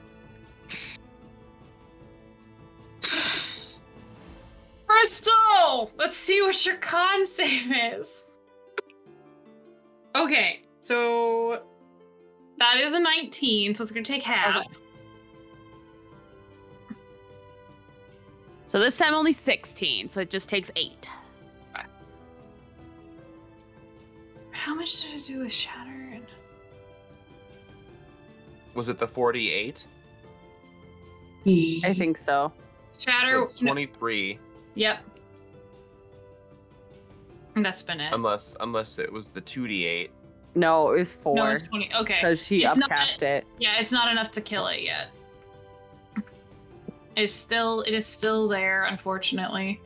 S2: Crystal, let's see what your con save is. Okay, so that is a 19, so it's gonna take half.
S7: So this time only 16, so it just takes 8.
S2: How much did it do with shatter? And...
S4: Was it the forty-eight?
S6: he,
S5: I think so.
S4: So
S2: Shatter.
S4: it's twenty-three,
S2: Yep. And that's been it.
S4: unless unless it was the two d eight.
S5: No, it was
S2: no,
S5: four
S2: it's 20. Okay.
S5: because she
S2: It's not-
S5: upcast it.
S2: Yeah, it's not enough to kill it yet. It's still it is still there, unfortunately.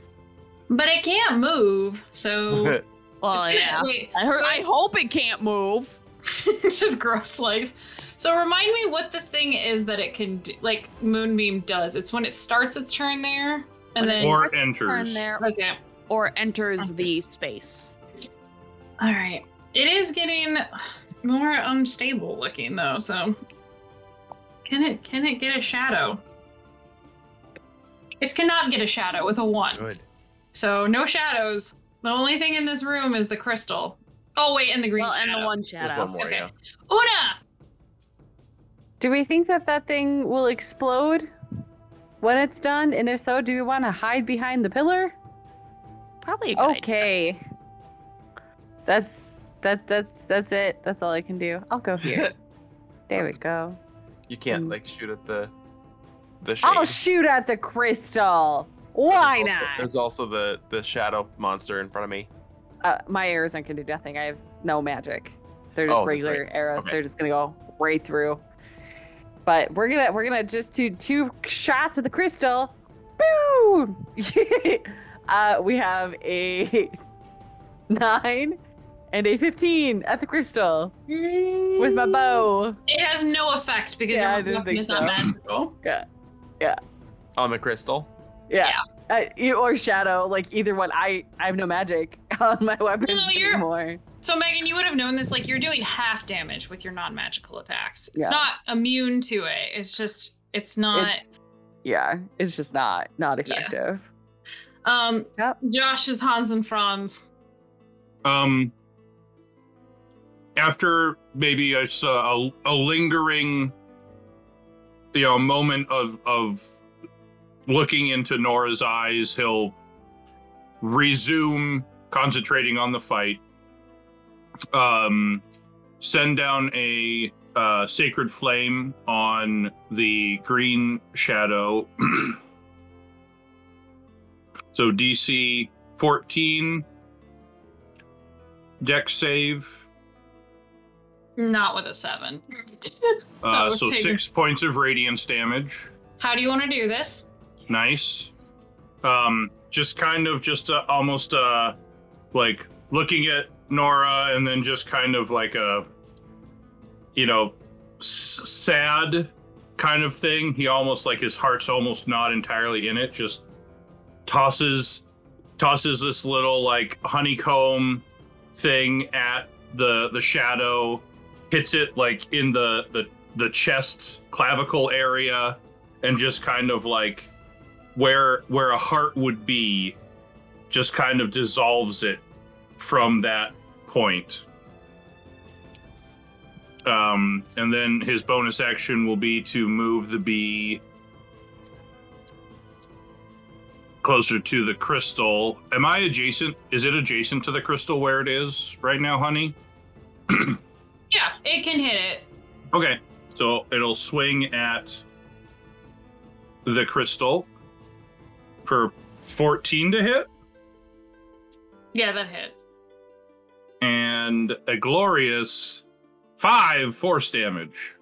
S2: But it can't move, so it's
S7: Well,
S2: gonna-
S7: yeah.
S2: wait,
S7: I, heard,
S2: so
S7: I hope it can't move.
S2: it's just gross legs. So remind me what the thing is that it can do, like moonbeam does. It's when it starts its turn there, and Oh, then
S3: Or
S7: Turn
S3: enters.
S7: there
S2: okay,
S7: or enters the space.
S2: all right. It is getting more unstable looking though. So can it can it get a shadow? It cannot get a shadow with a one.
S4: Good.
S2: So no shadows. The only thing in this room is the crystal. Oh wait, and the green
S7: well,
S2: shadow.
S7: and the one
S4: There's
S7: shadow.
S4: one more,
S2: Okay.
S4: yeah.
S2: Una,
S1: Do we think that that thing will explode when it's done? And if so, do we want to hide behind the pillar?
S7: Probably a good idea.
S1: Okay. That's that that's that's it. That's all I can do. I'll go here. there we go.
S4: You can't
S1: Mm.
S4: like shoot at the the shade.
S2: Oh,
S1: I'll shoot at the crystal. Why
S4: There's also-
S1: not?
S4: There's also the the shadow monster in front of me.
S1: Uh, my arrows aren't gonna do nothing. I have no magic. They're
S4: Oh,
S1: just
S4: that's
S1: regular arrows.
S4: Okay.
S1: They're just gonna go right through. But we're gonna we're gonna just do two shots of the crystal. Boom! uh, we have a nine and a fifteen at the crystal with my bow.
S2: it has no effect because
S1: Yeah, I
S2: your
S1: didn't
S2: weapon
S1: think
S2: is not
S1: so.
S2: magical.
S4: On the crystal.
S1: Yeah. Uh, e- or shadow, like either one. I I have no magic on my weapons
S2: No, you're-
S1: anymore.
S2: So Megan, you would have known this. Like you're doing half damage with your non-magical attacks. It's
S1: Yeah.
S2: not immune to it. It's just it's not.
S1: It's, yeah, it's just not not
S2: Yeah.
S1: effective.
S2: Um,
S1: Yep.
S2: Josh is Hans and Franz.
S3: Um, after maybe a, s- a- a lingering, you know, moment of of looking into Nora's eyes, he'll resume concentrating on the fight. Um, send down a uh, sacred flame on the green shadow. so DC fourteen deck save.
S2: Not with a seven.
S3: Uh,
S2: So
S3: so
S2: take-
S3: six points of radiance damage.
S2: How do you want to do this?
S3: Nice. Um, just kind of just uh, almost uh, like looking at Nora and then just kind of like a, you know, s- sad kind of thing. He almost like his heart's almost not entirely in it. Just tosses tosses this little like honeycomb thing at the the shadow, hits it like in the the the chest clavicle area, and just kind of like where where a heart would be just kind of dissolves it from that point um and then his bonus action will be to move the bee closer to the crystal am i adjacent is it adjacent to the crystal where it is right now honey
S2: Yeah, it can hit it.
S3: okay so it'll swing at the crystal for 14 to hit
S2: Yeah, that hits.
S3: and a glorious five force damage.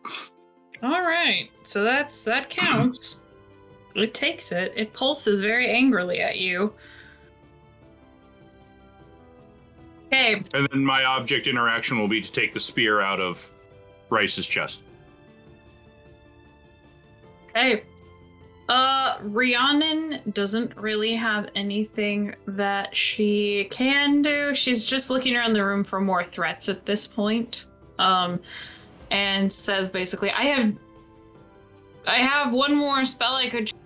S2: All right. So that's that counts. it takes it. It pulses very angrily at you. Okay.
S3: And then my object interaction will be to take the spear out of Rice's chest.
S2: Okay. Uh, Rhiannon doesn't really have anything that she can do. She's just looking around the room for more threats at this point. Um, and says basically, I have, I have one more spell I could. tr-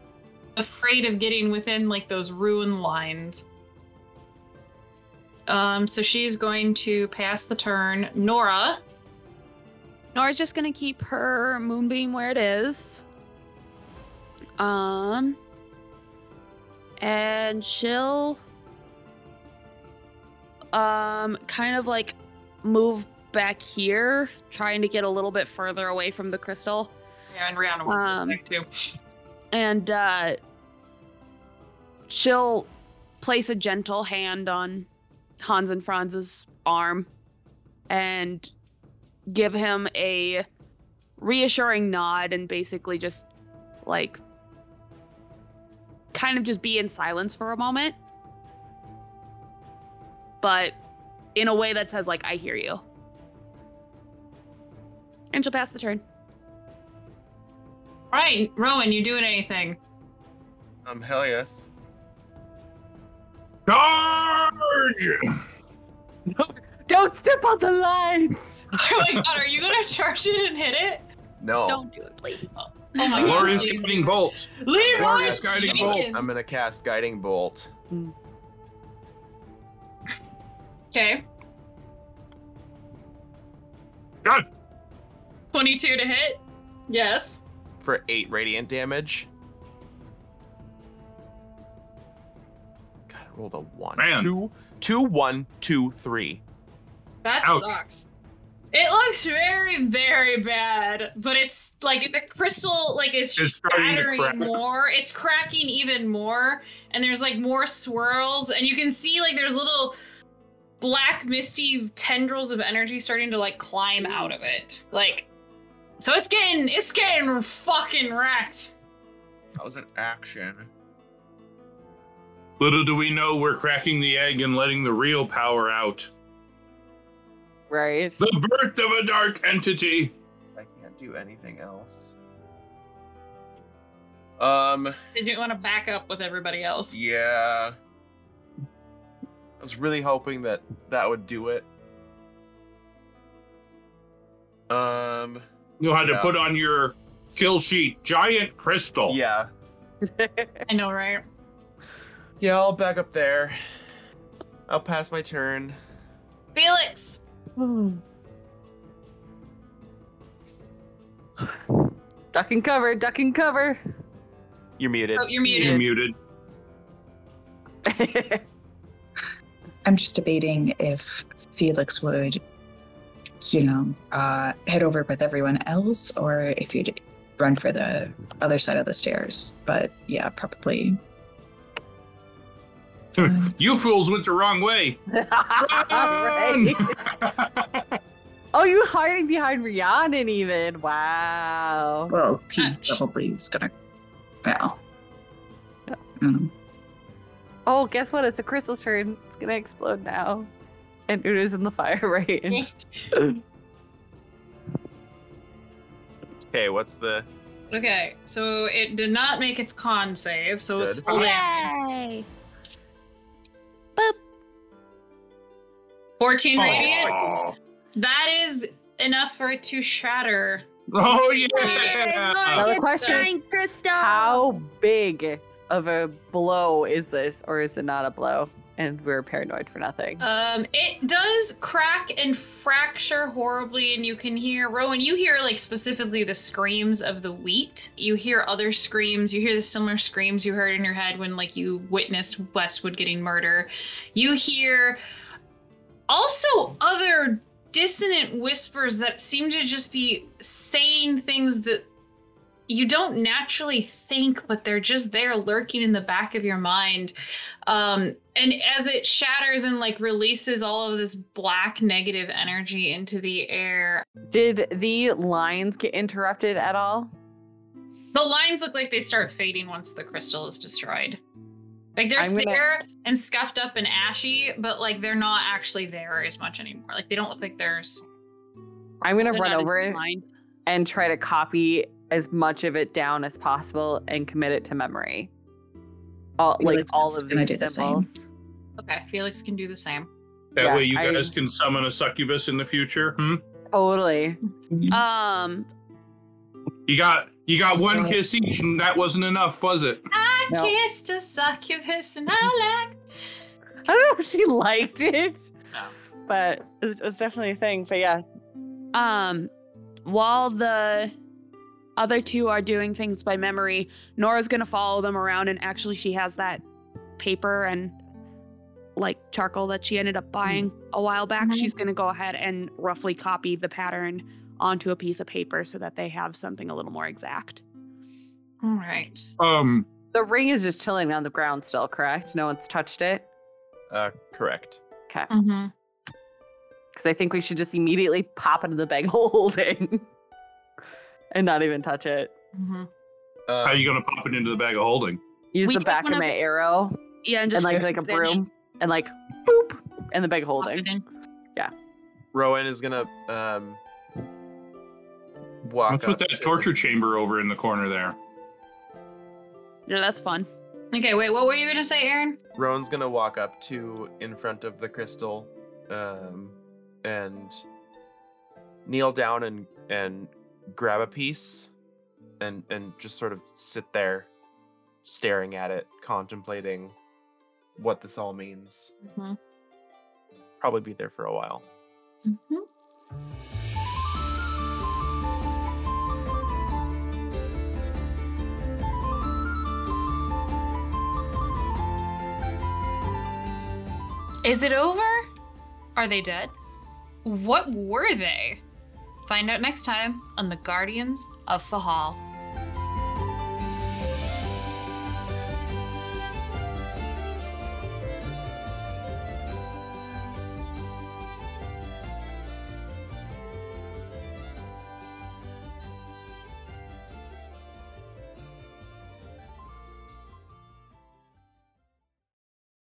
S2: Afraid of getting within like those ruin lines. Um, so she's going to pass the turn. Nora,
S7: Nora's just gonna keep her moonbeam where it is. Um, and she'll, um, kind of like move back here, trying to get a little bit further away from the crystal.
S2: yeah, and Rhiannon will
S7: Um,
S2: back too.
S7: and uh, she'll place a gentle hand on Hans and Franz's arm and give him a reassuring nod and basically just like kind of just be in silence for a moment but in a way that says like i hear you and she'll pass the turn
S2: All right, Rowan, you doing anything?
S4: Um, hell yes.
S3: Charge!
S1: Don't step on the lines.
S2: oh my god, are you gonna charge it and hit it?
S4: No.
S7: don't do it please
S2: Oh my
S3: Glorious
S2: god.
S3: guiding bolt.
S2: Leroy
S3: Glorious guiding
S2: Jenkins.
S3: bolt.
S4: I'm gonna cast guiding bolt.
S2: Okay.
S10: God!
S2: 22 to hit? Yes.
S4: for eight radiant damage. God, I rolled a one.
S3: Man.
S4: Two, two, one, two, three.
S2: That
S3: Ouch.
S2: sucks. It looks very, very bad, but it's like the crystal like is
S3: It's starting to
S2: shattering
S3: crack.
S2: more. It's cracking even more, and there's like more swirls, and you can see like there's little black misty tendrils of energy starting to like climb out of it. Like, so it's getting it's getting fucking wrecked.
S4: That was an action.
S3: Little do we know we're cracking the egg and letting the real power out.
S5: Right.
S3: The birth of a dark entity.
S4: I can't do anything else. Um,
S2: Didn't want to back up with everybody else.
S4: yeah. I was really hoping that that would do it. Um,
S3: You had
S4: Yeah.
S3: to put on your kill sheet giant crystal.
S4: yeah.
S2: I know, right?
S4: Yeah, I'll back up there. I'll pass my turn.
S2: Felix,
S5: duck and cover, duck and cover.
S4: You're muted.
S2: oh, you're
S3: You're
S2: muted.
S3: muted.
S6: I'm just debating if Felix would, you know, uh, head over with everyone else or if you'd run for the other side of the stairs. But yeah, probably. Fine.
S3: You fools went the wrong way.
S5: Right. Oh, you hiding behind Rhiannon even. Wow.
S6: Well, he
S2: Ouch.
S6: probably is gonna bow. Um,
S5: Oh, guess what? It's a crystal's turn. It's gonna explode now. And Udo's in the fire range.
S4: Okay, what's the
S2: Okay, so it did not make its con save, so it's
S4: Good.
S2: full
S9: Yay!
S2: damage. 14 radiant.
S10: Aw.
S2: That is enough for it to shatter.
S3: Oh
S9: Yay,
S3: yeah.
S5: Another
S9: look, it's
S5: question.
S9: giant crystal.
S5: How big of a blow is this, or is it not a blow? And we're paranoid for nothing.
S2: Um, it does crack and fracture horribly, and you can hear Rowan. You hear like specifically the screams of the wheat. You hear other screams. You hear the similar screams you heard in your head when like you witnessed Westwood getting murder. You hear also other dissonant whispers that seem to just be saying things that you don't naturally think, but they're just there lurking in the back of your mind. Um, and as it shatters and like releases all of this black negative energy into the air,
S5: Did the lines get interrupted at all?
S2: the lines look like they start fading once the crystal is destroyed. Like they're
S5: I'm gonna-
S2: there and scuffed up and ashy, but like they're not actually there as much anymore. Like they don't look like there's.
S5: I'm gonna
S7: They're
S5: run
S7: not as
S5: over it
S7: blind.
S5: and try to copy as much of it down as possible and commit it to memory. All, like
S6: Felix
S5: all
S6: is
S5: of
S6: gonna
S5: these
S6: do the same.
S5: symbols.
S2: Okay, Felix can do the same.
S3: That
S5: Yeah,
S3: way you
S5: I-
S3: guys can summon a succubus in the future. Hmm?
S5: Totally.
S7: Um,
S3: You got you got one kiss each, and that wasn't enough, was it?
S2: I
S5: No.
S2: kissed a succubus and I like.
S5: I don't know if she liked it,
S2: No.
S5: but it was definitely a thing. But yeah,
S7: um, while the other two are doing things by memory, Nora's gonna follow them around, and actually, she has that paper and like charcoal that she ended up buying a while back. She's gonna go ahead and roughly copy the pattern onto a piece of paper so that they have something a little more exact.
S2: All right.
S10: Um,
S5: the ring is just chilling on the ground still, correct? No one's touched it.
S4: uh correct?
S2: Mm-hmm.
S5: Because I think we should just immediately pop into the bag holding and not even touch it.
S2: Mm-hmm.
S4: Um,
S3: How are you gonna pop it into the bag of holding?
S5: Use
S7: We
S5: the
S7: take
S5: back of
S7: one of
S5: my
S7: the-
S5: arrow
S7: Yeah, and
S5: and
S7: just
S5: like like a
S7: stick it in
S5: broom and like boop and the bag of holding.
S4: Rowan is gonna um walk
S3: Let's
S4: up
S3: put that
S4: to-
S3: torture chamber over in the corner there.
S7: Yeah, that's fun.
S2: Okay, wait, what were you gonna say, Aaron?
S4: Rowan's gonna walk up to in front of the crystal, um, and kneel down and and grab a piece, and and just sort of sit there, staring at it, contemplating what this all means.
S2: Mhm.
S4: Probably be there for a while.
S2: Mm-hmm. Is it over? Are they dead? What were they? Find out next time on the Guardians of Fahal.